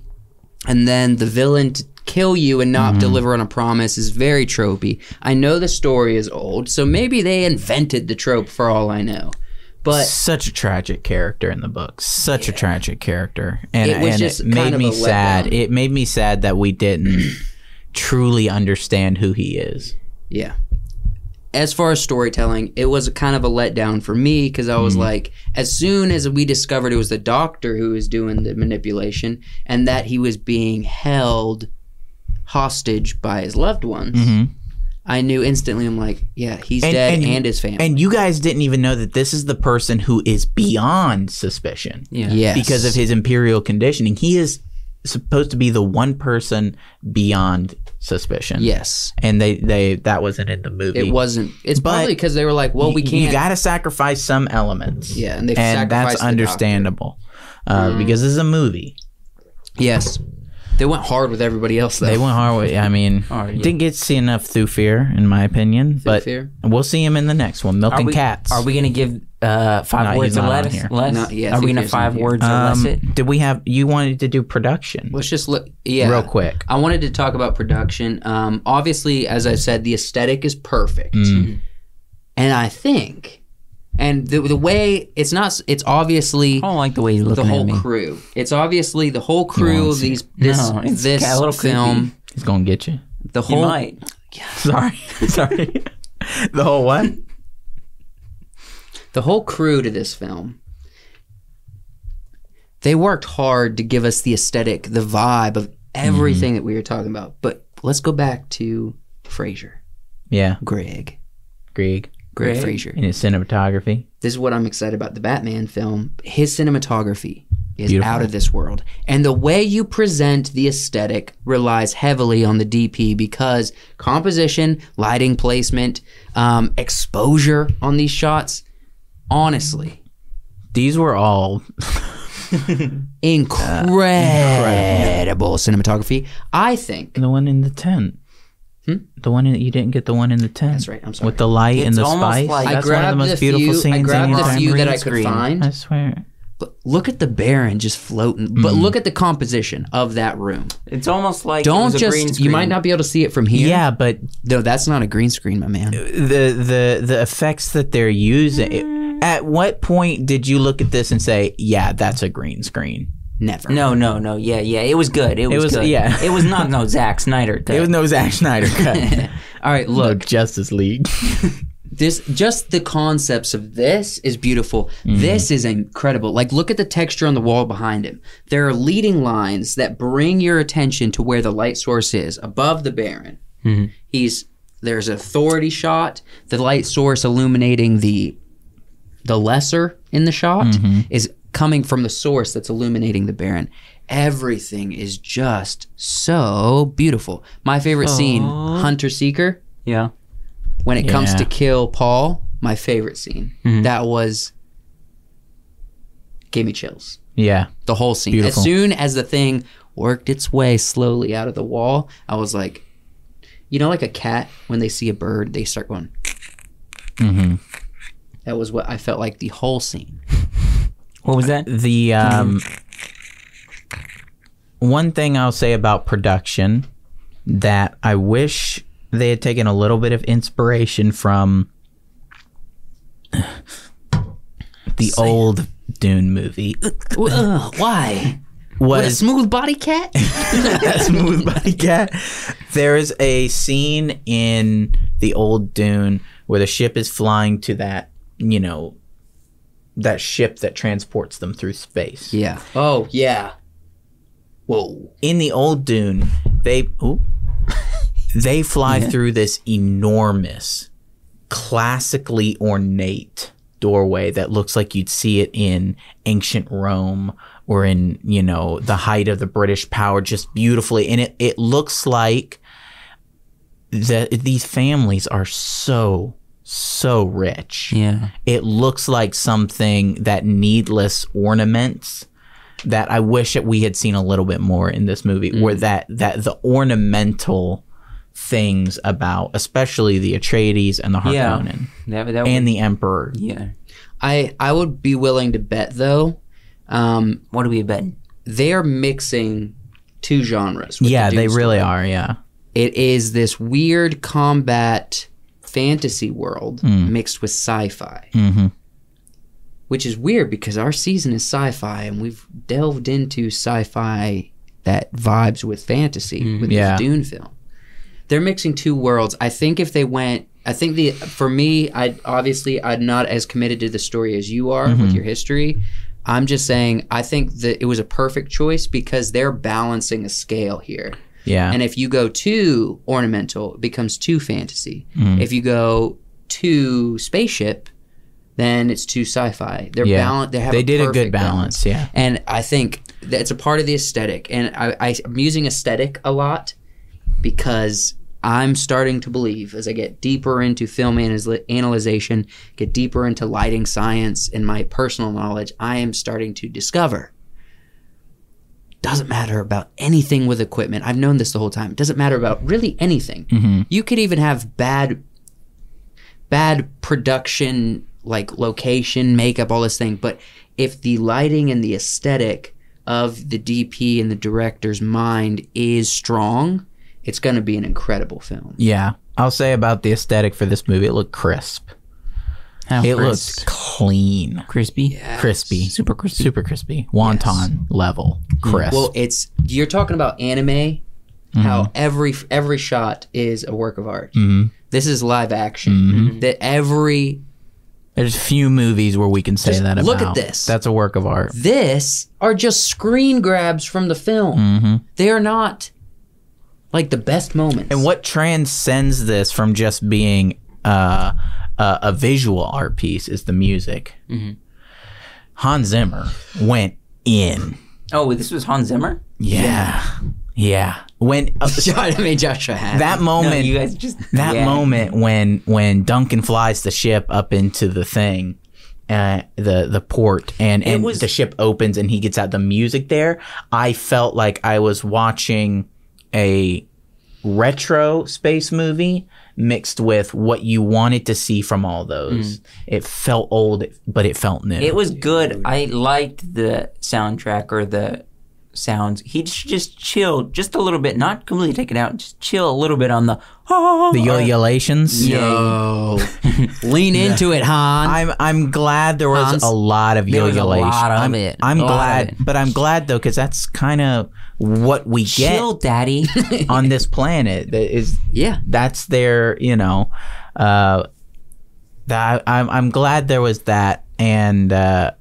Speaker 4: And then the villain to kill you and not deliver on a promise is very tropey. I know the story is old, so maybe they invented the trope for all I know. But
Speaker 1: Such a tragic character in the book. Such a tragic character, and
Speaker 4: It was
Speaker 1: and
Speaker 4: just
Speaker 1: it made
Speaker 4: kind of
Speaker 1: me
Speaker 4: a
Speaker 1: sad.
Speaker 4: letdown.
Speaker 1: It made me sad that we didn't truly understand who he is.
Speaker 4: Yeah. As far as storytelling, it was a kind of a letdown for me because I
Speaker 1: Mm-hmm.
Speaker 4: was like, as soon as we discovered it was the doctor who was doing the manipulation and that he was being held hostage by his loved ones, I knew instantly. I'm like, yeah, he's
Speaker 1: Mm-hmm. And-
Speaker 4: dead
Speaker 1: and-
Speaker 4: and, his family.
Speaker 1: And you guys didn't even know that this is the person who is beyond suspicion.
Speaker 2: Yeah.
Speaker 4: yes.
Speaker 1: because of his imperial conditioning. He is supposed to be the one person beyond suspicion.
Speaker 4: Yes.
Speaker 1: and they they that wasn't in the movie.
Speaker 4: It wasn't. It's
Speaker 1: But
Speaker 4: probably because they were like, well, we
Speaker 1: You-
Speaker 4: can't.
Speaker 1: You got to sacrifice some elements.
Speaker 4: yeah, and they
Speaker 1: and that's understandable uh,
Speaker 4: Mm.
Speaker 1: because this is a movie.
Speaker 4: Yes. They went hard with everybody else, though.
Speaker 1: They went hard. With, I mean, didn't get to see enough through fear, in my opinion. but
Speaker 4: fear?
Speaker 1: we'll see him in the next one,
Speaker 2: Are
Speaker 1: Milking
Speaker 2: we,
Speaker 1: Cats.
Speaker 2: Are we gonna give uh,
Speaker 1: No,
Speaker 2: five
Speaker 1: he's
Speaker 2: words or
Speaker 1: not on
Speaker 2: less?
Speaker 1: here.
Speaker 2: less?
Speaker 4: Not yet. I
Speaker 2: Are we
Speaker 4: think
Speaker 2: gonna
Speaker 4: he's
Speaker 2: five
Speaker 4: on here.
Speaker 2: words or less it?
Speaker 1: Um, did we have? You wanted to do production
Speaker 4: Let's just look. Yeah.
Speaker 1: real quick.
Speaker 4: I wanted to talk about production. Um, obviously, as I said, the aesthetic is perfect,
Speaker 2: Mm.
Speaker 1: Mm.
Speaker 4: and I think, and the, the way it's not, it's obviously
Speaker 2: I don't like the way he's
Speaker 4: the
Speaker 2: Oh, looking at
Speaker 4: whole
Speaker 2: me.
Speaker 4: crew. It's obviously the whole crew of these this
Speaker 2: No, it's
Speaker 4: this
Speaker 2: got a little
Speaker 4: film.
Speaker 1: He's gonna get you.
Speaker 4: The
Speaker 2: You
Speaker 4: whole
Speaker 2: might.
Speaker 1: Sorry, sorry. the whole what?
Speaker 4: the whole crew to this film they worked hard to give us the aesthetic the vibe of everything
Speaker 2: Mm-hmm.
Speaker 4: that we were talking about but let's go back to frasier
Speaker 1: Yeah,
Speaker 4: greg
Speaker 1: Greg
Speaker 4: greg,
Speaker 2: Greg.
Speaker 4: frasier
Speaker 1: in his cinematography.
Speaker 4: this is what i'm excited about the batman film his cinematography is
Speaker 1: Beautiful.
Speaker 4: out of this world and the way you present the aesthetic relies heavily on the dp because composition lighting placement um, exposure on these shots honestly
Speaker 1: These were all
Speaker 4: incredible, cinematography. I think
Speaker 1: the one in the tent.
Speaker 4: Hmm?
Speaker 1: The one in, you didn't get the one in the tent.
Speaker 4: That's right, I'm sorry.
Speaker 1: With the light and
Speaker 2: It's
Speaker 1: the
Speaker 2: almost
Speaker 1: spice.
Speaker 2: like-
Speaker 4: I
Speaker 1: That's one of
Speaker 4: grabbed
Speaker 1: the most
Speaker 4: the
Speaker 1: beautiful
Speaker 4: few.
Speaker 1: scenes
Speaker 4: I grabbed
Speaker 1: in your
Speaker 4: the
Speaker 1: time.
Speaker 4: few that I
Speaker 2: green
Speaker 4: could
Speaker 2: screen.
Speaker 1: I
Speaker 4: find.
Speaker 1: swear.
Speaker 4: But look at the Baron just floating.
Speaker 1: Mm-hmm.
Speaker 4: But look at the composition of that room.
Speaker 2: It's almost like it was
Speaker 4: Don't
Speaker 2: a green
Speaker 4: just. You
Speaker 2: screen.
Speaker 4: might not be able to see it from here.
Speaker 1: Yeah, but
Speaker 4: No, that's not a green screen, my
Speaker 2: Uh,
Speaker 4: man.
Speaker 1: the the the effects that they're using. At what point did you look at this and say, "Yeah, that's a green screen"?
Speaker 4: Never.
Speaker 2: No, no, no. Yeah, yeah. It was good. It was,
Speaker 1: was-
Speaker 2: good.
Speaker 1: yeah.
Speaker 2: It was not no Zack Snyder.
Speaker 1: It was no Zack Snyder cut.
Speaker 4: All right. Look.
Speaker 1: Look, Justice League.
Speaker 4: this just the concepts of this is beautiful
Speaker 2: Mm-hmm.
Speaker 4: this is incredible like look at the texture on the wall behind him there are leading lines that bring your attention to where the light source is above the baron
Speaker 2: Mm-hmm.
Speaker 4: he's there's an authority shot the light source illuminating the the lesser in the shot is coming from the source that's illuminating the baron everything is just so beautiful my favorite scene hunter seeker
Speaker 2: yeah.
Speaker 4: when it comes
Speaker 1: Yeah. Mm-hmm.
Speaker 4: to kill Paul, my favorite scene. That was gave me chills.
Speaker 1: yeah,
Speaker 4: The whole scene.
Speaker 1: Beautiful.
Speaker 4: As soon as the thing worked its way slowly out of the wall, I was like, you know, like a cat when they see a bird, they start going.
Speaker 1: Mm-hmm.
Speaker 4: That was what I felt like the whole scene.
Speaker 2: What was that?
Speaker 1: the um, one thing I'll say about production that I wish they had taken a little bit of inspiration from the old Dune movie
Speaker 4: Ugh, uh, why? What a
Speaker 1: was
Speaker 4: smooth body cat?
Speaker 1: smooth body cat. There is a scene in the old Dune where the ship is flying to that, you know, that ship that transports them through space.
Speaker 4: yeah. Oh yeah. Whoa.
Speaker 1: In the old Dune, they ooh, they fly through this enormous, classically ornate doorway that looks like you'd see it in ancient Rome or in, you know, the height of the British power just beautifully and it it looks like that these families are so so rich
Speaker 2: Yeah.
Speaker 1: it looks like something that needless ornaments that I wish that we had seen a little bit more in this movie
Speaker 4: Mm.
Speaker 1: where that that the ornamental things about especially the Atreides and the
Speaker 2: Yeah.
Speaker 1: Harkonnen
Speaker 2: That, that
Speaker 1: and the Emperor.
Speaker 2: yeah.
Speaker 4: I I would be willing to bet though, um,
Speaker 2: What are we betting?
Speaker 4: they're mixing two genres. with
Speaker 1: Yeah,
Speaker 4: the
Speaker 1: they
Speaker 4: Dune
Speaker 1: really
Speaker 4: story.
Speaker 1: are, yeah.
Speaker 4: It is this weird combat fantasy world
Speaker 1: Hmm.
Speaker 4: mixed with sci-fi,
Speaker 1: Mhm.
Speaker 4: which is weird because our season is sci-fi and we've delved into sci-fi that vibes with fantasy with
Speaker 1: Yeah.
Speaker 4: this Dune film. They're mixing two worlds. I think if they went, I think the for me, I obviously I'm not as committed to the story as you are with your history. I'm just saying I think that it was a perfect choice because they're balancing a scale here.
Speaker 1: Yeah.
Speaker 4: And if you go too ornamental, it becomes too fantasy.
Speaker 1: Mm.
Speaker 4: If you go too spaceship, then it's too sci-fi. They're
Speaker 1: Yeah.
Speaker 4: balanced. They have
Speaker 1: they
Speaker 4: a
Speaker 1: did a
Speaker 4: perfect
Speaker 1: good balance, yeah.
Speaker 4: And I think that it's a part of the aesthetic. And I, I, I'm using aesthetic a lot because I'm starting to believe as I get deeper into film analysis, analyzation, get deeper into lighting science and my personal knowledge, I am starting to discover doesn't matter about anything with equipment. I've known this the whole time. It doesn't matter about really anything.
Speaker 1: Mm-hmm.
Speaker 4: You could even have bad bad production like location, makeup, all this thing, but if the lighting and the aesthetic of the DP and the director's mind is strong, it's going to be an incredible film.
Speaker 1: Yeah. I'll say about the aesthetic for this movie, it looked crisp.
Speaker 2: How
Speaker 1: It
Speaker 2: crisp?
Speaker 1: looks clean.
Speaker 2: crispy.
Speaker 1: Crispy.
Speaker 2: Super crispy.
Speaker 1: Super crispy. Wonton level crisp.
Speaker 4: Mm. Well, it's you're talking about anime, how every every
Speaker 1: Mm-hmm.
Speaker 4: shot is a work of art. This is live action. That every
Speaker 1: There's few movies where we can say
Speaker 4: Just
Speaker 1: that about.
Speaker 4: look at this.
Speaker 1: That's a work of art.
Speaker 4: This are just screen grabs from the film. They are not like the best moments.
Speaker 1: And what transcends this from just being uh, a, a visual art piece is the music.
Speaker 4: Mm-hmm.
Speaker 1: Hans Zimmer went in.
Speaker 2: Oh, this was Hans Zimmer.
Speaker 1: Yeah. Yeah. When uh,
Speaker 4: I made Joshua happy.
Speaker 1: that
Speaker 2: No,
Speaker 1: moment
Speaker 2: you guys just
Speaker 1: Oh, that
Speaker 2: Yeah.
Speaker 1: moment when when Duncan flies the ship up into the thing, uh, the the port, and and
Speaker 2: was-
Speaker 1: the ship opens and he gets out the music there. I felt like I was watching a retro space movie mixed with what you wanted to see from all those. It felt old, but it felt new.
Speaker 2: Mm. It was good. I liked the soundtrack or the sounds. He should just chill just a little bit, not completely take it out, just chill a little bit on the oh,
Speaker 1: the yo yolations.
Speaker 4: Yo, lean into it, Han.
Speaker 1: I'm I'm glad there was
Speaker 4: Hans,
Speaker 1: a lot of
Speaker 2: there was a
Speaker 1: yo-yolation.
Speaker 2: lot of
Speaker 1: I'm,
Speaker 2: it.
Speaker 1: I'm
Speaker 2: A lot of
Speaker 1: glad,
Speaker 2: it.
Speaker 1: but I'm glad though because that's kind of what we get
Speaker 2: chill, daddy.
Speaker 1: on this planet. That is
Speaker 4: yeah,
Speaker 1: that's their you know, uh, that I'm I'm glad there was that and uh,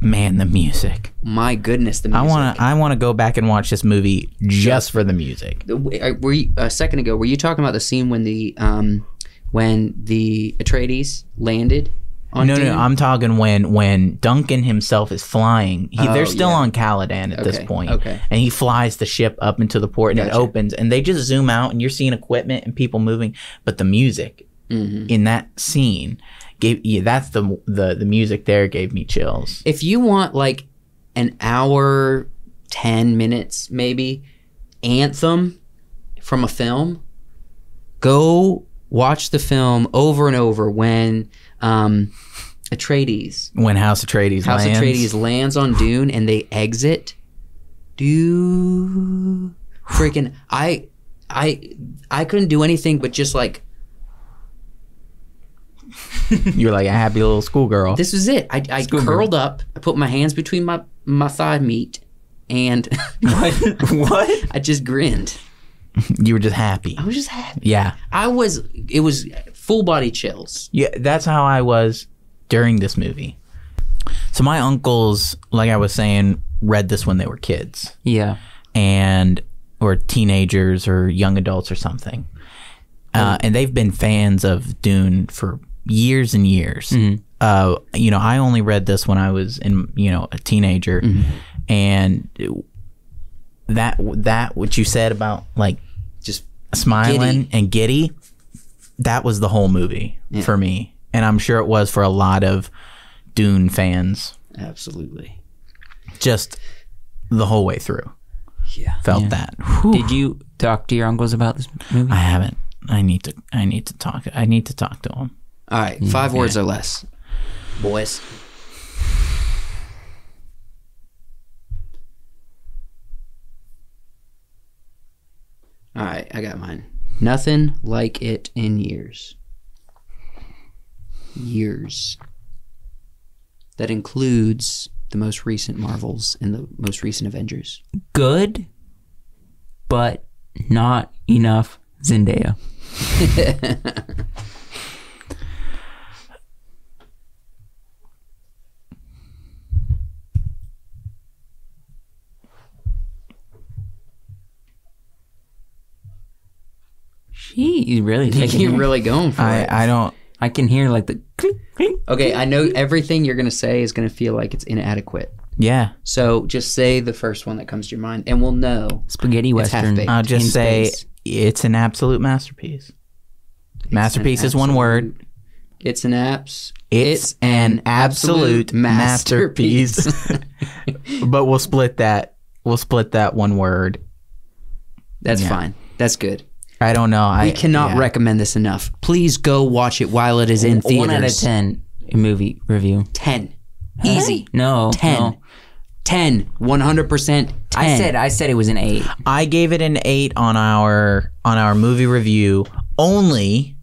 Speaker 1: man the music.
Speaker 4: my goodness, the
Speaker 1: I
Speaker 4: music.
Speaker 1: wanna I wanna go back and watch this movie just for the music.
Speaker 4: The- w- uh, Were you, a second ago? Were you talking about the scene when the um when the Atreides landed on?
Speaker 1: No, no,
Speaker 4: Dune?
Speaker 1: I'm talking when when Duncan himself is flying. He,
Speaker 4: Oh,
Speaker 1: they're still
Speaker 4: yeah.
Speaker 1: on Caladan at this
Speaker 4: Okay,
Speaker 1: point.
Speaker 4: okay.
Speaker 1: And he flies the ship up into the port and it
Speaker 4: Gotcha.
Speaker 1: opens and they just zoom out and you're seeing equipment and people moving, but the music
Speaker 4: Mm-hmm.
Speaker 1: in that scene gave yeah, that's the the the music there gave me chills.
Speaker 4: if you want like an hour, 10 minutes maybe, anthem from a film, go watch the film over and over when um, Atreides,
Speaker 1: When House Atreides
Speaker 4: House
Speaker 1: lands.
Speaker 4: Atreides lands on Dune and they exit. Dude, freaking, I, I, I couldn't do anything but just like
Speaker 1: You're like a happy little schoolgirl.
Speaker 4: This was it. I, I curled up. I put my hands between my my thigh meat, and
Speaker 2: what? what?
Speaker 4: I just grinned.
Speaker 1: you were just happy.
Speaker 4: I was just happy.
Speaker 1: Yeah.
Speaker 4: I was. It was full body chills.
Speaker 1: Yeah, that's how I was during this movie. So my uncles, like I was saying, read this when they were kids.
Speaker 2: Yeah.
Speaker 1: and or teenagers or young adults or something. Uh, and they've been fans of Dune for years and years. Uh, you know, I only read this when I was in you know a teenager, and that that what you said about like
Speaker 4: Just
Speaker 1: smiling and giddy, that was the whole movie for me, and I'm sure it was for a lot of Dune fans.
Speaker 4: absolutely.
Speaker 1: Just the whole way through,
Speaker 4: Yeah.
Speaker 1: felt
Speaker 2: Yeah.
Speaker 1: that.
Speaker 2: Did you talk to your uncles about this movie?
Speaker 1: I haven't. I need to. I need to talk. I need to talk to him.
Speaker 4: All right. Five words or less, boys. All right, I got mine. Nothing like it in years. Years. That includes the most recent Marvels and the most recent Avengers.
Speaker 2: Good, but not enough Zendaya. She you really taking
Speaker 4: You're
Speaker 2: it.
Speaker 4: really going for it.
Speaker 1: I. I don't.
Speaker 2: I can hear like the click, click.
Speaker 4: Okay, I know everything you're going to say is going to feel like it's inadequate.
Speaker 1: Yeah.
Speaker 4: So just say the first one that comes to your mind, and we'll know.
Speaker 2: spaghetti western.
Speaker 4: half-baked.
Speaker 1: I'll just
Speaker 2: in
Speaker 1: say
Speaker 2: space.
Speaker 1: it's an absolute masterpiece. masterpiece is one word.
Speaker 4: absolute- It's an apps.
Speaker 1: It's, an absolute, masterpiece. but we'll split that. We'll split that one word.
Speaker 4: That's
Speaker 1: Yeah.
Speaker 4: fine. That's good.
Speaker 1: I don't know. I
Speaker 4: We cannot
Speaker 1: yeah.
Speaker 4: recommend this enough. Please go watch it while it is in theaters.
Speaker 2: One out of ten movie review.
Speaker 4: Ten. Easy.
Speaker 2: No,
Speaker 4: Ten.
Speaker 2: no.
Speaker 4: Ten. One hundred percent.
Speaker 2: I said I said it was an eight.
Speaker 1: I gave it an eight on our on our movie review only,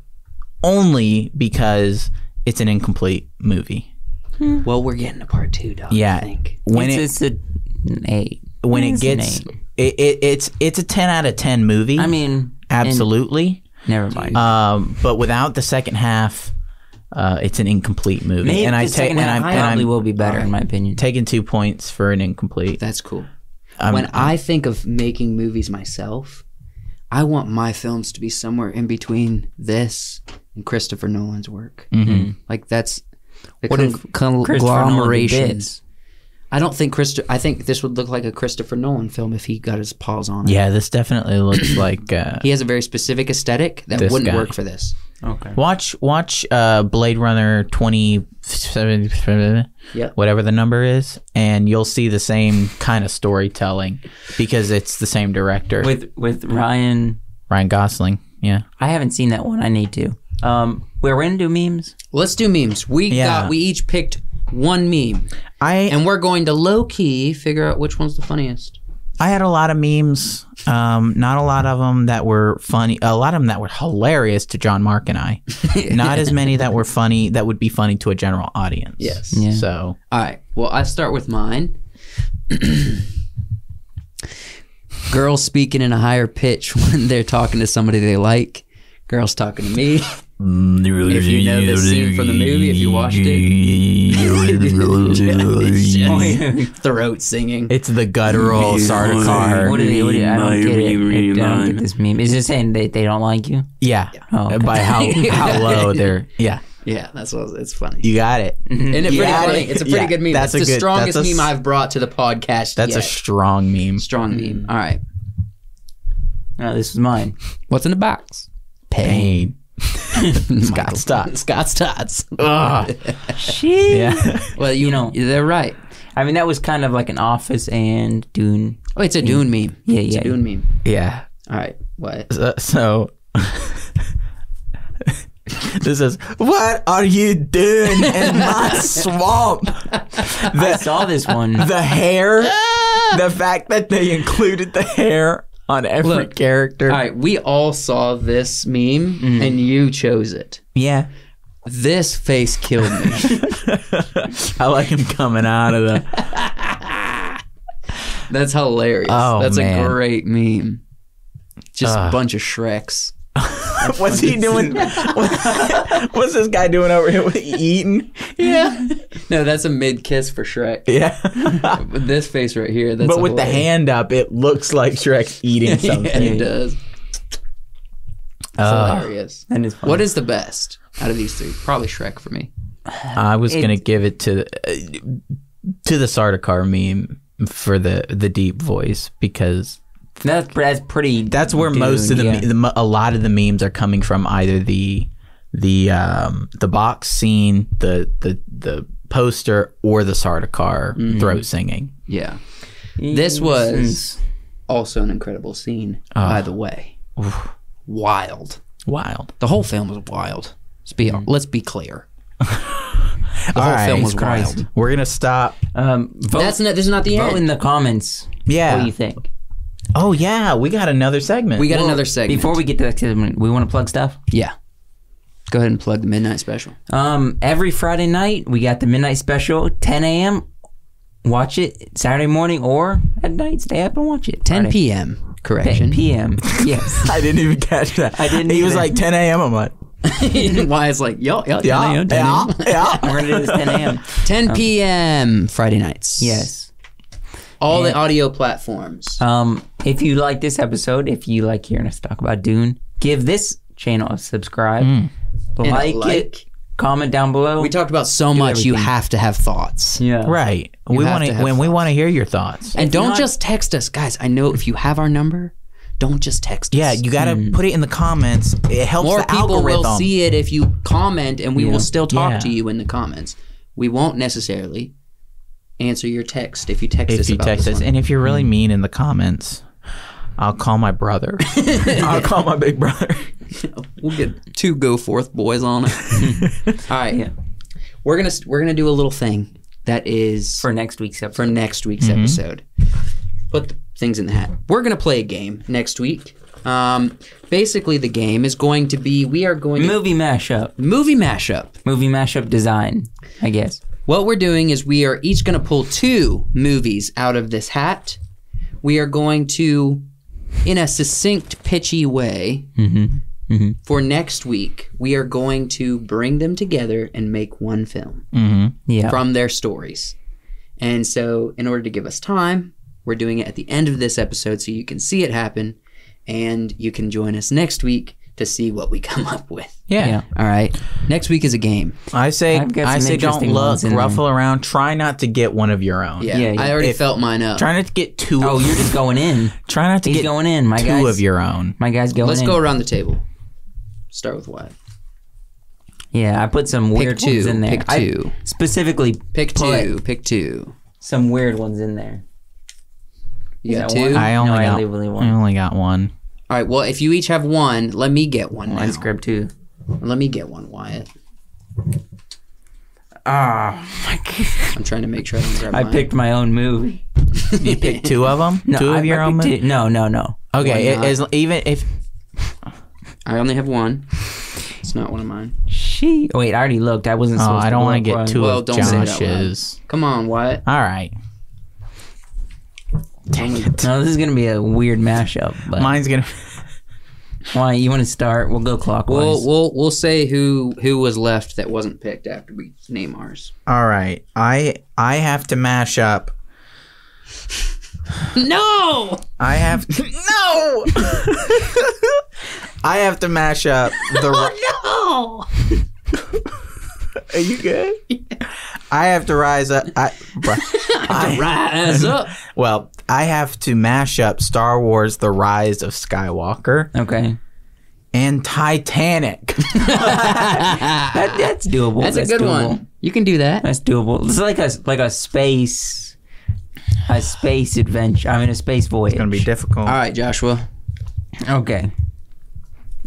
Speaker 1: only because it's an incomplete movie.
Speaker 4: Well, we're getting a part two, dog.
Speaker 1: Yeah.
Speaker 4: I think.
Speaker 1: When it,
Speaker 2: it's, it's a, an eight.
Speaker 1: when it
Speaker 2: It's an
Speaker 1: gets
Speaker 2: eight.
Speaker 1: it, it, it's it's a 10 out of 10 movie
Speaker 2: I mean, and-
Speaker 1: absolutely Uh,
Speaker 2: never mind.
Speaker 1: um but without the second half Uh, it's an incomplete movie,
Speaker 2: Maybe
Speaker 1: and I
Speaker 2: the
Speaker 1: take
Speaker 2: second
Speaker 1: and I
Speaker 2: half
Speaker 1: and
Speaker 2: probably
Speaker 1: I'm
Speaker 2: will be better in my opinion.
Speaker 1: taking two points for an incomplete.
Speaker 4: That's cool.
Speaker 1: I'm-
Speaker 4: when I think of making movies myself, I want my films to be somewhere in between this and Christopher Nolan's work.
Speaker 1: Mhm.
Speaker 2: Mm-hmm.
Speaker 4: Like that's the
Speaker 2: What
Speaker 4: what
Speaker 2: if
Speaker 4: con-
Speaker 2: Christopher Nolan did
Speaker 4: conglomerations.
Speaker 2: bits?
Speaker 4: I don't think Christo- I think this would look like a Christopher Nolan film if he got his paws on it.
Speaker 1: Yeah, this definitely looks like uh,
Speaker 4: He has a very specific aesthetic that
Speaker 1: This
Speaker 4: wouldn't
Speaker 1: guy.
Speaker 4: work for this.
Speaker 2: Okay.
Speaker 1: Watch watch uh, Blade Runner twenty seven,
Speaker 4: Yep.
Speaker 1: whatever the number is, and you'll see the same kind of storytelling because it's the same director,
Speaker 2: With with Ryan,
Speaker 1: Ryan Gosling. Yeah,
Speaker 2: I haven't seen that one. I need to. Um, we're gonna do memes.
Speaker 4: Let's do memes. We
Speaker 1: Yeah.
Speaker 4: got we each picked one meme
Speaker 1: I
Speaker 4: and we're going to low key figure out which one's the funniest.
Speaker 1: I had a lot of memes. Um, not a lot of them that were funny. A lot of them that were hilarious to John Mark and I. not as many that were funny that would be funny to a general audience.
Speaker 4: Yes.
Speaker 2: Yeah.
Speaker 1: So
Speaker 4: All right. Well, I start with mine. Girls speaking in a higher pitch when they're talking to somebody they like. Girls talking to me.
Speaker 1: if
Speaker 4: you know the scene from the movie, if you watched
Speaker 1: it.
Speaker 4: Throat singing.
Speaker 1: it's the guttural
Speaker 2: What
Speaker 1: Sardaukar.
Speaker 2: did they? What did, I don't get it. I don't get this meme. Is it saying they they don't like you?
Speaker 1: Yeah.
Speaker 2: Oh, okay.
Speaker 1: Uh, By how how low they're yeah.
Speaker 4: Yeah, that's what it's funny.
Speaker 1: You got it.
Speaker 4: Isn't it pretty
Speaker 1: Yeah,
Speaker 4: funny? It's a pretty
Speaker 1: yeah,
Speaker 4: good meme.
Speaker 1: that's
Speaker 4: it's
Speaker 1: a
Speaker 4: the
Speaker 1: good-
Speaker 4: strongest
Speaker 1: that's a s-
Speaker 4: meme I've brought to the podcast.
Speaker 1: That's a Mm.
Speaker 4: yet.
Speaker 1: strong meme.
Speaker 4: strong meme. All right.
Speaker 2: No, this is mine.
Speaker 4: What's in the box?
Speaker 1: Pain.
Speaker 4: Michael.
Speaker 1: Scott's Tots.
Speaker 4: Scott's Tots.
Speaker 1: Ugh. Yeah.
Speaker 4: well, you,
Speaker 2: You know.
Speaker 4: they're right.
Speaker 2: I mean, that was kind of like an Office and Dune.
Speaker 4: Oh, it's a
Speaker 1: Mm.
Speaker 4: Dune meme.
Speaker 2: Yeah,
Speaker 4: It's
Speaker 2: yeah.
Speaker 4: a Dune meme.
Speaker 1: Yeah.
Speaker 4: All right. What?
Speaker 1: so, so this is what are you doing in my swamp
Speaker 2: I
Speaker 1: the,
Speaker 2: saw this one.
Speaker 1: the hair the fact that they included the hair on every
Speaker 4: Look,
Speaker 1: character
Speaker 4: All right. We all saw this meme,
Speaker 1: Mm.
Speaker 4: and you chose it.
Speaker 1: yeah
Speaker 4: This face killed me.
Speaker 1: i like him coming out of the
Speaker 4: That's hilarious.
Speaker 1: Oh,
Speaker 4: That's
Speaker 1: man.
Speaker 4: a great meme. Just
Speaker 1: Ugh.
Speaker 4: a bunch of Shreks.
Speaker 1: what's he doing what's this guy doing over here eating yeah
Speaker 4: No, that's a mid kiss for Shrek.
Speaker 1: yeah
Speaker 4: But this face right here, that's
Speaker 1: but with the
Speaker 4: hilarious.
Speaker 1: hand up it looks like shrek's eating
Speaker 4: yeah, it
Speaker 1: something
Speaker 4: does.
Speaker 1: Ugh.
Speaker 4: hilarious.
Speaker 2: and it's
Speaker 4: What is the best out of these three? Probably Shrek for me.
Speaker 1: I was
Speaker 2: It-
Speaker 1: gonna give it to uh, to the Sardaukar meme for the the deep voice because
Speaker 2: That's, that's pretty.
Speaker 1: that's where most of the,
Speaker 2: Dune,
Speaker 1: me- the mo- a lot of the memes are coming from either the the um the box scene the the the poster or the Sardaukar throat singing.
Speaker 4: Yeah.
Speaker 2: yeah.
Speaker 4: This
Speaker 2: Mm,
Speaker 4: was Ah. also an incredible scene, by the way. Wild.
Speaker 1: Wild.
Speaker 4: The whole film was wild. Let's be let's be clear. The whole
Speaker 1: right.
Speaker 4: film was
Speaker 2: Christ.
Speaker 4: wild.
Speaker 1: We're gonna stop.
Speaker 2: Um, vote,
Speaker 4: That's not. This is not the
Speaker 2: vote
Speaker 4: end.
Speaker 2: in the comments. What do
Speaker 1: Yeah.
Speaker 2: you think?
Speaker 1: Oh yeah. We got another segment.
Speaker 4: We got another segment.
Speaker 2: Before we get to that segment, we want to plug stuff.
Speaker 4: yeah, go ahead and plug the midnight special.
Speaker 2: Um, every Friday night we got the midnight special, 10 a.m. Watch it Saturday morning or at night. Stay up and watch it.
Speaker 4: 10
Speaker 2: Friday.
Speaker 4: p.m. Correction.
Speaker 2: 10 p.m. yes.
Speaker 1: I didn't even catch that. I
Speaker 2: didn't
Speaker 1: He was
Speaker 2: either.
Speaker 1: like 10 a.m. I'm like,
Speaker 4: Why is like yo yo 10
Speaker 1: yeah,
Speaker 4: a.m. 10
Speaker 1: yeah, yeah.
Speaker 2: We're gonna do this 10 a.m.
Speaker 4: 10 p.m. Friday nights.
Speaker 2: yes.
Speaker 4: All the audio platforms.
Speaker 2: Um, if you like this episode, if you like hearing us talk about Dune, give this channel a subscribe,
Speaker 4: And a
Speaker 2: like, it,
Speaker 4: like.
Speaker 2: comment down below.
Speaker 4: We talked about so much. You
Speaker 2: everything.
Speaker 4: have to have thoughts.
Speaker 2: yeah.
Speaker 1: Right. we
Speaker 4: have
Speaker 1: want
Speaker 4: to
Speaker 1: to
Speaker 4: have
Speaker 1: when we want to hear your thoughts.
Speaker 4: And don't
Speaker 2: not-
Speaker 4: just text us, guys. I know if you have our number, don't just text
Speaker 1: Yeah,
Speaker 4: us.
Speaker 1: you got to put it in the comments. It helps
Speaker 4: more
Speaker 1: the
Speaker 4: people
Speaker 1: algorithm.
Speaker 4: will see it if you comment, and we will still talk
Speaker 1: Yeah.
Speaker 4: to you in the comments. We won't necessarily answer your text if you text us.
Speaker 1: if you
Speaker 4: about
Speaker 1: text
Speaker 4: this
Speaker 1: us,
Speaker 4: one.
Speaker 1: and if you're really mean in the comments, I'll call my brother. I'll call my big brother.
Speaker 4: we'll get two go forth boys on it. All right, we're gonna we're gonna do a little thing that is
Speaker 2: For next week's episode.
Speaker 4: for next week's
Speaker 1: Mm-hmm.
Speaker 4: episode. Put the things in the hat. We're gonna play a game next week. Um, basically, the game is going to be we are going to
Speaker 2: movie mashup.
Speaker 4: movie mashup.
Speaker 2: Movie mashup design, I guess.
Speaker 4: What we're doing is we are each going to pull two movies out of this hat. We are going to, in a succinct, pitchy way,
Speaker 2: Mhm.
Speaker 4: For next week, we are going to bring them together and make one film
Speaker 1: Mm-hmm.
Speaker 2: Yeah.
Speaker 4: from their stories. And so, in order to give us time, we're doing it at the end of this episode so you can see it happen and you can join us next week to see what we come up with.
Speaker 1: Yeah.
Speaker 2: Yeah.
Speaker 4: All right. Next week is a game.
Speaker 1: I say,
Speaker 2: I've got
Speaker 1: I
Speaker 2: some
Speaker 1: say, don't
Speaker 2: interesting
Speaker 1: look,
Speaker 2: ones in
Speaker 1: ruffle around. Try not to get one of your own.
Speaker 4: Yeah.
Speaker 2: Yeah,
Speaker 4: I
Speaker 2: yeah.
Speaker 4: already
Speaker 1: If-
Speaker 4: felt mine up.
Speaker 1: Try not to get two.
Speaker 2: Oh, you're just going in.
Speaker 1: try not to get
Speaker 2: He's going in. My
Speaker 1: two
Speaker 2: guy's
Speaker 1: of your own.
Speaker 2: My guy's going
Speaker 4: Let's
Speaker 2: in.
Speaker 4: go around the table. Start with what?
Speaker 2: Yeah, I put some
Speaker 4: Pick
Speaker 2: weird ones
Speaker 4: two.
Speaker 2: in there.
Speaker 4: Pick
Speaker 2: I
Speaker 4: two.
Speaker 2: specifically
Speaker 4: Pick
Speaker 2: put
Speaker 4: two. Pick two.
Speaker 2: some weird ones in there.
Speaker 4: You
Speaker 2: Is
Speaker 4: got
Speaker 2: that
Speaker 4: two?
Speaker 2: one?
Speaker 1: I only
Speaker 2: No, I
Speaker 1: got
Speaker 2: only really want-
Speaker 1: I only got one.
Speaker 4: All right. Well, if you each have one, let me get one.
Speaker 1: Mm.
Speaker 4: now.
Speaker 2: Mine's grab two.
Speaker 4: Let me get one, Wyatt.
Speaker 2: Ah, my God.
Speaker 4: I'm trying to make sure I don't grab
Speaker 2: I
Speaker 4: mine.
Speaker 2: picked my own movie.
Speaker 1: You pick two of them.
Speaker 2: No,
Speaker 1: two
Speaker 2: I,
Speaker 1: of your
Speaker 2: I
Speaker 1: own.
Speaker 2: picked
Speaker 1: mo-
Speaker 2: it. No, no, no.
Speaker 1: Okay,
Speaker 4: Why
Speaker 1: it,
Speaker 4: not?
Speaker 1: as, even if
Speaker 4: I only have one. It's not one of mine.
Speaker 2: She. Wait, I already looked. I wasn't.
Speaker 1: oh,
Speaker 2: supposed
Speaker 1: I don't want to get two
Speaker 2: Well,
Speaker 4: Well,
Speaker 1: of
Speaker 4: don't say that loud.
Speaker 1: Josh's.
Speaker 4: Come on, Wyatt.
Speaker 1: All right,
Speaker 4: Dang it.
Speaker 2: No, this is gonna be a weird mashup. But
Speaker 1: mine's gonna.
Speaker 2: why you want to start? We'll go clockwise.
Speaker 4: We'll we'll we'll say who who was left that wasn't picked after we name ours.
Speaker 1: All right, I I have to mash up.
Speaker 4: No.
Speaker 1: I have no. I have to mash up the. Oh,
Speaker 4: No.
Speaker 1: Are you good? I have to rise up. I, bruh. I-
Speaker 4: Rise up.
Speaker 1: well, I have to mash up Star Wars: The Rise of Skywalker
Speaker 2: okay.
Speaker 1: and Titanic.
Speaker 2: That, that's doable.
Speaker 4: That's a good
Speaker 2: doable.
Speaker 4: one. You can do that.
Speaker 2: That's doable. It's like a like a space, a space adventure. I mean, a space voyage.
Speaker 1: It's gonna be difficult.
Speaker 4: All right, Joshua.
Speaker 2: Okay.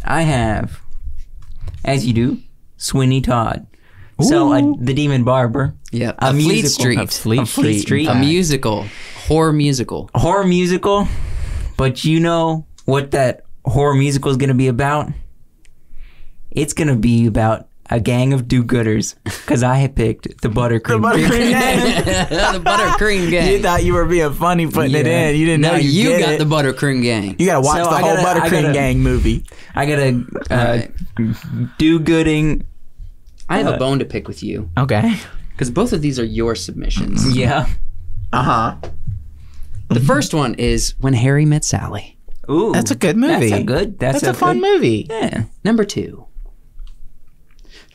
Speaker 2: I have, as you do, Sweeney Todd. So a, the Demon Barber,
Speaker 4: Yeah.
Speaker 2: A
Speaker 4: A, Fleet
Speaker 2: musical.
Speaker 4: Street.
Speaker 1: A Fleet
Speaker 2: A Fleet
Speaker 1: Street. in
Speaker 2: Street.
Speaker 4: a
Speaker 1: fact.
Speaker 4: musical, horror musical.
Speaker 2: a horror musical. But you know what that horror musical is going to be about? It's going to be about a gang of do-gooders because I had picked the Buttercream.
Speaker 1: Buttercream Gang.
Speaker 4: the Buttercream Gang.
Speaker 1: You thought you were being funny putting it
Speaker 2: Yeah.
Speaker 1: in. You didn't
Speaker 4: now
Speaker 1: know you,
Speaker 4: you,
Speaker 1: did
Speaker 4: got
Speaker 1: it.
Speaker 4: the Buttercream Gang.
Speaker 1: you gotta watch
Speaker 2: So
Speaker 1: the
Speaker 2: I
Speaker 1: whole
Speaker 2: gotta- I
Speaker 1: Buttercream
Speaker 2: gotta-
Speaker 1: Gang movie.
Speaker 2: I got a uh, do-gooding.
Speaker 4: I have a bone to pick with you
Speaker 1: Okay.
Speaker 4: because both of these are your submissions.
Speaker 2: Yeah.
Speaker 1: Uh huh.
Speaker 4: The first one is When Harry Met Sally.
Speaker 2: Ooh,
Speaker 1: That's a good movie.
Speaker 2: That's a good. That's,
Speaker 1: That's a fun
Speaker 2: good-
Speaker 1: movie.
Speaker 2: Yeah.
Speaker 4: Number two,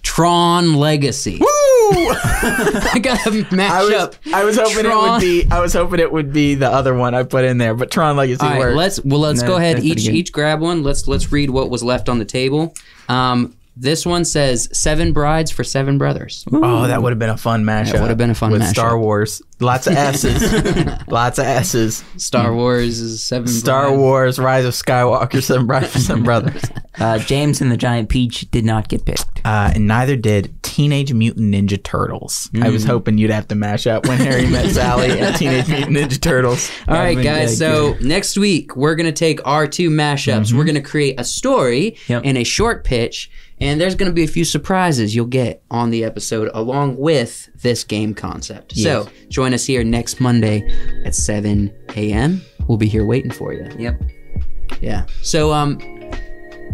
Speaker 4: Tron Legacy.
Speaker 1: Woo!
Speaker 4: I got a
Speaker 1: I
Speaker 4: mash up.
Speaker 1: was, I was hoping it
Speaker 4: Tron-
Speaker 1: would be I was hoping it would be the other one I put in there, but Tron Legacy
Speaker 4: All right,
Speaker 1: worked.
Speaker 4: let's well let's
Speaker 2: No,
Speaker 4: go ahead
Speaker 2: that's pretty
Speaker 4: each
Speaker 2: good.
Speaker 4: each grab one. Let's let's read what was left on the table. Um, this one says seven brides for seven brothers.
Speaker 1: Oh, that would have been a fun mashup.
Speaker 4: would have been a fun
Speaker 1: with
Speaker 4: mashup.
Speaker 1: Star Wars. Lots of S's. Lots of S's.
Speaker 4: Star Wars is seven.
Speaker 1: Star
Speaker 4: brides.
Speaker 1: Wars: Rise of Skywalker. Some brothers. Some brothers.
Speaker 2: Uh, James and the Giant Peach did not get picked.
Speaker 1: Uh, and neither did Teenage Mutant Ninja Turtles. I
Speaker 4: Mm.
Speaker 1: was hoping you'd have to mash up when Harry met Sally and Teenage Mutant Ninja Turtles.
Speaker 4: All right,
Speaker 2: That'd be
Speaker 4: guys.
Speaker 2: good, Mm-hmm.
Speaker 4: So next week we're gonna take our two mashups. We're gonna create a story
Speaker 2: Yep.
Speaker 4: and a short pitch, and there's gonna be a few surprises you'll get on the episode along with this game concept. So join us here next Monday at 7 a.m. We'll be here waiting for you.
Speaker 2: Yep.
Speaker 4: Yeah. So um,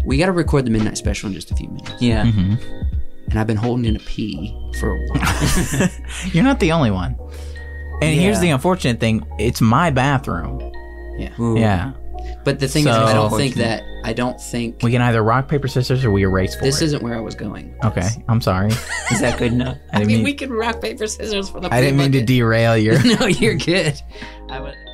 Speaker 4: we gotta record the midnight special in just a few minutes,
Speaker 2: Yeah.
Speaker 4: and I've been holding in a pee for a while.
Speaker 1: Mm-hmm. You're not the only one. And here's
Speaker 2: Yeah.
Speaker 1: the unfortunate thing: it's my bathroom.
Speaker 2: Ooh.
Speaker 1: Yeah,
Speaker 4: But the thing is, I
Speaker 1: So-
Speaker 4: don't think that I don't think
Speaker 1: we can either rock paper scissors or we erase for
Speaker 4: this
Speaker 1: it.
Speaker 4: isn't where I was going.
Speaker 1: okay. I'm sorry.
Speaker 2: Is that good enough?
Speaker 1: I didn't mean,
Speaker 4: can rock paper scissors for the.
Speaker 1: I didn't mean to derail your.
Speaker 4: no, you're good. I would.